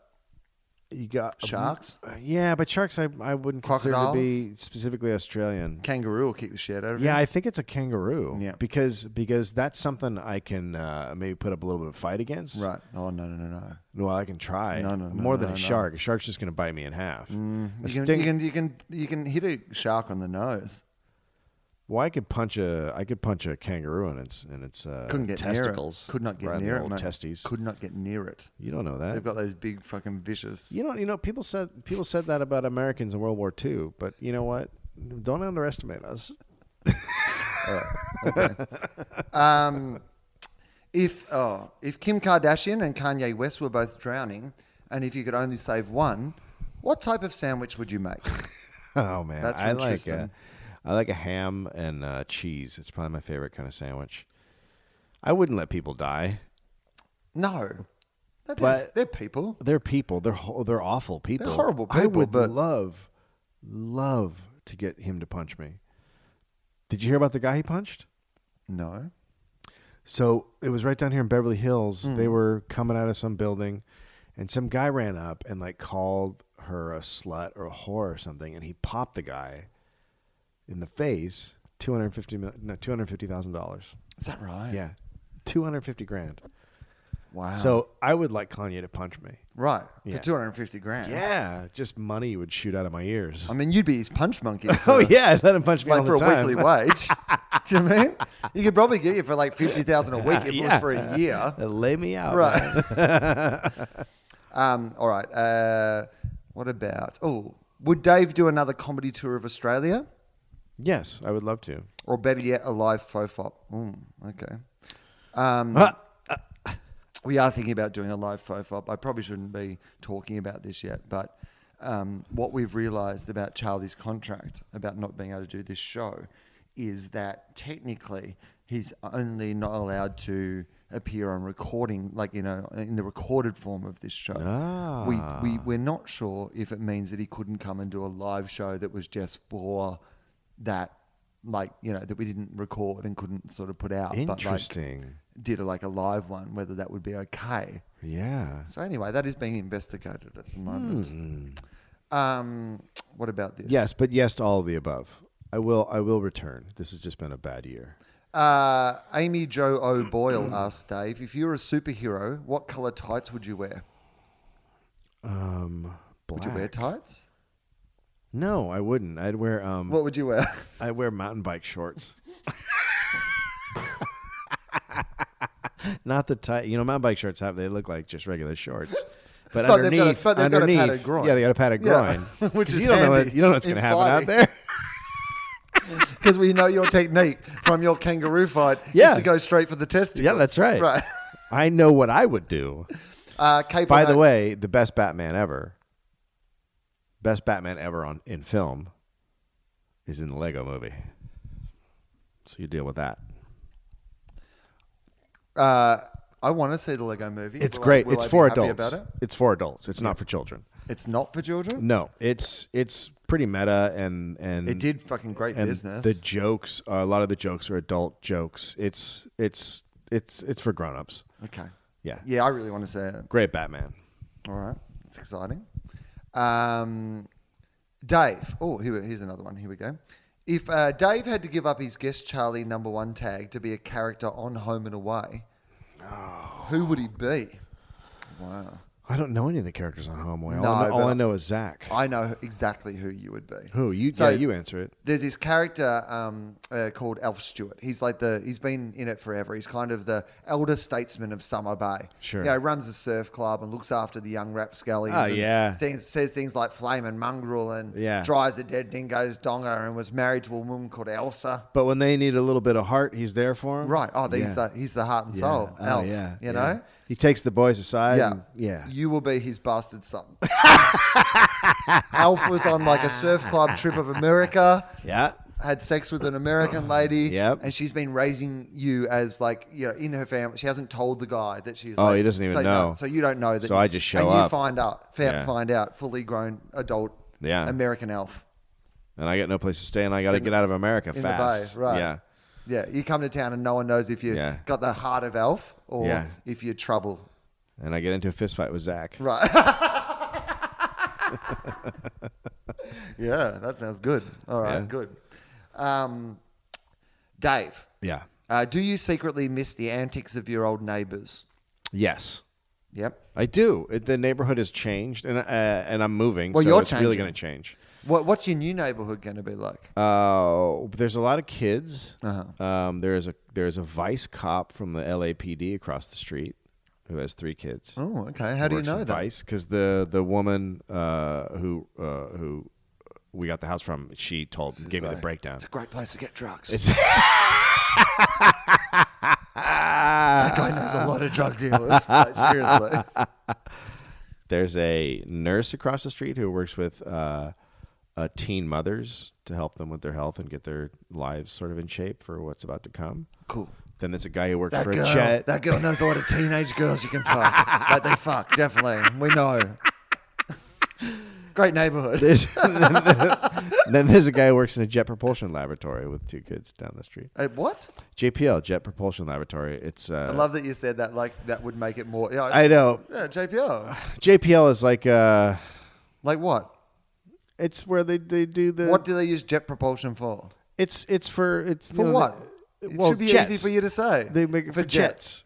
Speaker 3: you got
Speaker 2: Sharks?
Speaker 3: Uh, yeah, but sharks I I wouldn't consider to be specifically Australian.
Speaker 2: Kangaroo will kick the shit out of
Speaker 3: Yeah,
Speaker 2: you.
Speaker 3: I think it's a kangaroo.
Speaker 2: Yeah.
Speaker 3: because because that's something I can uh, maybe put up a little bit of fight against.
Speaker 2: Right. Oh no no no no.
Speaker 3: Well, I can try.
Speaker 2: No, no, no,
Speaker 3: More than
Speaker 2: no,
Speaker 3: a
Speaker 2: no.
Speaker 3: shark. A shark's just going to bite me in half. A
Speaker 2: You can,
Speaker 3: sting-
Speaker 2: you can you can you can hit a shark on the nose.
Speaker 3: Well, I could punch a I could punch a kangaroo in its in its uh,
Speaker 2: Couldn't get
Speaker 3: testicles.
Speaker 2: near it. Could not get
Speaker 3: right in the
Speaker 2: near it.
Speaker 3: old
Speaker 2: mate.
Speaker 3: testes.
Speaker 2: Could not get near it.
Speaker 3: you don't know that.
Speaker 2: They've got those big fucking vicious.
Speaker 3: You know, you know, people said people said that about Americans in World War II, but you know what? Don't underestimate us.
Speaker 2: Um, if oh, if Kim Kardashian and Kanye West were both drowning, and if you could only save one, what type of sandwich would you make?
Speaker 3: Oh man,
Speaker 2: That's
Speaker 3: I
Speaker 2: from
Speaker 3: like a,
Speaker 2: Tristan.
Speaker 3: I like a ham and uh, cheese. It's probably my favorite kind of sandwich. I wouldn't let people die.
Speaker 2: No, That is-
Speaker 3: But-
Speaker 2: they're people.
Speaker 3: They're people. They're ho- they're awful people.
Speaker 2: horrible
Speaker 3: I
Speaker 2: people,
Speaker 3: would
Speaker 2: but-
Speaker 3: love love to get him to punch me. Did you hear about the guy he punched?
Speaker 2: No,
Speaker 3: So it was right down here in Beverly Hills. They
Speaker 2: Hmm.
Speaker 3: were coming out of some building, and some guy ran up and like called her a slut or a whore or something, and he popped the guy in the face. Two hundred fifty no two hundred fifty thousand dollars.
Speaker 2: is that right?
Speaker 3: Yeah, two hundred fifty grand.
Speaker 2: Wow.
Speaker 3: So I would like Kanye to punch me.
Speaker 2: Right.
Speaker 3: Yeah.
Speaker 2: For 250 grand.
Speaker 3: Yeah, just money would shoot out of my ears.
Speaker 2: I mean, you'd be his punch monkey. for-
Speaker 3: oh yeah, let him punch me all
Speaker 2: Like for
Speaker 3: the
Speaker 2: a
Speaker 3: time.
Speaker 2: weekly wage. Do you know what I mean? You could probably get it for like 50000 a week if it
Speaker 3: Yeah.
Speaker 2: was for a year.
Speaker 3: Lay me out. man.
Speaker 2: Right. um, all right. Uh, what about. Oh, would Dave do another comedy tour of Australia?
Speaker 3: Yes, I would love to.
Speaker 2: Or better yet, a live faux fop? Mm, okay. Mm-hmm.
Speaker 3: Ah,
Speaker 2: We are thinking about doing a live faux fop. I probably shouldn't be talking about this yet, but um, what we've realized about Charlie's contract, about not being able to do this show, is that technically he's only not allowed to appear on recording, like, you know, in the recorded form of this show. We, we, we're not sure if it means that he couldn't come and do a live show that was just for that, like, you know, that we didn't record and couldn't sort of put out. But like,
Speaker 3: interesting.
Speaker 2: did a, like a live one, whether that would be okay.
Speaker 3: yeah.
Speaker 2: So anyway, that is being investigated at the moment. Um, what about this?
Speaker 3: Hmm. Yes, but yes to all of the above. I will. I will return. This has just been a bad year.
Speaker 2: Uh, Amy Jo O'Boyle asked Dave, if you were a superhero, what color tights would you wear?
Speaker 3: Um,
Speaker 2: Would
Speaker 3: black.
Speaker 2: you wear tights?
Speaker 3: No, I wouldn't. I'd wear um.
Speaker 2: What would you wear?
Speaker 3: I wear mountain bike shorts. Not the tight. You know, mountain bike shorts have they look like just regular shorts. But,
Speaker 2: But they've got a-
Speaker 3: underneath,
Speaker 2: but they've got a
Speaker 3: underneath,
Speaker 2: padded groin.
Speaker 3: yeah, they got a padded
Speaker 2: Yeah.
Speaker 3: groin,
Speaker 2: Which
Speaker 3: 'Cause
Speaker 2: is
Speaker 3: you don't know what,
Speaker 2: handy
Speaker 3: you don't know what's going to
Speaker 2: in
Speaker 3: happen out
Speaker 2: fighting.
Speaker 3: there.
Speaker 2: Because we know your technique from your kangaroo fight
Speaker 3: Yeah.
Speaker 2: is to go straight for the testicles.
Speaker 3: Yeah, that's right.
Speaker 2: Right.
Speaker 3: I know what I would do.
Speaker 2: Uh, Cape
Speaker 3: By
Speaker 2: and
Speaker 3: the
Speaker 2: O-
Speaker 3: way, the best Batman ever, best Batman ever on in film, is in the Lego Movie. So you deal with that.
Speaker 2: uh, I want to see the Lego movie.
Speaker 3: It's
Speaker 2: Will I-
Speaker 3: great.
Speaker 2: will
Speaker 3: it's
Speaker 2: I be
Speaker 3: for
Speaker 2: happy
Speaker 3: adults.
Speaker 2: About it?
Speaker 3: It's for adults. It's not for children.
Speaker 2: It's not for children.
Speaker 3: No, it's it's pretty meta and and
Speaker 2: It did fucking great
Speaker 3: Mm. and
Speaker 2: business.
Speaker 3: The jokes, uh, a lot of the jokes are adult jokes. It's it's it's it's for grown-ups.
Speaker 2: Okay.
Speaker 3: Yeah.
Speaker 2: Yeah, I really want to say it.
Speaker 3: Great Batman.
Speaker 2: All right. It's exciting. Um, Dave. Oh, here, here's another one. Here we go. If uh, Dave had to give up his guest Charlie number one tag to be a character on Home and Away, who would he be? Wow.
Speaker 3: I don't know any of the characters on Homeway. All,
Speaker 2: No,
Speaker 3: I, know, all
Speaker 2: but-
Speaker 3: I know is Zach.
Speaker 2: I know exactly who you would be.
Speaker 3: Who you?
Speaker 2: So-
Speaker 3: yeah, you answer it.
Speaker 2: There's this character um, uh, called Alf Stewart. He's like the he's been in it forever. He's kind of the elder statesman of Summer Bay.
Speaker 3: Sure.
Speaker 2: you know, runs a surf club and looks after the young rapscallions.
Speaker 3: Oh,
Speaker 2: and
Speaker 3: yeah.
Speaker 2: things, says things like flame and mongrel and
Speaker 3: Yeah.
Speaker 2: dries a dead dingo's donga and was married to a woman called Elsa.
Speaker 3: But when they need a little bit of heart, he's there for them.
Speaker 2: Right. Oh, he's
Speaker 3: Yeah.
Speaker 2: the he's the heart and
Speaker 3: Yeah.
Speaker 2: soul.
Speaker 3: Oh,
Speaker 2: Elf.
Speaker 3: yeah.
Speaker 2: You
Speaker 3: yeah.
Speaker 2: know.
Speaker 3: He takes the boys aside.
Speaker 2: Yeah.
Speaker 3: and- yeah.
Speaker 2: You will be his bastard son. Alf was on like a surf club trip of America.
Speaker 3: yeah.
Speaker 2: had sex with an American lady.
Speaker 3: Yep.
Speaker 2: And she's been raising you as like you know in her family. She hasn't told the guy that she's.
Speaker 3: Oh,
Speaker 2: like-
Speaker 3: he doesn't even
Speaker 2: so,
Speaker 3: know.
Speaker 2: so you don't know that.
Speaker 3: So I just show
Speaker 2: and You
Speaker 3: up.
Speaker 2: find out. fa-
Speaker 3: Yeah.
Speaker 2: Find out. Fully grown adult.
Speaker 3: Yeah.
Speaker 2: American elf.
Speaker 3: And I got no place to stay, and I got to get out of America
Speaker 2: in the
Speaker 3: fast.
Speaker 2: bay, right.
Speaker 3: Yeah.
Speaker 2: Yeah. You come to town and no one knows if you
Speaker 3: Yeah.
Speaker 2: got the heart of elf or
Speaker 3: Yeah.
Speaker 2: if you're trouble.
Speaker 3: And I get into a fist fight with Zach.
Speaker 2: Right. yeah, that sounds good. All right,
Speaker 3: Yeah.
Speaker 2: good. Um, Dave.
Speaker 3: Yeah.
Speaker 2: Uh, do you secretly miss the antics of your old neighbours?
Speaker 3: Yes.
Speaker 2: Yep.
Speaker 3: I do. It, the neighborhood has changed, and uh, and I'm moving.
Speaker 2: Well,
Speaker 3: so
Speaker 2: you're
Speaker 3: it's really
Speaker 2: changing.
Speaker 3: going to change.
Speaker 2: What, what's your new neighbourhood going to be like?
Speaker 3: Uh, there's a lot of kids.
Speaker 2: Uh-huh.
Speaker 3: Um, there is a there is a vice cop from the LAPD across the street who has three kids.
Speaker 2: Oh, okay. How do you
Speaker 3: works in
Speaker 2: know that?
Speaker 3: Vice because the the woman uh, who uh, who we got the house from, she told gave me the breakdown.
Speaker 2: It's a great place to get drugs.
Speaker 3: It's-
Speaker 2: that guy knows a lot of drug dealers. Like, seriously.
Speaker 3: There's a nurse across the street who works with uh, uh, teen mothers to help them with their health and get their lives sort of in shape for what's about to come.
Speaker 2: Cool.
Speaker 3: Then there's a guy who works
Speaker 2: That
Speaker 3: for
Speaker 2: girl,
Speaker 3: a jet.
Speaker 2: that girl knows a lot of teenage girls you can fuck. like they fuck, definitely. We know. Great neighborhood.
Speaker 3: There's- then there's a guy who works in a jet propulsion laboratory with two kids down the street.
Speaker 2: Uh, what?
Speaker 3: JPL Jet Propulsion Laboratory. It's uh,
Speaker 2: I love that you said that. Like that would make it more. Yeah,
Speaker 3: I know
Speaker 2: yeah JPL.
Speaker 3: JPL is like uh,
Speaker 2: Like what?
Speaker 3: it's where they, they do the
Speaker 2: What do they use jet propulsion for?
Speaker 3: It's it's for it's you
Speaker 2: For
Speaker 3: know,
Speaker 2: what?
Speaker 3: the-
Speaker 2: It
Speaker 3: well,
Speaker 2: should be
Speaker 3: jets.
Speaker 2: easy for you to say.
Speaker 3: They make it for, jets.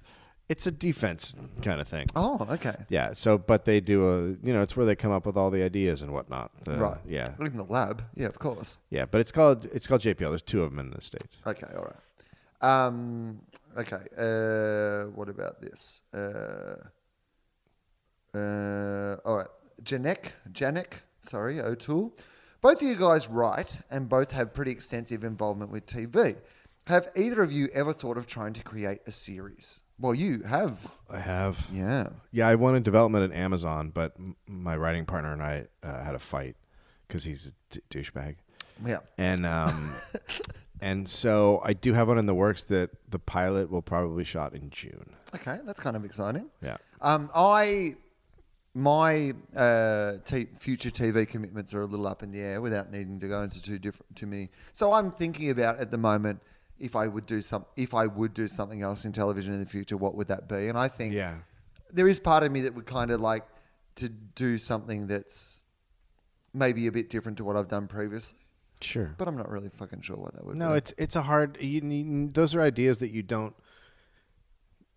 Speaker 3: It's a defense kind of thing.
Speaker 2: Oh, okay.
Speaker 3: Yeah. So, but they do a, you know, it's where they come up with all the ideas and whatnot. Uh,
Speaker 2: right.
Speaker 3: Yeah.
Speaker 2: In the lab. Yeah, of course.
Speaker 3: Yeah. But it's called it's called JPL. There's two of them in the states.
Speaker 2: Okay, all right. Um, okay, uh, what about this? Uh, uh, all right, Janek, Janek, sorry, O'Toole. Both of you guys write, and both have pretty extensive involvement with TV. Have either of you ever thought of trying to create a series? Well, you have.
Speaker 3: I have. Yeah.
Speaker 2: Yeah.
Speaker 3: I wanted development at Amazon, but m- my writing partner and I uh, had a fight because he's a d- douchebag.
Speaker 2: Yeah.
Speaker 3: and um, and so I do have one in the works that the pilot will probably shot in June.
Speaker 2: Okay, that's kind of exciting.
Speaker 3: Yeah.
Speaker 2: Um, I my uh, t- future TV commitments are a little up in the air without needing to go into too different too many. So I'm thinking about at the moment if I would do some if I would do something else in television in the future, what would that be? And I think
Speaker 3: Yeah.
Speaker 2: there is part of me that would kind of like to do something that's maybe a bit different to what I've done previously,
Speaker 3: Sure.
Speaker 2: but I'm not really fucking sure what that would be.
Speaker 3: No, it's it's a hard. You need, those are ideas that you don't.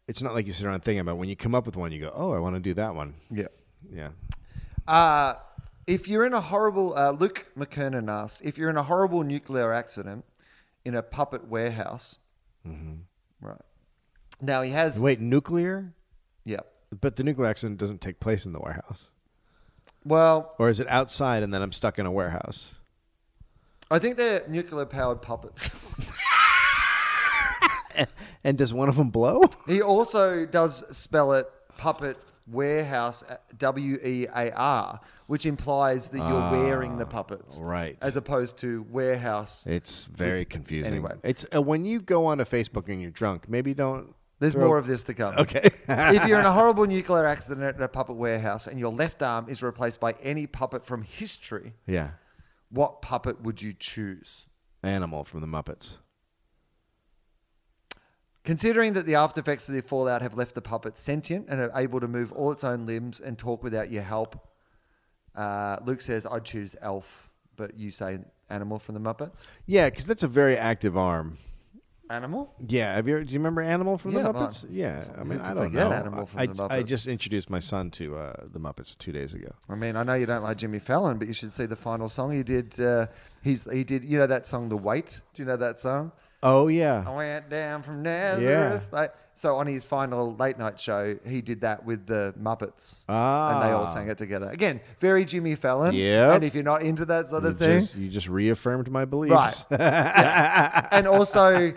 Speaker 3: It's not like you sit around thinking about. When you come up with one, you go, "Oh, I want to do that one."
Speaker 2: yeah.
Speaker 3: Yeah.
Speaker 2: Uh, if you're in a horrible, uh, Luke McKernan asks, if you're in a horrible nuclear accident in a puppet warehouse,
Speaker 3: Mm-hmm.
Speaker 2: right? Now he has,
Speaker 3: Wait, nuclear?
Speaker 2: yeah.
Speaker 3: But the nuclear accident doesn't take place in the warehouse,
Speaker 2: Well,
Speaker 3: or is it outside? And then I'm stuck in a warehouse.
Speaker 2: I think they're nuclear powered puppets.
Speaker 3: And does one of them blow?
Speaker 2: he also does spell it puppet warehouse, W E A R, which implies that you're wearing the puppets,
Speaker 3: Ah, right.
Speaker 2: As opposed to warehouse.
Speaker 3: It's very confusing.
Speaker 2: Anyway.
Speaker 3: it's uh, when you go onto Facebook and you're drunk, maybe don't.
Speaker 2: There's
Speaker 3: throw-
Speaker 2: more of this to come.
Speaker 3: Okay.
Speaker 2: if you're in a horrible nuclear accident at a puppet warehouse and your left arm is replaced by any puppet from history,
Speaker 3: yeah.
Speaker 2: what puppet would you choose?
Speaker 3: Animal from the Muppets.
Speaker 2: Considering that the after effects of the fallout have left the puppet sentient and are able to move all its own limbs and talk without your help, uh, Luke says, I'd choose elf, but you say animal from the Muppets?
Speaker 3: Yeah, because that's a very active arm.
Speaker 2: Animal?
Speaker 3: Yeah, have you? ever- Do you remember Animal from
Speaker 2: Yeah,
Speaker 3: the
Speaker 2: man.
Speaker 3: Muppets? Yeah, I mean,
Speaker 2: could
Speaker 3: I don't
Speaker 2: forget
Speaker 3: know.
Speaker 2: Animal from
Speaker 3: I,
Speaker 2: the
Speaker 3: I
Speaker 2: Muppets?
Speaker 3: just introduced my son to uh, the Muppets two days ago.
Speaker 2: I mean, I know you don't like Jimmy Fallon, but you should see the final song he did. Uh, he's he did, you know that song, The Wait. Do you know that song?
Speaker 3: Oh yeah,
Speaker 2: I went down from Nazareth. Like, so on his final late night show, he did that with the Muppets, and they all
Speaker 3: Ah.
Speaker 2: sang it together. Again, very Jimmy Fallon.
Speaker 3: Yep.
Speaker 2: And if you're not into that sort
Speaker 3: you
Speaker 2: of thing,
Speaker 3: just, you just reaffirmed my
Speaker 2: right?
Speaker 3: beliefs.
Speaker 2: Yeah. And also,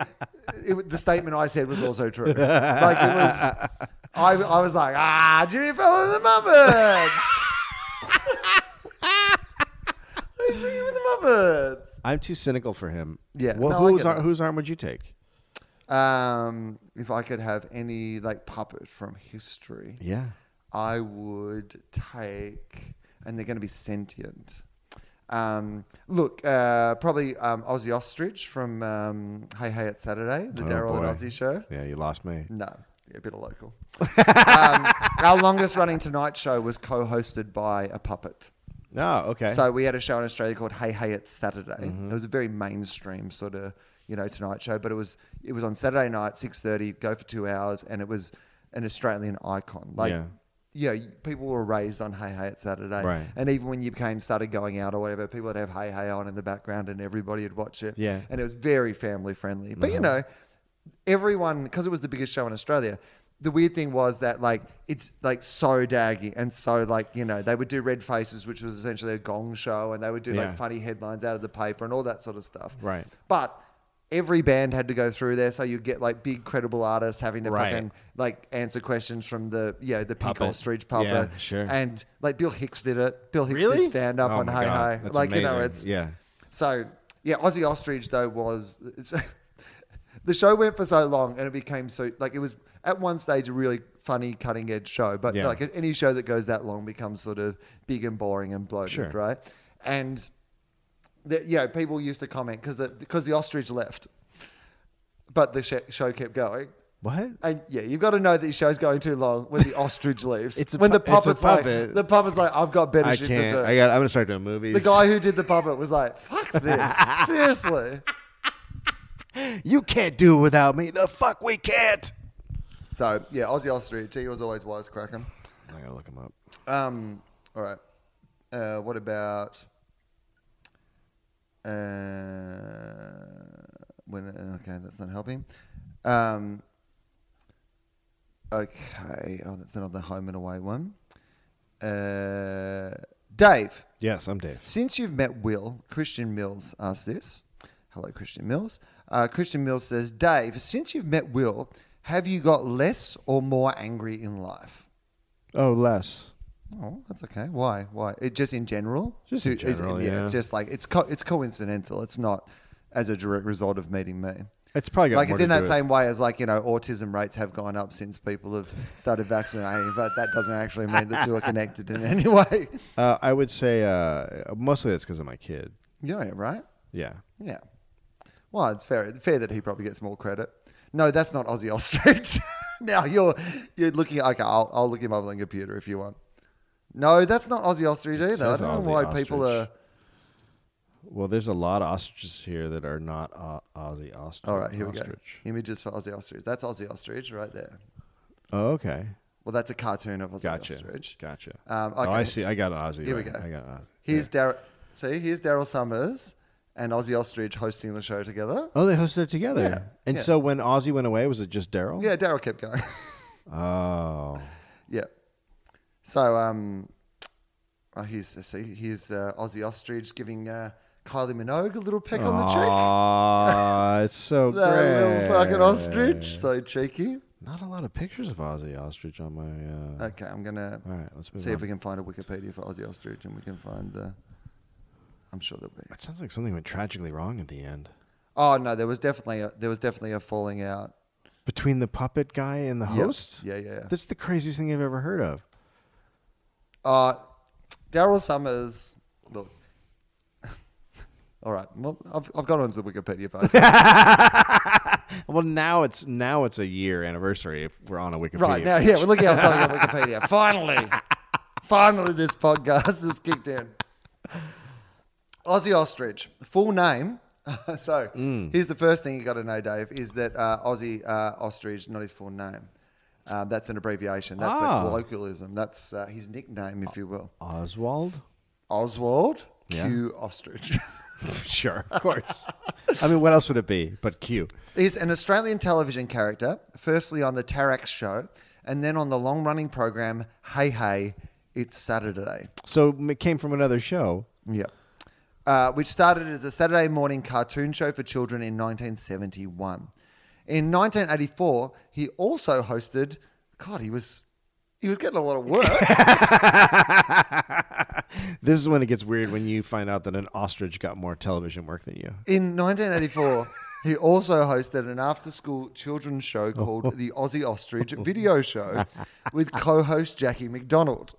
Speaker 2: it, the statement I said was also true. Like it was, I, I was like, ah, Jimmy Fallon and the Muppets. He's singing with the Muppets.
Speaker 3: I'm too cynical for him.
Speaker 2: Yeah,
Speaker 3: Well,
Speaker 2: no, I
Speaker 3: whose
Speaker 2: get
Speaker 3: arm,
Speaker 2: that.
Speaker 3: whose arm would you take?
Speaker 2: Um, if I could have any like puppet from history,
Speaker 3: Yeah.
Speaker 2: I would take, and they're going to be sentient. Um, look, uh, probably um, Ozzy Ostrich from um, Hey Hey It's Saturday, the
Speaker 3: Oh,
Speaker 2: Daryl and
Speaker 3: boy.
Speaker 2: Ozzy show.
Speaker 3: Yeah, you lost me.
Speaker 2: No, a bit of local. um, our longest running Tonight Show was co hosted by a puppet.
Speaker 3: Oh, okay. Mm-hmm.
Speaker 2: So we had a show in Australia called Hey Hey It's Saturday. It was a very mainstream sort of you know Tonight Show, but it was it was on Saturday night six thirty. Go for two hours, and it was an Australian icon. Like
Speaker 3: Yeah.
Speaker 2: yeah. people were raised on Hey Hey It's Saturday,
Speaker 3: Right.
Speaker 2: and even when you became started going out or whatever, people would have Hey Hey on in the background, and everybody would watch it.
Speaker 3: Yeah.
Speaker 2: and it was very family friendly. But
Speaker 3: Mm-hmm.
Speaker 2: you know, everyone because it was the biggest show in Australia. The weird thing was that like it's like so daggy and so like you know they would do red faces, which was essentially a gong show, and they would do
Speaker 3: Yeah.
Speaker 2: like funny headlines out of the paper and all that sort of stuff.
Speaker 3: Right.
Speaker 2: But every band had to go through there, so you get like big credible artists having to
Speaker 3: Right.
Speaker 2: fucking like answer questions from the you know the pink
Speaker 3: Puppet.
Speaker 2: ostrich
Speaker 3: Yeah,
Speaker 2: puppet.
Speaker 3: sure.
Speaker 2: And like Bill Hicks did it. Bill Hicks
Speaker 3: Really?
Speaker 2: did stand up
Speaker 3: Oh
Speaker 2: on
Speaker 3: my
Speaker 2: Hey
Speaker 3: God,
Speaker 2: Hey.
Speaker 3: that's
Speaker 2: Like you know
Speaker 3: amazing.
Speaker 2: it's
Speaker 3: Yeah.
Speaker 2: so yeah, Aussie Ostrich though was the show went for so long and it became so like it was at one stage a really funny cutting edge show, but
Speaker 3: Yeah.
Speaker 2: like any show that goes that long becomes sort of big and boring and bloated,
Speaker 3: Sure.
Speaker 2: right? And the, you know people used to comment because the because the ostrich left, but the sh- show kept going.
Speaker 3: What?
Speaker 2: And yeah, you've got to know that your show's going too long when the ostrich leaves.
Speaker 3: It's a
Speaker 2: when the
Speaker 3: pu- it's a
Speaker 2: puppet's
Speaker 3: puppet.
Speaker 2: like the puppet's like I've got better
Speaker 3: I
Speaker 2: shit
Speaker 3: can't.
Speaker 2: to do.
Speaker 3: I got. I'm gonna start doing movies.
Speaker 2: the guy who did the puppet was like, "Fuck this, seriously."
Speaker 3: You can't do it without me. The fuck we can't.
Speaker 2: So yeah, Aussie ostrich. He was always wisecracking.
Speaker 3: I gotta look him up.
Speaker 2: Um, all right. Uh, what about uh, when? uh, Okay, that's not helping. Um, okay. Oh, that's another home and away one. Uh, Dave.
Speaker 3: Yes, I'm Dave.
Speaker 2: Since you've met Will, Christian Mills asks this. Hello, Christian Mills. Uh, Christian Mills says, Dave, since you've met Will, have you got less or more angry in life?
Speaker 3: Oh, Les.
Speaker 2: Oh, that's okay. Why? Why? It just in general.
Speaker 3: Just in
Speaker 2: To- is it-
Speaker 3: general, yeah.
Speaker 2: It's just like it's co- it's coincidental. It's not as a direct result of meeting me.
Speaker 3: It's probably got
Speaker 2: like
Speaker 3: more
Speaker 2: it's in
Speaker 3: to
Speaker 2: that
Speaker 3: do
Speaker 2: same way as like you know autism rates have gone up since people have started vaccinating, but that doesn't actually mean the two are connected in any way.
Speaker 3: with- Uh, I would say uh, mostly that's because of my kid.
Speaker 2: You know, right?
Speaker 3: Yeah.
Speaker 2: Yeah. Well, it's fair. Fair that he probably gets more credit. No, that's not Aussie Ostrich. now you're you're looking. Okay, I'll, I'll look him up on the computer if you want. No, that's not Aussie Ostrich either. I
Speaker 3: says
Speaker 2: don't know
Speaker 3: Aussie
Speaker 2: why people are.
Speaker 3: Ostrich. Well, there's a lot of ostriches here that are not uh, Aussie ostrich.
Speaker 2: All right, here
Speaker 3: ostrich.
Speaker 2: we go. Images for Aussie Ostrich. That's Aussie Ostrich right there.
Speaker 3: Oh, okay.
Speaker 2: Well, that's a cartoon of Aussie
Speaker 3: Gotcha.
Speaker 2: Ostrich.
Speaker 3: Gotcha.
Speaker 2: Um,
Speaker 3: Oh,
Speaker 2: okay.
Speaker 3: I see. I got an Aussie.
Speaker 2: Here we
Speaker 3: right.
Speaker 2: go.
Speaker 3: I got an Aussie.
Speaker 2: Here's Daryl. See, here's Daryl Summers and Aussie Ostrich hosting the show together.
Speaker 3: Oh, they hosted it together.
Speaker 2: Yeah,
Speaker 3: and
Speaker 2: yeah.
Speaker 3: so when Aussie went away, was it just Daryl?
Speaker 2: Yeah, Daryl kept going.
Speaker 3: Oh.
Speaker 2: yeah. So, um, oh, here's see, here's uh, Aussie Ostrich giving uh, Kylie Minogue a little peck on the cheek.
Speaker 3: Aw, it's so
Speaker 2: That
Speaker 3: great.
Speaker 2: little fucking ostrich, so cheeky.
Speaker 3: Not a lot of pictures of Aussie ostrich on my. Uh...
Speaker 2: Okay, I'm gonna
Speaker 3: All right, let's move
Speaker 2: see
Speaker 3: on.
Speaker 2: if we can find a Wikipedia for Aussie Ostrich, and we can find the. I'm sure there'll be.
Speaker 3: That sounds like something went tragically wrong at the end
Speaker 2: Oh no, there was definitely a, there was definitely a falling out.
Speaker 3: between the puppet guy and the host.
Speaker 2: Yeah, yeah, yeah.
Speaker 3: That's the craziest thing I've ever heard of.
Speaker 2: Uh, Daryl Summers. Look. All right. Well, I've, I've gone onto the Wikipedia page.
Speaker 3: Well, now it's now it's a year anniversary. If we're on a Wikipedia,
Speaker 2: right now, yeah, we're looking at something on Wikipedia. Finally, finally, this podcast has kicked in. Aussie ostrich, full name. so
Speaker 3: Mm.
Speaker 2: here's the first thing you got to know, Dave, is that uh, Aussie uh, ostrich, not his full name. Uh, that's an abbreviation. That's
Speaker 3: Ah.
Speaker 2: a colloquialism. That's uh, his nickname, if you will.
Speaker 3: Oswald.
Speaker 2: Oswald
Speaker 3: Yeah.
Speaker 2: Q Ostrich.
Speaker 3: sure, of course. I mean, what else would it be but Q?
Speaker 2: is an Australian television character, firstly on the Tarax show, and then on the long running program Hey Hey, It's Saturday.
Speaker 3: So it came from another show.
Speaker 2: Yeah. Uh, which started as a Saturday morning cartoon show for children in 1971. In 1984, he also hosted. God, he was he was getting a lot of work.
Speaker 3: This is when it gets weird when you find out that an ostrich got more television work than you.
Speaker 2: In 1984, he also hosted an after school children's show called The Aussie Ostrich Video Show with co host Jackie McDonald.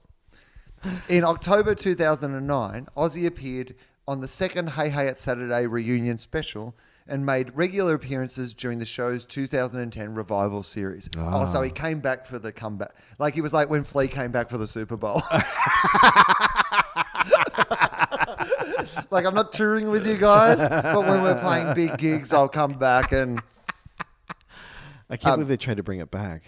Speaker 2: In October 2009, Aussie appeared on the second Hey Hey at Saturday reunion special and made regular appearances during the show's 2010 revival series. Oh, so he came back for the comeback. Like he was like when Flea came back for the Super Bowl. like I'm not touring with you guys, but when we're playing big gigs, I'll come back and
Speaker 3: I can't believe they tried to bring it back.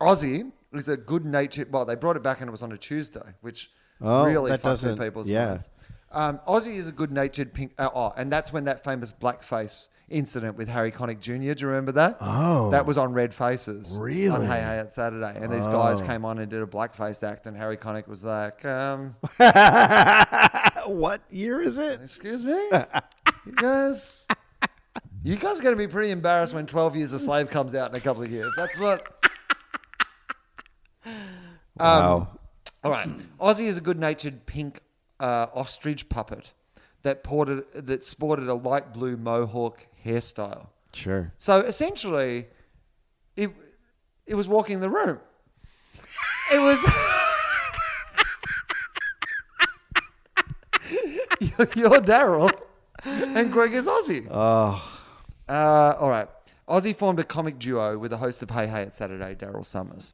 Speaker 2: Aussie is a good natured. Well, they brought it back and it was on a Tuesday, which
Speaker 3: Oh,
Speaker 2: really
Speaker 3: that
Speaker 2: fucks with
Speaker 3: doesn't-
Speaker 2: people's
Speaker 3: yeah.
Speaker 2: minds. Um, Aussie is a good natured pink. Uh, oh, and that's when that famous blackface incident with Harry Connick Jr. Do you remember that?
Speaker 3: Oh.
Speaker 2: that was on Red Faces. On
Speaker 3: Really? Oh.
Speaker 2: Hey Hey at Saturday, and these guys came on and did a blackface act, and Harry Connick was like, um,
Speaker 3: what year is it?
Speaker 2: "Excuse me, you guys." You guys are going to be pretty embarrassed when 12 Years a Slave comes out in a couple of years. That's what
Speaker 3: Wow.
Speaker 2: All right. Aussie is a good-natured pink uh, ostrich puppet that ported, that sported a light blue mohawk hairstyle.
Speaker 3: Sure.
Speaker 2: So essentially, it it was walking the room. It was. You're- You're Daryl, and Greg is Aussie. Oh. Uh, all right. Aussie formed a comic duo with the host of Hey Hey at Saturday, Daryl Summers.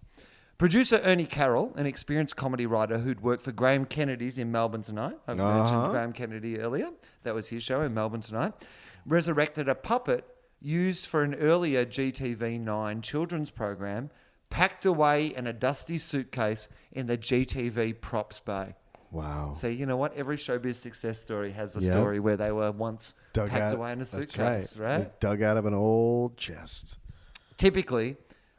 Speaker 2: Producer Ernie Carroll, an experienced comedy writer who'd worked for Graham Kennedy's in Melbourne Tonight. I've mentioned Graham Kennedy earlier. That was his show in Melbourne Tonight. Resurrected a puppet used for an earlier GTV9 children's program, packed away in a dusty suitcase in the GTV props bay.
Speaker 3: Wow.
Speaker 2: So you know what? Every showbiz success story has a
Speaker 3: Yeah.
Speaker 2: story where they were once
Speaker 3: Dug
Speaker 2: packed
Speaker 3: out-
Speaker 2: away in a
Speaker 3: that's
Speaker 2: suitcase,
Speaker 3: right?
Speaker 2: right?
Speaker 3: Dug out of an old chest.
Speaker 2: Typically,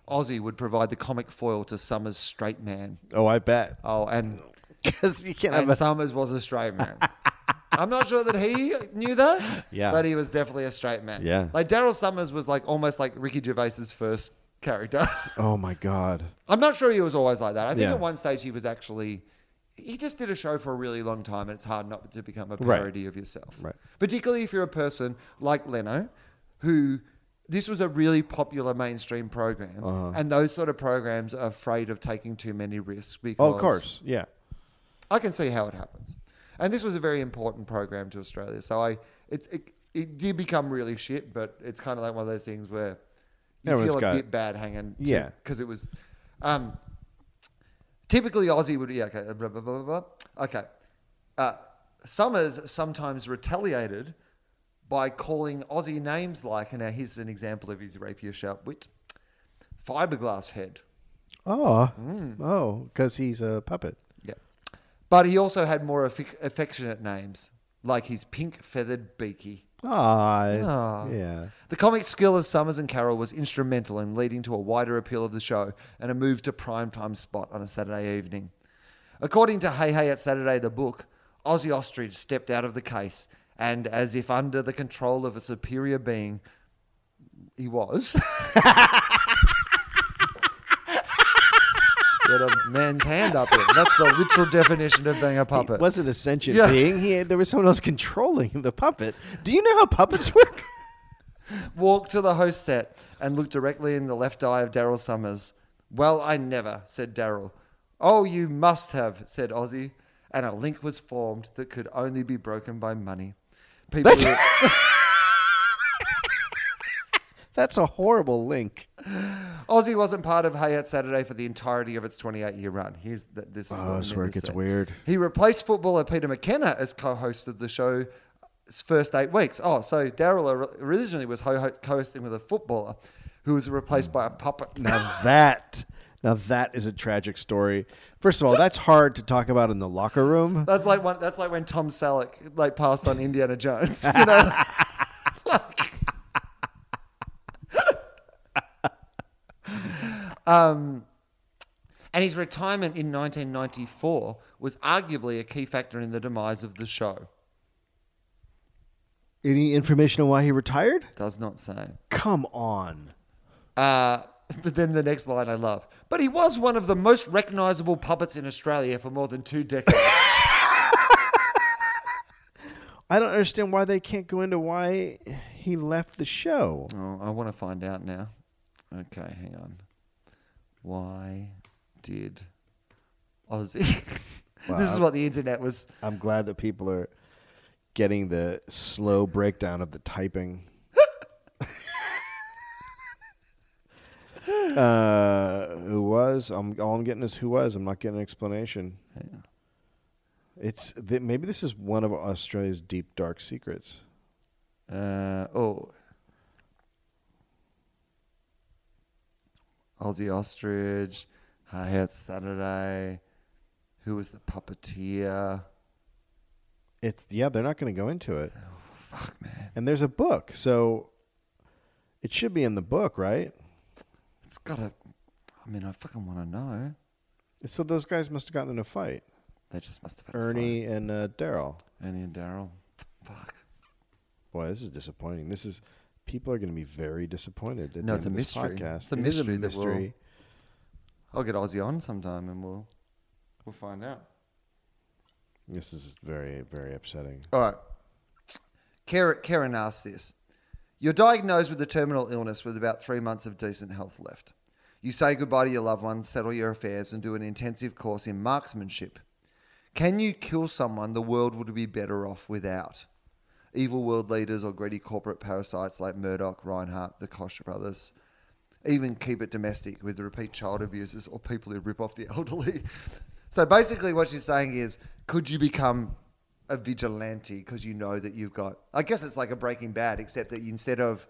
Speaker 2: Aussie would provide the comic foil to Summers' straight man.
Speaker 3: Oh, I bet.
Speaker 2: Oh, and
Speaker 3: Because you can't have
Speaker 2: and
Speaker 3: a
Speaker 2: Summers was a straight man. I'm not sure that he knew that.
Speaker 3: Yeah.
Speaker 2: But he was definitely a straight man.
Speaker 3: Yeah.
Speaker 2: Like Daryl Summers was like almost like Ricky Gervais's first character.
Speaker 3: Oh my god.
Speaker 2: I'm not sure he was always like that. I think
Speaker 3: Yeah.
Speaker 2: at one stage he was actually he just did a show for a really long time and it's hard not to become a
Speaker 3: Right.
Speaker 2: parody of yourself.
Speaker 3: Right.
Speaker 2: Particularly if you're a person like Leno who this was a really popular mainstream program
Speaker 3: Uh-huh.
Speaker 2: and those sort of programs are afraid of taking too many risks because
Speaker 3: Oh, of course. Yeah.
Speaker 2: I can see how it happens. And this was a very important program to Australia. So I, it, it, it did become really shit, but it's kind of like one of those things where you
Speaker 3: Everyone's
Speaker 2: feel a
Speaker 3: got-
Speaker 2: bit bad hanging.
Speaker 3: Yeah.
Speaker 2: Because it was, um, typically Aussie would, yeah, okay, blah, blah, blah, blah, blah. Okay. Uh, Summers sometimes retaliated by calling Aussie names like, and now here's an example of his rapier sharp wit, fiberglass head.
Speaker 3: Oh. Oh, because he's a puppet.
Speaker 2: Yeah. But he also had more affi- affectionate names, like his pink feathered beaky.
Speaker 3: Ah.
Speaker 2: Aw.
Speaker 3: Yeah.
Speaker 2: The comic skill of Summers and Carroll was instrumental in leading to a wider appeal of the show and a move to primetime spot on a Saturday evening. According to Hey Hey at Saturday the Book, Ozzy Ostrich stepped out of the case and, as if under the control of a superior being, he was. Got a man's hand up him. That's the literal definition of being a puppet.
Speaker 3: Was it a sentient
Speaker 2: Yeah.
Speaker 3: being? He had, there was someone else controlling the puppet. Do you know how puppets work?
Speaker 2: walked to the host set and looked directly in the left eye of Daryl Summers. Well, I never, said Daryl. Oh, you must have, said Ozzy. And a link was formed that could only be broken by money. People who,
Speaker 3: That's a horrible link.
Speaker 2: Ozzy wasn't part of Hey at Saturday for the entirety of its 28 year run. Here's the, this is
Speaker 3: Oh,
Speaker 2: what I
Speaker 3: this is
Speaker 2: meant
Speaker 3: where
Speaker 2: to
Speaker 3: it gets
Speaker 2: say.
Speaker 3: weird.
Speaker 2: He replaced footballer Peter McKenna as co-host of the show's first eight weeks. Oh, so Daryl or- originally was ho- ho- co-hosting with a footballer who was
Speaker 3: Hmm.
Speaker 2: replaced by a puppet.
Speaker 3: Now that now that is a tragic story. First of all, that's hard to talk about in the locker room.
Speaker 2: That's like one. That's like when Tom Selleck like passed on Indiana Jones. You know, um, and his retirement in 1994 was arguably a key factor in the demise of the show.
Speaker 3: Any information on why he retired?
Speaker 2: Does not say.
Speaker 3: Come on.
Speaker 2: Uh, but then the next line I love. But he was one of the most recognizable puppets in Australia for more than two decades.
Speaker 3: I don't understand why they can't go into why he left the show.
Speaker 2: Oh, I want to find out now. Okay, hang on. Why did Ozzy? this is what the internet was.
Speaker 3: I'm glad that people are getting the slow breakdown of the typing. uh, who was? I'm all I'm getting is who was. I'm not getting an explanation. It's th- maybe this is one of Australia's deep dark secrets.
Speaker 2: Uh, oh, Ozzy Ostrich, Hi Hat Saturday. Who was the puppeteer?
Speaker 3: It's yeah, they're not going to go into it.
Speaker 2: Fuck man,
Speaker 3: And there's a book, so it should be in the book, right?
Speaker 2: it's gotta. I mean, I fucking want to know.
Speaker 3: So those guys must have gotten in a fight,
Speaker 2: They just must have had a fight.
Speaker 3: Ernie and uh, Daryl.
Speaker 2: Ernie and Daryl. Fuck.
Speaker 3: Boy, this is disappointing. This is people are going to be very disappointed. At
Speaker 2: No,
Speaker 3: the
Speaker 2: it's
Speaker 3: end
Speaker 2: a
Speaker 3: of this
Speaker 2: mystery.
Speaker 3: Podcast.
Speaker 2: It's a
Speaker 3: It is
Speaker 2: mystery that we'll- I'll get Ozzy on sometime and we'll we'll find out.
Speaker 3: This is very, very upsetting.
Speaker 2: All right. Karen, Karen asks this. You're diagnosed with a terminal illness with about three months of decent health left. You say goodbye to your loved ones, settle your affairs, and do an intensive course in marksmanship. Can you kill someone the world would be better off without? Evil world leaders or greedy corporate parasites like Murdoch, Reinhardt, the Koch brothers. Even keep it domestic with repeat child abusers or people who rip off the elderly. so basically, what she's saying is could you become a vigilante because you know that you've got. I guess it's like a Breaking Bad, except that you, instead of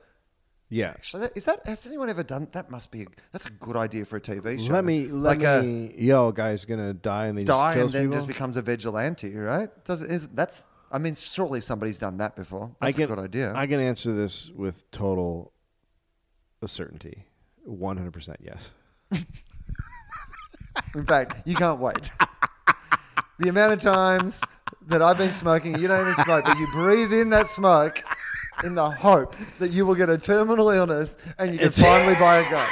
Speaker 3: Yeah.
Speaker 2: Actually, that- is that has anyone ever done that? Must be a, that's a good idea for a TV show.
Speaker 3: Let me, let
Speaker 2: like a
Speaker 3: me. yo, guy's gonna die and they
Speaker 2: die
Speaker 3: just
Speaker 2: and
Speaker 3: kills
Speaker 2: then
Speaker 3: people.
Speaker 2: just becomes a vigilante, right? Does is that's I mean, surely somebody's done that before. That's
Speaker 3: I can,
Speaker 2: a good idea.
Speaker 3: I can answer this with total certainty, one hundred percent yes.
Speaker 2: In fact, you can't wait. the amount of times that I've been smoking, you don't even smoke, but you breathe in that smoke in the hope that you will get a terminal illness and you can finally buy a gun.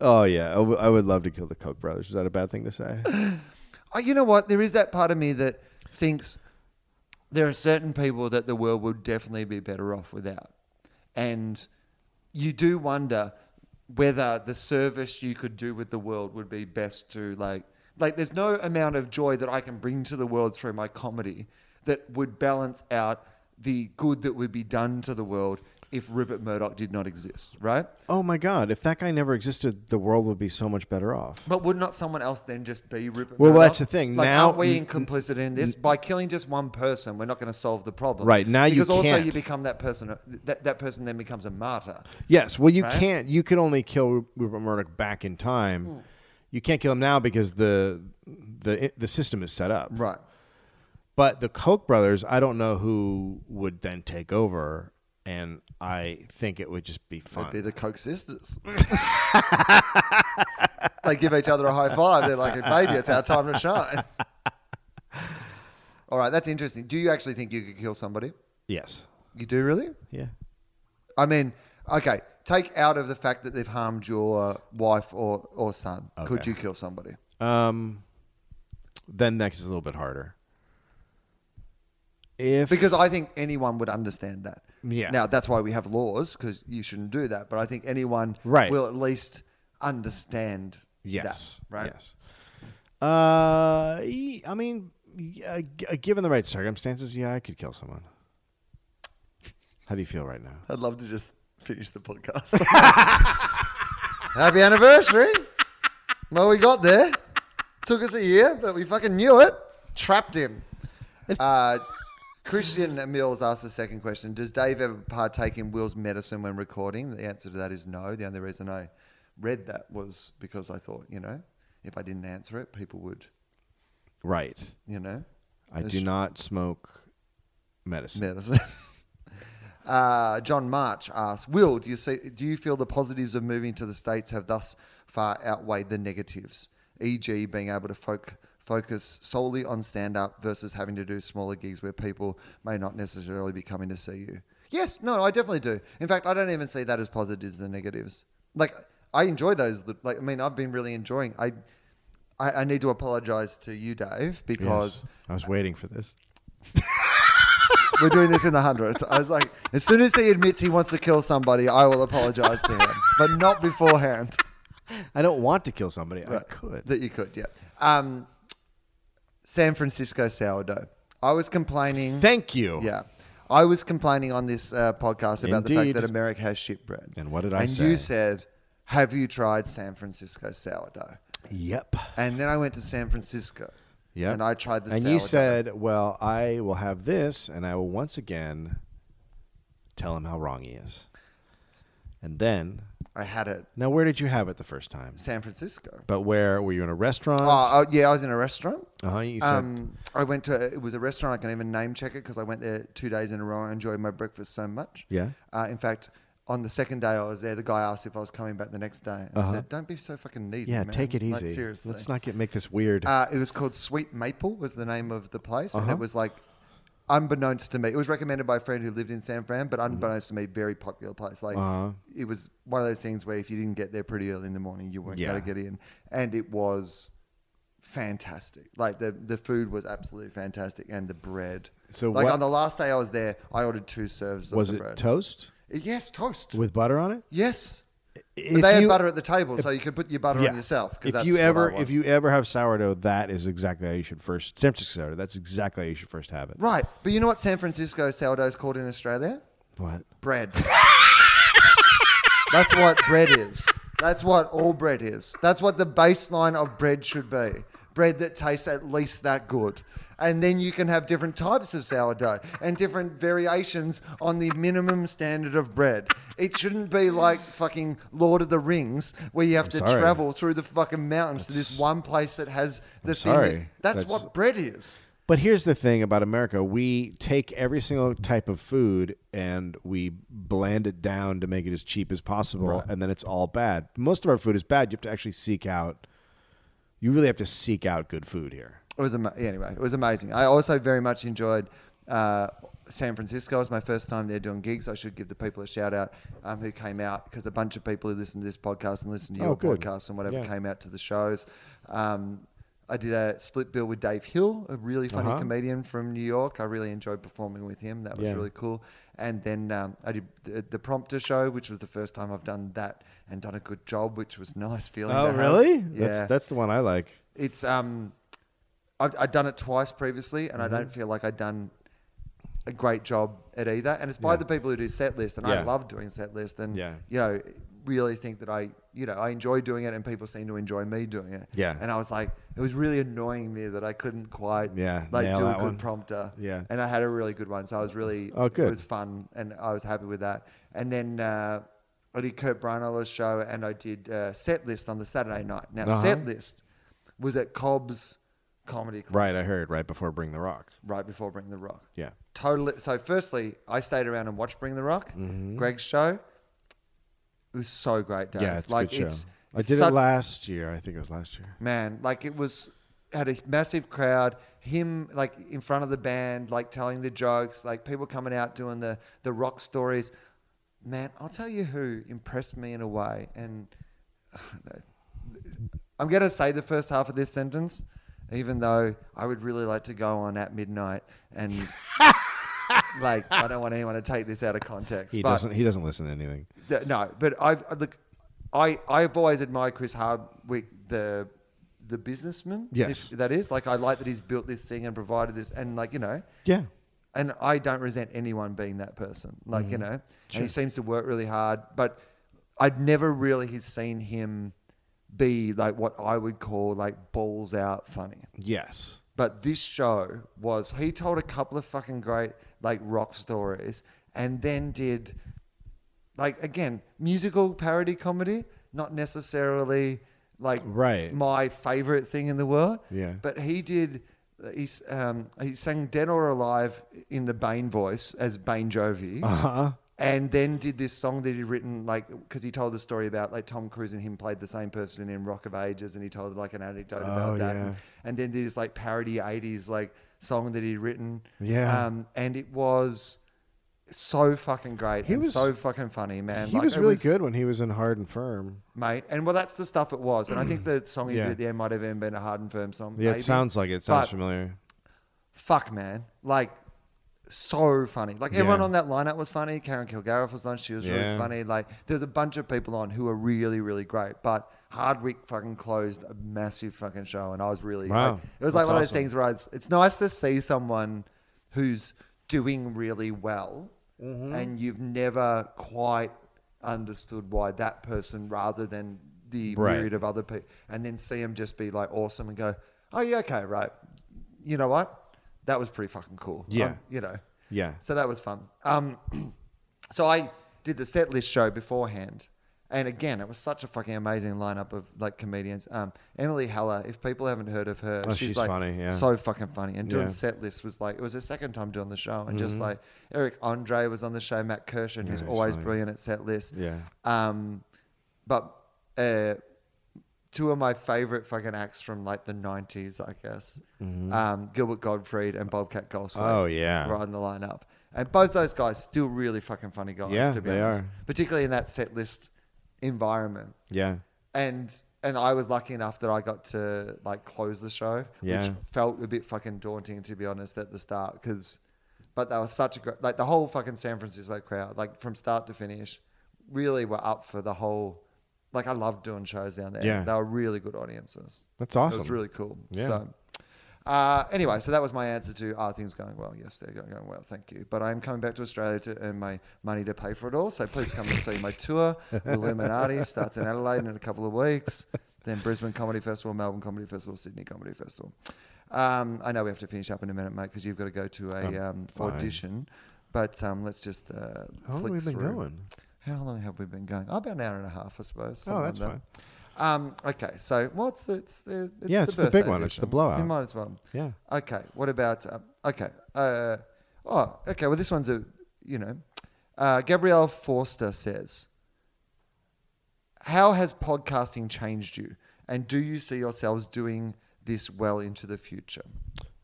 Speaker 3: Oh yeah, I, w- I would love to kill the Koch brothers. Is that a bad thing to say?
Speaker 2: Oh, you know what? There is that part of me that thinks there are certain people that the world would definitely be better off without. And you do wonder whether the service you could do with the world would be best to like like there's no amount of joy that I can bring to the world through my comedy that would balance out the good that would be done to the world if Rupert Murdoch did not exist, right?
Speaker 3: oh my God, if that guy never existed, the world would be so much better off.
Speaker 2: But would not someone else then just be Rupert?
Speaker 3: Well,
Speaker 2: Murdoch?
Speaker 3: that's the thing.
Speaker 2: Like,
Speaker 3: Now-
Speaker 2: aren't we in complicit in this? By killing just one person, we're not going to solve the problem.
Speaker 3: Right, now you
Speaker 2: because also
Speaker 3: can't.
Speaker 2: you become that person. That, that person then becomes a martyr.
Speaker 3: Yes. Well, you
Speaker 2: Right?
Speaker 3: can't. You could only kill Ru- Rupert Murdoch back in time.
Speaker 2: Hmm.
Speaker 3: You can't kill him now because the the the system is set up.
Speaker 2: Right.
Speaker 3: But the Koch brothers, I don't know who would then take over, and I think it would just be fun.
Speaker 2: They'd be the Koch sisters. they give each other a high five. They're like, maybe it's our time to shine. All right, that's interesting. Do you actually think you could kill somebody?
Speaker 3: yes.
Speaker 2: You do really?
Speaker 3: Yeah.
Speaker 2: I mean, okay. Take out of the fact that they've harmed your wife or, or son. Could
Speaker 3: Okay.
Speaker 2: you kill somebody?
Speaker 3: Um. Then next is a little bit harder. If
Speaker 2: Because I think anyone would understand that.
Speaker 3: Yeah.
Speaker 2: Now that's why we have laws because you shouldn't do that. But I think anyone
Speaker 3: Right.
Speaker 2: will at least understand.
Speaker 3: Yes.
Speaker 2: That, right.
Speaker 3: Yes. Uh, y- I mean, y- uh, g- uh, given the right circumstances, yeah, I could kill someone. How do you feel right now?
Speaker 2: I'd love to just finish the podcast. Happy anniversary. Well, we got there. Took us a year, but we fucking knew it. Trapped him. Uh, Christian Mills asked the second question Does Dave ever partake in Will's medicine when recording? The answer to that is no. The only reason I read that was because I thought, you know, if I didn't answer it, people would,
Speaker 3: Right.
Speaker 2: you know,
Speaker 3: I do not smoke medicine.
Speaker 2: medicine. Uh, John March asks, "Will, do you see? Do you feel the positives of moving to the states have thus far outweighed the negatives, e.g., being able to foc focus solely on stand-up versus having to do smaller gigs where people may not necessarily be coming to see you?" Yes, no, I definitely do. In fact, I don't even see that as positives and negatives. Like, I enjoy those. Like, I mean, I've been really enjoying. I, I, I need to apologize to you, Dave, because
Speaker 3: Yes. I was waiting for this.
Speaker 2: we're doing this in the hundredth. I was like, as soon as he admits he wants to kill somebody, I will apologize to him, but not beforehand.
Speaker 3: I don't want to kill somebody. I could.
Speaker 2: That you could, yeah. Um, San Francisco sourdough. I was complaining.
Speaker 3: Thank you.
Speaker 2: yeah. I was complaining on this uh, podcast about the fact
Speaker 3: Indeed.
Speaker 2: that America has shit bread.
Speaker 3: And what did I
Speaker 2: and
Speaker 3: say?
Speaker 2: you said, Have you tried San Francisco sourdough?
Speaker 3: Yep.
Speaker 2: And then I went to San Francisco.
Speaker 3: Yep.
Speaker 2: And I tried the
Speaker 3: And
Speaker 2: sourdough.
Speaker 3: you said, "Well, I will have this, and I will once again tell him how wrong he is." And then,
Speaker 2: I had it
Speaker 3: now, where did you have it the first time?
Speaker 2: San Francisco.
Speaker 3: But where were you in a restaurant?
Speaker 2: Oh, oh, yeah, I was in a restaurant.
Speaker 3: uh-huh, you said,
Speaker 2: Um, I went to it was a restaurant. I can even name check it because I went there two days in a row. I enjoyed my breakfast so much.
Speaker 3: Yeah.
Speaker 2: Uh, in fact, on the second day I was there, the guy asked if I was coming back the next day, and I said, "Don't be so fucking needy."
Speaker 3: Uh-huh. "Yeah,
Speaker 2: man.
Speaker 3: take it easy.
Speaker 2: Like, seriously.
Speaker 3: Let's not get make this weird."
Speaker 2: Uh, it was called Sweet Maple was the name of the place, and
Speaker 3: Uh-huh.
Speaker 2: it was like unbeknownst to me. It was recommended by a friend who lived in San Fran,
Speaker 3: Mm-hmm.
Speaker 2: but unbeknownst to me, very popular place. Like
Speaker 3: Uh-huh.
Speaker 2: it was one of those things where if you didn't get there pretty early in the morning, you weren't
Speaker 3: Yeah.
Speaker 2: going to get in, and it was fantastic. Like the the food was absolutely fantastic, and the bread.
Speaker 3: So
Speaker 2: like
Speaker 3: what-
Speaker 2: on the last day I was there, I ordered two serves.
Speaker 3: was
Speaker 2: of
Speaker 3: it
Speaker 2: the bread.
Speaker 3: toast
Speaker 2: yes, toast.
Speaker 3: with butter on it?
Speaker 2: yes.
Speaker 3: If
Speaker 2: But they had
Speaker 3: you-
Speaker 2: butter at the table, so you could put your butter on yourself. 'cause
Speaker 3: If
Speaker 2: that's
Speaker 3: you
Speaker 2: what I
Speaker 3: ever
Speaker 2: want.
Speaker 3: if you ever have sourdough, that is exactly how you should first San Francisco sourdough. That's exactly how you should first have it.
Speaker 2: right, but you know what San Francisco sourdough is called in Australia?
Speaker 3: What?
Speaker 2: bread. That's what bread is. That's what all bread is. That's what the baseline of bread should be. Bread that tastes at least that good. And then you can have different types of sourdough and different variations on the minimum standard of bread. It shouldn't be like fucking Lord of the Rings where you have to
Speaker 3: sorry.
Speaker 2: travel through the fucking mountains to this one place that has the thing. that-
Speaker 3: sorry.
Speaker 2: that's,
Speaker 3: That's-
Speaker 2: what bread is.
Speaker 3: But here's the thing about America: we take every single type of food and we blend it down to make it as cheap as possible, and then it's all bad. Most of our food is bad. You have to actually seek out. You really have to seek out good food here.
Speaker 2: It was ama- anyway. It was amazing. I also very much enjoyed uh, San Francisco. It was my first time there doing gigs. I should give the people a shout out um, who came out because a bunch of people who listen to this podcast and listen to your
Speaker 3: Oh, good.
Speaker 2: podcast and whatever
Speaker 3: Yeah.
Speaker 2: came out to the shows. Um, I did a split bill with Dave Hill, a really funny comedian from New York. I really enjoyed performing with him. That was
Speaker 3: Uh-huh. Yeah.
Speaker 2: really cool. And then um, I did the, the Prompter show, which was the first time I've done that and done a good job, which was nice feeling. to have. Yeah.
Speaker 3: Oh, That's that's the one I like.
Speaker 2: It's um, I've, I've done it twice previously,
Speaker 3: Mm-hmm.
Speaker 2: and I don't feel like I've done a great job at either. And it's by the people who do set list, and I
Speaker 3: Yeah.
Speaker 2: love doing set list, and
Speaker 3: Yeah.
Speaker 2: you know, really think that I, you know, I enjoy doing it, and people seem to enjoy me doing it.
Speaker 3: Yeah.
Speaker 2: And I was like, it was really annoying me that I couldn't quite,
Speaker 3: Yeah,
Speaker 2: like
Speaker 3: nail
Speaker 2: do a
Speaker 3: that
Speaker 2: good
Speaker 3: one.
Speaker 2: prompter.
Speaker 3: Yeah.
Speaker 2: And I had a really good one, so I was really,
Speaker 3: Oh, good.
Speaker 2: It was fun, and I was happy with that. And then. Uh, I did Kurt Brunell's show and I did uh, set list on the Saturday night. Now,
Speaker 3: Uh-huh.
Speaker 2: set list was at Cobb's Comedy Club
Speaker 3: Right, I heard right before Bring the Rock.
Speaker 2: right before Bring the Rock.
Speaker 3: Yeah.
Speaker 2: Totally. So, firstly, I stayed around and watched Bring the Rock,
Speaker 3: Mm-hmm.
Speaker 2: Greg's show. It was so great, Dave.
Speaker 3: Yeah, it's
Speaker 2: like
Speaker 3: a good
Speaker 2: it's.
Speaker 3: show. I
Speaker 2: it's
Speaker 3: did
Speaker 2: such-
Speaker 3: it last year. I think it was last year.
Speaker 2: Man, like it was had a massive crowd. Him like in front of the band, like telling the jokes, like people coming out doing the the rock stories. Man, I'll tell you who impressed me in a way, and I'm going to say the first half of this sentence, even though I would really like to go on at midnight and like I don't want anyone to take this out of context.
Speaker 3: He
Speaker 2: but
Speaker 3: doesn't. He doesn't listen to anything.
Speaker 2: th- no, but I've I- look, I I've always admired Chris Hardwick, the the businessman.
Speaker 3: Yes.
Speaker 2: if that is like I like that he's built this thing and provided this, and like you know,
Speaker 3: Yeah.
Speaker 2: and I don't resent anyone being that person. Like
Speaker 3: Mm-hmm.
Speaker 2: you know, and he seems to work really hard, but I'd never really had seen him be like what I would call like balls out funny.
Speaker 3: Yes.
Speaker 2: But this show was he told a couple of fucking great like rock stories and then did like again musical parody comedy, not necessarily like
Speaker 3: Right.
Speaker 2: my favorite thing in the world.
Speaker 3: Yeah.
Speaker 2: But he did he, s- um, he sang Dead or Alive in the Bane voice as Bane Jovi. Uh-huh. And then did this song that he'd written, like, because he told the story about, like, Tom Cruise and him played the same person in Rock of Ages, and he told, like, an anecdote about
Speaker 3: Oh,
Speaker 2: that.
Speaker 3: yeah.
Speaker 2: And then did this, like, parody 80s, like, song that he'd written.
Speaker 3: Yeah.
Speaker 2: Um, and it was so fucking great and
Speaker 3: was-
Speaker 2: so fucking funny, man.
Speaker 3: He
Speaker 2: Like,
Speaker 3: was
Speaker 2: it
Speaker 3: really good when he was in Hard and Firm.
Speaker 2: mate. And well, that's the stuff it was. And I think the song he
Speaker 3: Yeah.
Speaker 2: did at the end might have even been a hard and firm song.
Speaker 3: Yeah,
Speaker 2: maybe.
Speaker 3: it sounds like it. It sounds
Speaker 2: But
Speaker 3: familiar.
Speaker 2: Fuck, man. Like, so funny. Like, everyone
Speaker 3: Yeah.
Speaker 2: on that lineup was funny. Karen Kilgariff was on. She was really
Speaker 3: Yeah.
Speaker 2: funny. Like, there's a bunch of people on who are really, really great. But Hardwick fucking closed a massive fucking show. And I was really,
Speaker 3: Wow.
Speaker 2: like, it was like
Speaker 3: That's
Speaker 2: one of those
Speaker 3: awesome.
Speaker 2: things where it's, it's nice to see someone who's doing really well
Speaker 3: Mm-hmm.
Speaker 2: and you've never quite understood why that person rather than the
Speaker 3: Right.
Speaker 2: myriad of other people and then see them just be like awesome and go oh yeah okay right you know what that was pretty fucking cool
Speaker 3: Yeah.
Speaker 2: Um, you know
Speaker 3: Yeah.
Speaker 2: so that was fun um so i did the set list show beforehand and again it was such a fucking amazing lineup of like comedians um emily heller if people haven't heard of her
Speaker 3: Oh,
Speaker 2: she's,
Speaker 3: she's
Speaker 2: like
Speaker 3: funny, yeah.
Speaker 2: so so fucking funny. And doing
Speaker 3: Yeah. Mm-hmm.
Speaker 2: set lists was like it was the second time doing the show, and just like Eric Andre was on the show, Matt Kirshen, who's
Speaker 3: he's
Speaker 2: always
Speaker 3: funny.
Speaker 2: brilliant at set lists.
Speaker 3: Yeah.
Speaker 2: Um, but uh, two of my favorite fucking acts from like the nineties, I guess, um, Gilbert Gottfried and Bobcat Goldthwait.
Speaker 3: Mm-hmm. Oh, yeah.
Speaker 2: were on the lineup, and both those guys still really fucking funny guys.
Speaker 3: Yeah,
Speaker 2: to be
Speaker 3: they
Speaker 2: honest,
Speaker 3: are.
Speaker 2: particularly in that set list environment
Speaker 3: Yeah.
Speaker 2: and and I was lucky enough that I got to like close the show, which
Speaker 3: Yeah.
Speaker 2: felt a bit fucking daunting to be honest at the start because, but that was such a great like the whole fucking San Francisco crowd like from start to finish, really were up for the whole, like I loved doing shows down there.
Speaker 3: Yeah.
Speaker 2: they were really good audiences.
Speaker 3: That's
Speaker 2: It was
Speaker 3: awesome.
Speaker 2: really cool.
Speaker 3: Yeah.
Speaker 2: So, uh, anyway, so that was my answer to are things going well? Yes, they're going, going well. Thank you. But I'm coming back to Australia to earn my money to pay for it all. So please come and see my tour. Illuminati starts in Adelaide in a couple of weeks. Then Brisbane Comedy Festival, Melbourne Comedy Festival, Sydney Comedy Festival. Um, I know we have to finish up in a minute, mate, because you've got to go to a um,
Speaker 3: fine.
Speaker 2: audition. But um, let's just uh,
Speaker 3: How long
Speaker 2: flick
Speaker 3: have we been
Speaker 2: through.
Speaker 3: going?
Speaker 2: How long have we been going? Oh, about an hour and a half, I suppose.
Speaker 3: Oh,
Speaker 2: something
Speaker 3: that's
Speaker 2: like that. Um, okay, so what's the, it's the it's
Speaker 3: Yeah, it's the big
Speaker 2: birthday
Speaker 3: one. It's the
Speaker 2: edition.
Speaker 3: blowout.
Speaker 2: You might as well.
Speaker 3: Yeah.
Speaker 2: Okay. What about? Um, okay. Uh, oh, okay. Well, this one's a you know, uh, Gabrielle Forster says, "How has podcasting changed you, and do you see yourselves doing this well into the future?"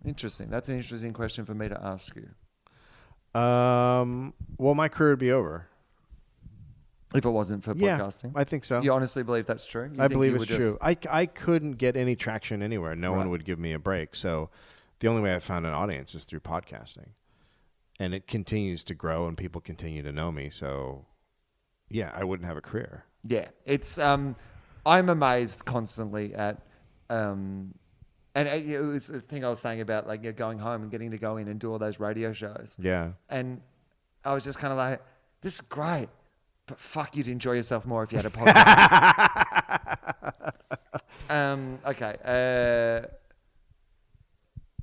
Speaker 2: Interesting. That's an interesting question for me to ask you.
Speaker 3: Um, well, my career would be over.
Speaker 2: If it wasn't for
Speaker 3: Yeah,
Speaker 2: podcasting,
Speaker 3: I think so.
Speaker 2: You honestly believe that's true? You
Speaker 3: I
Speaker 2: think
Speaker 3: believe
Speaker 2: you
Speaker 3: it's
Speaker 2: were just-
Speaker 3: true. I, I couldn't get any traction anywhere. No one would give me a break. So the only way I found an audience is through podcasting. And it continues to grow and people continue to know me. So yeah, I wouldn't have a career.
Speaker 2: Yeah, it's. Um, I'm amazed constantly at, um, and uh, it was the thing I was saying about like you know, going home and getting to go in and do all those radio shows.
Speaker 3: Yeah.
Speaker 2: And I was just kind of like, this is great, but fuck, you'd enjoy yourself more if you had a podcast. um, okay. Uh,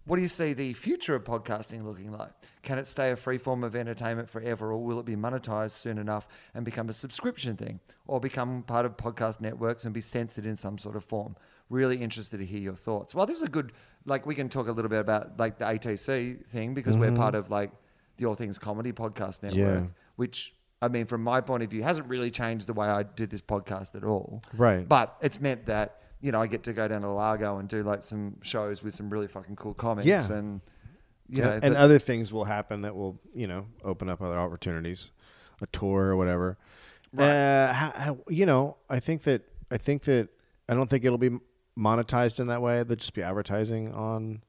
Speaker 2: what do you see the future of podcasting looking like? Can it stay a free form of entertainment forever, or will it be monetized soon enough and become a subscription thing, or become part of podcast networks and be censored in some sort of form? Really interested to hear your thoughts. Well, this is a good like we can talk a little bit about like the ATC thing because we're part of like the All Things Comedy Podcast Network,
Speaker 3: Yeah.
Speaker 2: which I mean, from my point of view, hasn't really changed the way I do this podcast at all.
Speaker 3: Right.
Speaker 2: But it's meant that you know I get to go down to Largo and do like some shows with some really fucking cool comics
Speaker 3: Yeah.
Speaker 2: and you know
Speaker 3: and,
Speaker 2: that-
Speaker 3: other things will happen that will, you know, open up other opportunities, a tour or whatever. Uh, how, how, you know, I think that I think that I don't think it'll be monetized in that way. They'll just be advertising on.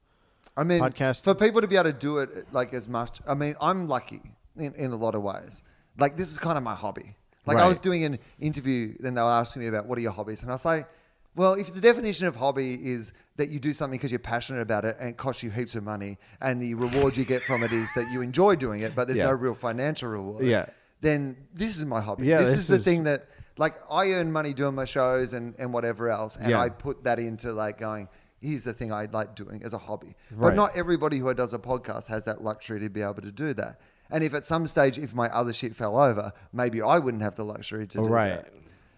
Speaker 2: I mean
Speaker 3: podcast.
Speaker 2: for people to be able to do it like as much. I mean, I'm lucky in, in a lot of ways. Like this is kind of my hobby. Like I was
Speaker 3: Right.
Speaker 2: doing an interview, then they were asking me about what are your hobbies, and I was like, well, if the definition of hobby is that you do something because you're passionate about it and it costs you heaps of money, and the reward you get from it is that you enjoy doing it, but there's
Speaker 3: Yeah.
Speaker 2: no real financial reward.
Speaker 3: Yeah.
Speaker 2: Then this is my hobby.
Speaker 3: Yeah,
Speaker 2: this,
Speaker 3: this
Speaker 2: is the
Speaker 3: is-
Speaker 2: thing that like I earn money doing my shows and, and whatever else, and
Speaker 3: Yeah.
Speaker 2: I put that into like going. Here's the thing I like doing as a hobby,
Speaker 3: Right.
Speaker 2: but not everybody who does a podcast has that luxury to be able to do that. And if at some stage, if my other shit fell over, maybe I wouldn't have the luxury to do
Speaker 3: Right.
Speaker 2: that.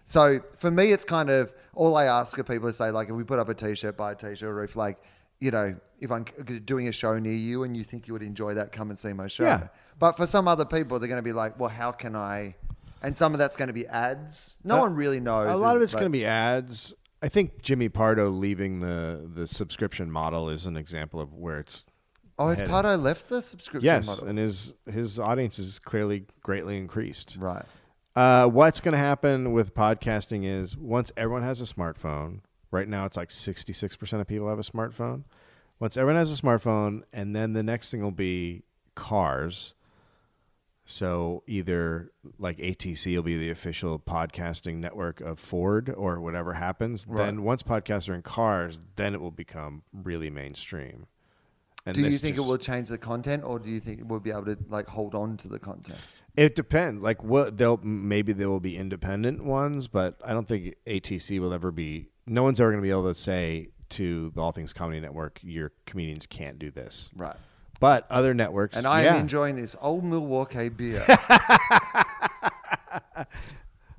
Speaker 2: So for me, it's kind of all I ask of people is say like, if we put up a t-shirt, buy a t-shirt, or if like, you know, if I'm c- doing a show near you and you think you would enjoy that, come and see my show.
Speaker 3: Yeah.
Speaker 2: But for some other people, they're going to be like, well, how can I? And some of that's going to be ads. No
Speaker 3: Uh,
Speaker 2: one really knows.
Speaker 3: A lot of
Speaker 2: is-
Speaker 3: it's
Speaker 2: but-
Speaker 3: going to be ads. I think Jimmy Pardo leaving the the subscription model is an example of where it's
Speaker 2: Oh, has
Speaker 3: headed.
Speaker 2: Pardo left the subscription
Speaker 3: yes,
Speaker 2: model?
Speaker 3: and his his audience is clearly greatly increased.
Speaker 2: Right.
Speaker 3: Uh, what's going to happen with podcasting is once everyone has a smartphone. Right now, it's like sixty six percent of people have a smartphone. Once everyone has a smartphone, and then the next thing will be cars. So either like ATC will be the official podcasting network of Ford or whatever happens. Then once podcasts are in cars, then it will become really mainstream. And
Speaker 2: Do you
Speaker 3: this
Speaker 2: think
Speaker 3: just-
Speaker 2: it will change the content, or do you think we'll be able to like hold on to the content?
Speaker 3: It depends. Like what they'll maybe there will be independent ones, but I don't think ATC will ever be. No one's ever going to be able to say to the All Things Comedy Network, your comedians can't do this.
Speaker 2: Right.
Speaker 3: But other networks,
Speaker 2: And I
Speaker 3: yeah.
Speaker 2: am enjoying this old Milwaukee beer.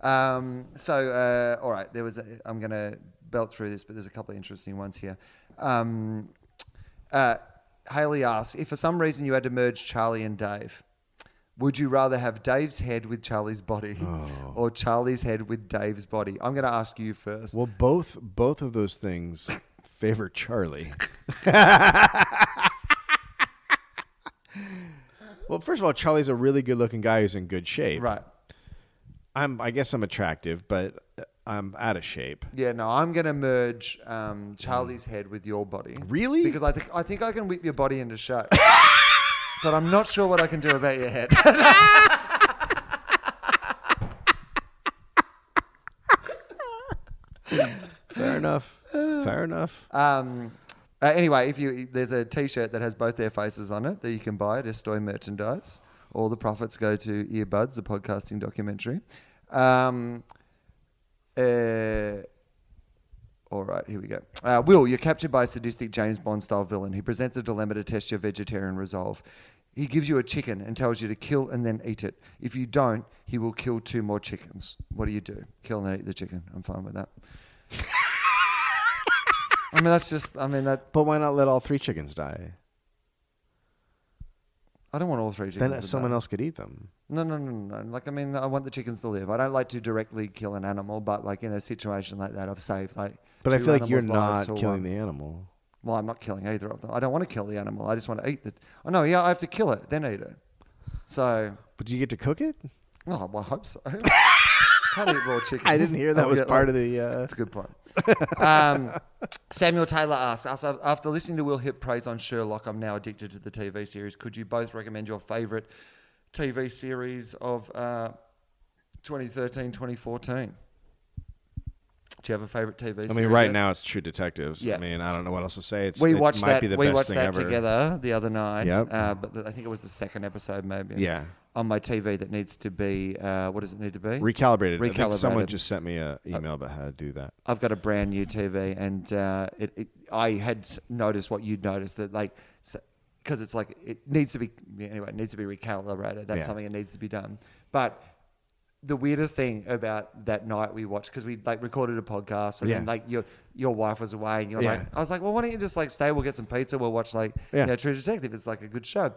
Speaker 2: um, so, uh, all right, there was. A, I'm going to belt through this, but there's a couple of interesting ones here. Um, uh, Haley asks if for some reason you had to merge Charlie and Dave. Would you rather have Dave's head with Charlie's body
Speaker 3: Oh.
Speaker 2: or Charlie's head with Dave's body? I'm going to ask you first.
Speaker 3: Well, both both of those things favor Charlie. well, first of all, Charlie's a really good-looking guy who's in good shape.
Speaker 2: right.
Speaker 3: I'm. I guess I'm attractive, but uh, I'm out of shape.
Speaker 2: Yeah, no, I'm gonna merge um, Charlie's head with your body.
Speaker 3: Really?
Speaker 2: Because I think I think I can whip your body into shape. but I'm not sure what I can do about your head.
Speaker 3: Fair enough. Fair enough.
Speaker 2: um, uh, anyway, if you there's a T-shirt that has both their faces on it that you can buy at Estoy Merchandise. All the profits go to Earbuds, the podcasting documentary. Um, uh, All right, here we go. Uh, Will, you're captured by a sadistic James Bond style villain who presents a dilemma to test your vegetarian resolve. He gives you a chicken and tells you to kill and then eat it. If you don't, he will kill two more chickens. What do you do? Kill and then eat the chicken. I'm fine with that. I mean, that's just, I mean, that.
Speaker 3: But why not let all three chickens die?
Speaker 2: I don't want all three chickens.
Speaker 3: Then
Speaker 2: to
Speaker 3: someone
Speaker 2: die.
Speaker 3: else could eat them.
Speaker 2: No, no, no, no. no. Like, I mean, I want the chickens to live. I don't like to directly kill an animal, but like in a situation like that, I've saved like.
Speaker 3: But I
Speaker 2: two
Speaker 3: feel like you're
Speaker 2: animals' lives
Speaker 3: not
Speaker 2: or one.
Speaker 3: killing the animal.
Speaker 2: Well, I'm not killing either of them. I don't want to kill the animal. I just want to eat the. Oh no, yeah, I have to kill it, then eat it. So,
Speaker 3: But do you get to cook it?
Speaker 2: oh, well, I hope so. Can't eat raw chicken.
Speaker 3: I didn't hear that
Speaker 2: Oh,
Speaker 3: was
Speaker 2: yeah, like-
Speaker 3: part of the. Uh,
Speaker 2: That's a good point. Um, Samuel Taylor asks us after listening to Will Hip praise on Sherlock, I'm now addicted to the TV series. Could you both recommend your favorite TV series of uh, 2013, 2014? Do you have a favorite TV series?
Speaker 3: I mean, right
Speaker 2: Ed?
Speaker 3: now it's True Detectives.
Speaker 2: Yeah.
Speaker 3: I mean, I don't know what else to say. It's,
Speaker 2: We
Speaker 3: it
Speaker 2: watched
Speaker 3: might
Speaker 2: that.
Speaker 3: Be the
Speaker 2: we
Speaker 3: best
Speaker 2: watched
Speaker 3: thing
Speaker 2: that
Speaker 3: ever.
Speaker 2: together the other night.
Speaker 3: Yep.
Speaker 2: Uh, but the, I think it was the second episode, maybe.
Speaker 3: Yeah.
Speaker 2: On my TV, that needs to be. Uh, what does it need to be?
Speaker 3: Recalibrated. I think someone
Speaker 2: Recalibrated. Uh,
Speaker 3: just sent me an email about how to do that.
Speaker 2: I've got a brand new TV, and uh, it, it, I had s- noticed what you'd noticed that like because it's like it needs to be yeah, anyway, it needs to be recalibrated. That's
Speaker 3: Yeah.
Speaker 2: something that needs to be done. But the weirdest thing about that night we watched because we like recorded a podcast, and then
Speaker 3: Yeah.
Speaker 2: like your your wife was away, and you're
Speaker 3: Yeah.
Speaker 2: like, I was like, well, why don't you just like stay? We'll get some pizza. We'll watch like
Speaker 3: Yeah.
Speaker 2: you know, True Detective. It's like a good show,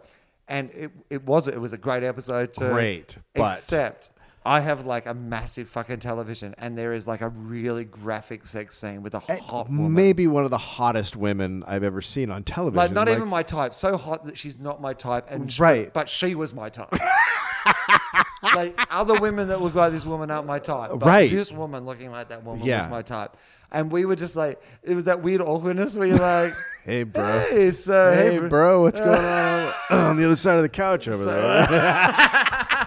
Speaker 2: and it it was it was a great episode. Too,
Speaker 3: Great, but-
Speaker 2: except. I have like a massive fucking television, and there is like a really graphic sex scene with a hot woman.
Speaker 3: Eh, Maybe one of the hottest women I've ever seen on television.
Speaker 2: Like not even my type. So hot that she's not my type, and sh-
Speaker 3: Right.
Speaker 2: but she was my type. like other women that look like this woman aren't my type. But
Speaker 3: Right.
Speaker 2: This woman looking like that woman
Speaker 3: Yeah.
Speaker 2: was my type, and we were just like, it was that weird awkwardness where you're like,
Speaker 3: Hey, bro.
Speaker 2: hey, so
Speaker 3: Hey,
Speaker 2: bro."
Speaker 3: bro, what's going on over- on the other side of the couch over there?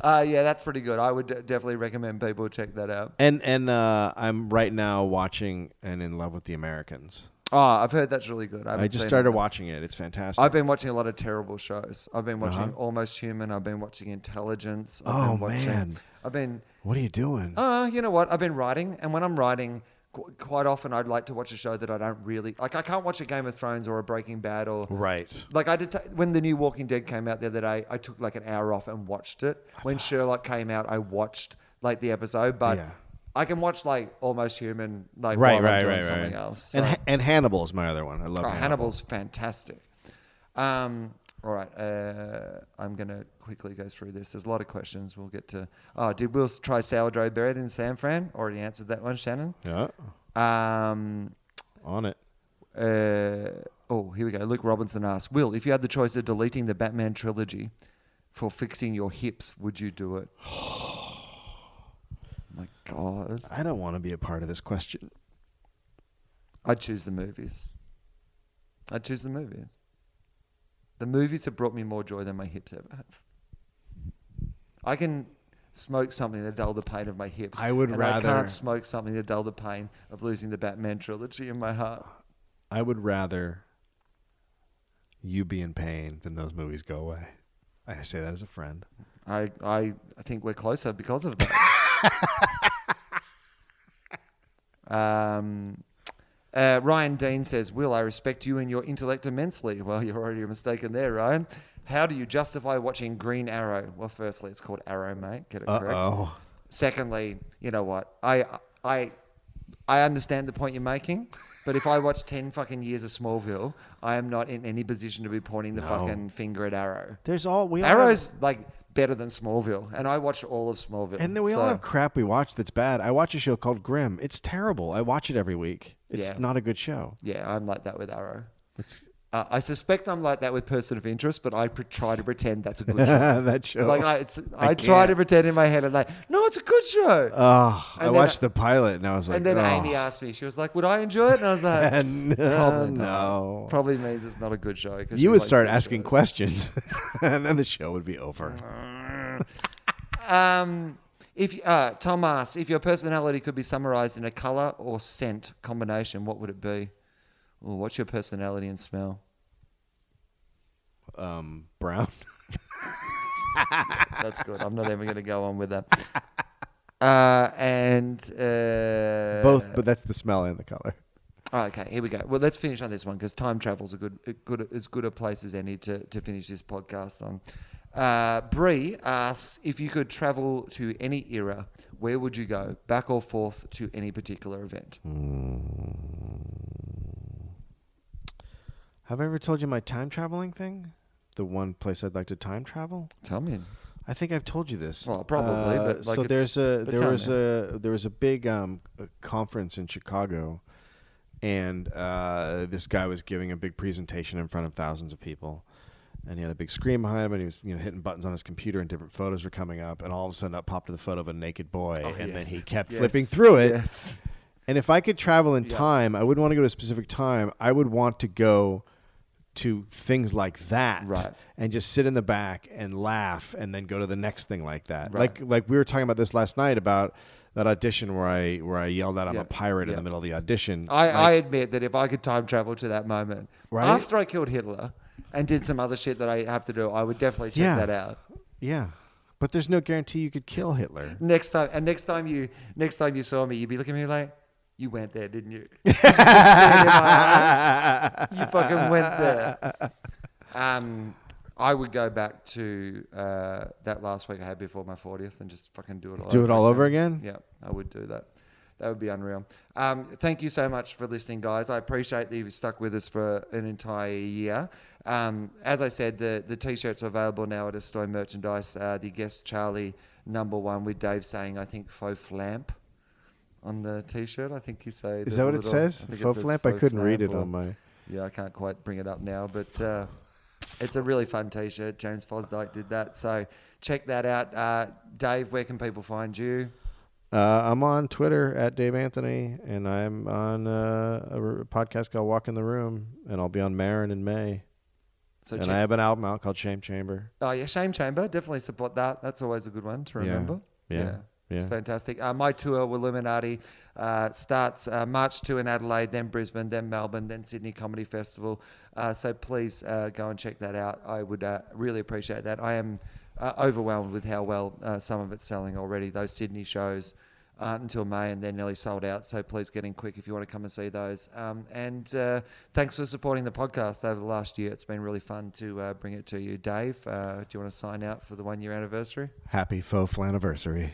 Speaker 2: Uh, yeah, that's pretty good. I would de- definitely recommend people check that out.
Speaker 3: And and uh, I'm right now watching and in love with the Americans.
Speaker 2: Oh, I've heard that's really good. I,
Speaker 3: I
Speaker 2: haven't
Speaker 3: just
Speaker 2: seen it.
Speaker 3: started watching it. It's fantastic.
Speaker 2: I've been watching a lot of terrible shows. I've been watching Almost Human. I've been watching Intelligence. I've
Speaker 3: Uh-huh. Oh,
Speaker 2: been watching,
Speaker 3: man.
Speaker 2: I've been,
Speaker 3: what are you doing?
Speaker 2: uh, you know what? I've been writing, and when I'm writing, qu- quite often I'd like to watch a show that I don't really like. I can't watch a Game of Thrones or a Breaking Bad or
Speaker 3: right.
Speaker 2: like I did t- when the new Walking Dead came out the other day. I took like an hour off and watched it. When Sherlock came out, I watched like the episode, but.
Speaker 3: Yeah.
Speaker 2: I can watch like Almost Human, like
Speaker 3: Right,
Speaker 2: while I'm
Speaker 3: right,
Speaker 2: doing
Speaker 3: right,
Speaker 2: something
Speaker 3: right.
Speaker 2: else.
Speaker 3: And
Speaker 2: so-
Speaker 3: Ha- and Hannibal is my other one. I love
Speaker 2: Oh,
Speaker 3: Hannibal.
Speaker 2: Hannibal's fantastic. Um, all right, uh, I'm going to quickly go through this. There's a lot of questions. We'll get to. Oh, did Will try sourdough bread in San Fran? Already answered that one, Shannon.
Speaker 3: Yeah.
Speaker 2: Um,
Speaker 3: On it.
Speaker 2: uh, oh, here we go. Luke Robinson asks Will, if you had the choice of deleting the Batman trilogy for fixing your hips, would you do it? My God.
Speaker 3: I don't want to be a part of this question.
Speaker 2: I'd choose the movies. I'd choose the movies. The movies have brought me more joy than my hips ever have. I can smoke something to dull the pain of my hips.
Speaker 3: I would
Speaker 2: and
Speaker 3: rather-
Speaker 2: I can't smoke something to dull the pain of losing the Batman trilogy in my heart.
Speaker 3: I would rather you be in pain than those movies go away. I say that as a friend.
Speaker 2: I, I, I think we're closer because of that. um, uh, Ryan Dean says, Will, I respect you and your intellect immensely. Well, you're already mistaken there, Ryan. How do you justify watching Green Arrow? Well, firstly, it's called Arrow, mate. Get it correct.
Speaker 3: Uh-oh.
Speaker 2: Secondly, you know what? I, I, I understand the point you're making, but if I watch 10 fucking years of Smallville, I am not in any position to be pointing the fucking finger at Arrow.
Speaker 3: There's all we all have-
Speaker 2: Arrow's like better than Smallville, and I watched all of Smallville.
Speaker 3: and then we all
Speaker 2: so-
Speaker 3: have crap we watch that's bad. I watch a show called Grimm. It's terrible. I watch it every week. It's
Speaker 2: Yeah.
Speaker 3: not a good show.
Speaker 2: Yeah, I'm like that with Arrow.
Speaker 3: It's
Speaker 2: Uh, I suspect I'm like that with Person of Interest, but I pre- try to pretend that's a good show.
Speaker 3: that show.
Speaker 2: Like I, it's, I,
Speaker 3: I
Speaker 2: try to
Speaker 3: can't.
Speaker 2: pretend in my head, and like, no, it's a good show.
Speaker 3: oh,
Speaker 2: and
Speaker 3: I
Speaker 2: then
Speaker 3: watched
Speaker 2: I-
Speaker 3: the pilot and I was like,
Speaker 2: and then
Speaker 3: oh.
Speaker 2: Amy asked me, she was like, "Would I enjoy it?" And I was like,
Speaker 3: And, uh,
Speaker 2: "Probably
Speaker 3: no.
Speaker 2: not. Probably means it's not a good show." 'cause she
Speaker 3: you would
Speaker 2: likes
Speaker 3: start
Speaker 2: good
Speaker 3: asking
Speaker 2: shows.
Speaker 3: questions, and then the show would be over.
Speaker 2: Um, if uh, Tom asks, if your personality could be summarized in a color or scent combination, what would it be? Ooh, what's your personality and smell?
Speaker 3: Um, Brown.
Speaker 2: That's good. I'm not even going to go on with that. Uh, and uh,
Speaker 3: Both, but that's the smell and the color.
Speaker 2: Oh, okay, here we go. Well, let's finish on this one because time travel's a good, a good, as good a place as any to, to finish this podcast on. Uh, Bree asks if you could travel to any era, where would you go, back or forth to any particular event?
Speaker 3: Hmm. Have I ever told you my time traveling thing? The one place I'd like to time travel?
Speaker 2: Tell me.
Speaker 3: I think I've told you this.
Speaker 2: Well, probably,
Speaker 3: Uh,
Speaker 2: but, like,
Speaker 3: so
Speaker 2: it's-
Speaker 3: there's a
Speaker 2: but
Speaker 3: there
Speaker 2: tell
Speaker 3: was
Speaker 2: me.
Speaker 3: a there was a big um, uh, conference in Chicago, and uh, this guy was giving a big presentation in front of thousands of people, and he had a big screen behind him, and he was you know hitting buttons on his computer, and different photos were coming up, and all of a sudden up popped the photo of a naked boy, and then
Speaker 2: Oh, yes.
Speaker 3: he kept
Speaker 2: Yes.
Speaker 3: flipping through it.
Speaker 2: Yes.
Speaker 3: And if I could travel in time, I wouldn't want to go to a specific time. I would want to go to things like that
Speaker 2: Right.
Speaker 3: and just sit in the back and laugh and then go to the next thing like that.
Speaker 2: Right.
Speaker 3: Like like we were talking about this last night about that audition where I where I yelled out I'm
Speaker 2: Yeah.
Speaker 3: a pirate in
Speaker 2: Yeah. Uh,
Speaker 3: the middle of the audition.
Speaker 2: I, I admit that if I could time travel to that moment,
Speaker 3: Right?
Speaker 2: after I killed Hitler and did some other shit that I have to do, I would definitely check
Speaker 3: Yeah.
Speaker 2: that out.
Speaker 3: yeah. But there's no guarantee you could kill Hitler.
Speaker 2: Next time, and next time you, next time you saw me, you'd be looking at me like, "You went there, didn't you?" you, just said in my eyes, "You fucking went there." Um, I would go back to uh, that last week I had before my fortieth and just fucking do it all.
Speaker 3: Do it all
Speaker 2: again.
Speaker 3: over again?
Speaker 2: Yeah, I would do that. That would be unreal. Um, thank you so much for listening, guys. I appreciate that you've stuck with us for an entire year. Um, as I said, the, the t shirts are available now at Astoy Merchandise. Uh, the guest Charlie number one with Dave saying, I think, faux flamp on the t shirt. I think you say.
Speaker 3: Is
Speaker 2: there's
Speaker 3: that
Speaker 2: a
Speaker 3: what it
Speaker 2: little-
Speaker 3: says?
Speaker 2: I think it
Speaker 3: Faux
Speaker 2: says
Speaker 3: flamp? I
Speaker 2: faux
Speaker 3: couldn't read
Speaker 2: flamp
Speaker 3: it
Speaker 2: or-
Speaker 3: on my
Speaker 2: yeah, I can't quite bring it up now, but uh, it's a really fun T-shirt. James Fosdyke did that, so check that out. Uh, Dave, where can people find you?
Speaker 3: Uh, I'm on Twitter at Dave Anthony, and I'm on uh, a r- podcast called Walk in the Room, and I'll be on Marin in May.
Speaker 2: So
Speaker 3: and
Speaker 2: check.
Speaker 3: I have an album out called Shame Chamber.
Speaker 2: oh yeah, Shame Chamber, definitely support that. That's always a good one to
Speaker 3: Yeah.
Speaker 2: remember.
Speaker 3: Yeah.
Speaker 2: It's
Speaker 3: Yeah.
Speaker 2: fantastic. Uh, my tour with Illuminati uh, starts uh, March 2 in Adelaide, then Brisbane, then Melbourne, then Sydney Comedy Festival. Uh, so please uh, go and check that out. I would uh, really appreciate that. I am uh, overwhelmed with how well uh, some of it's selling already. Those Sydney shows aren't until May and they're nearly sold out. So please get in quick if you want to come and see those. Um, and uh, thanks for supporting the podcast over the last year. It's been really fun to uh, bring it to you, Dave. Uh, do you want to sign out for the one year anniversary?
Speaker 3: Happy faux flanniversary.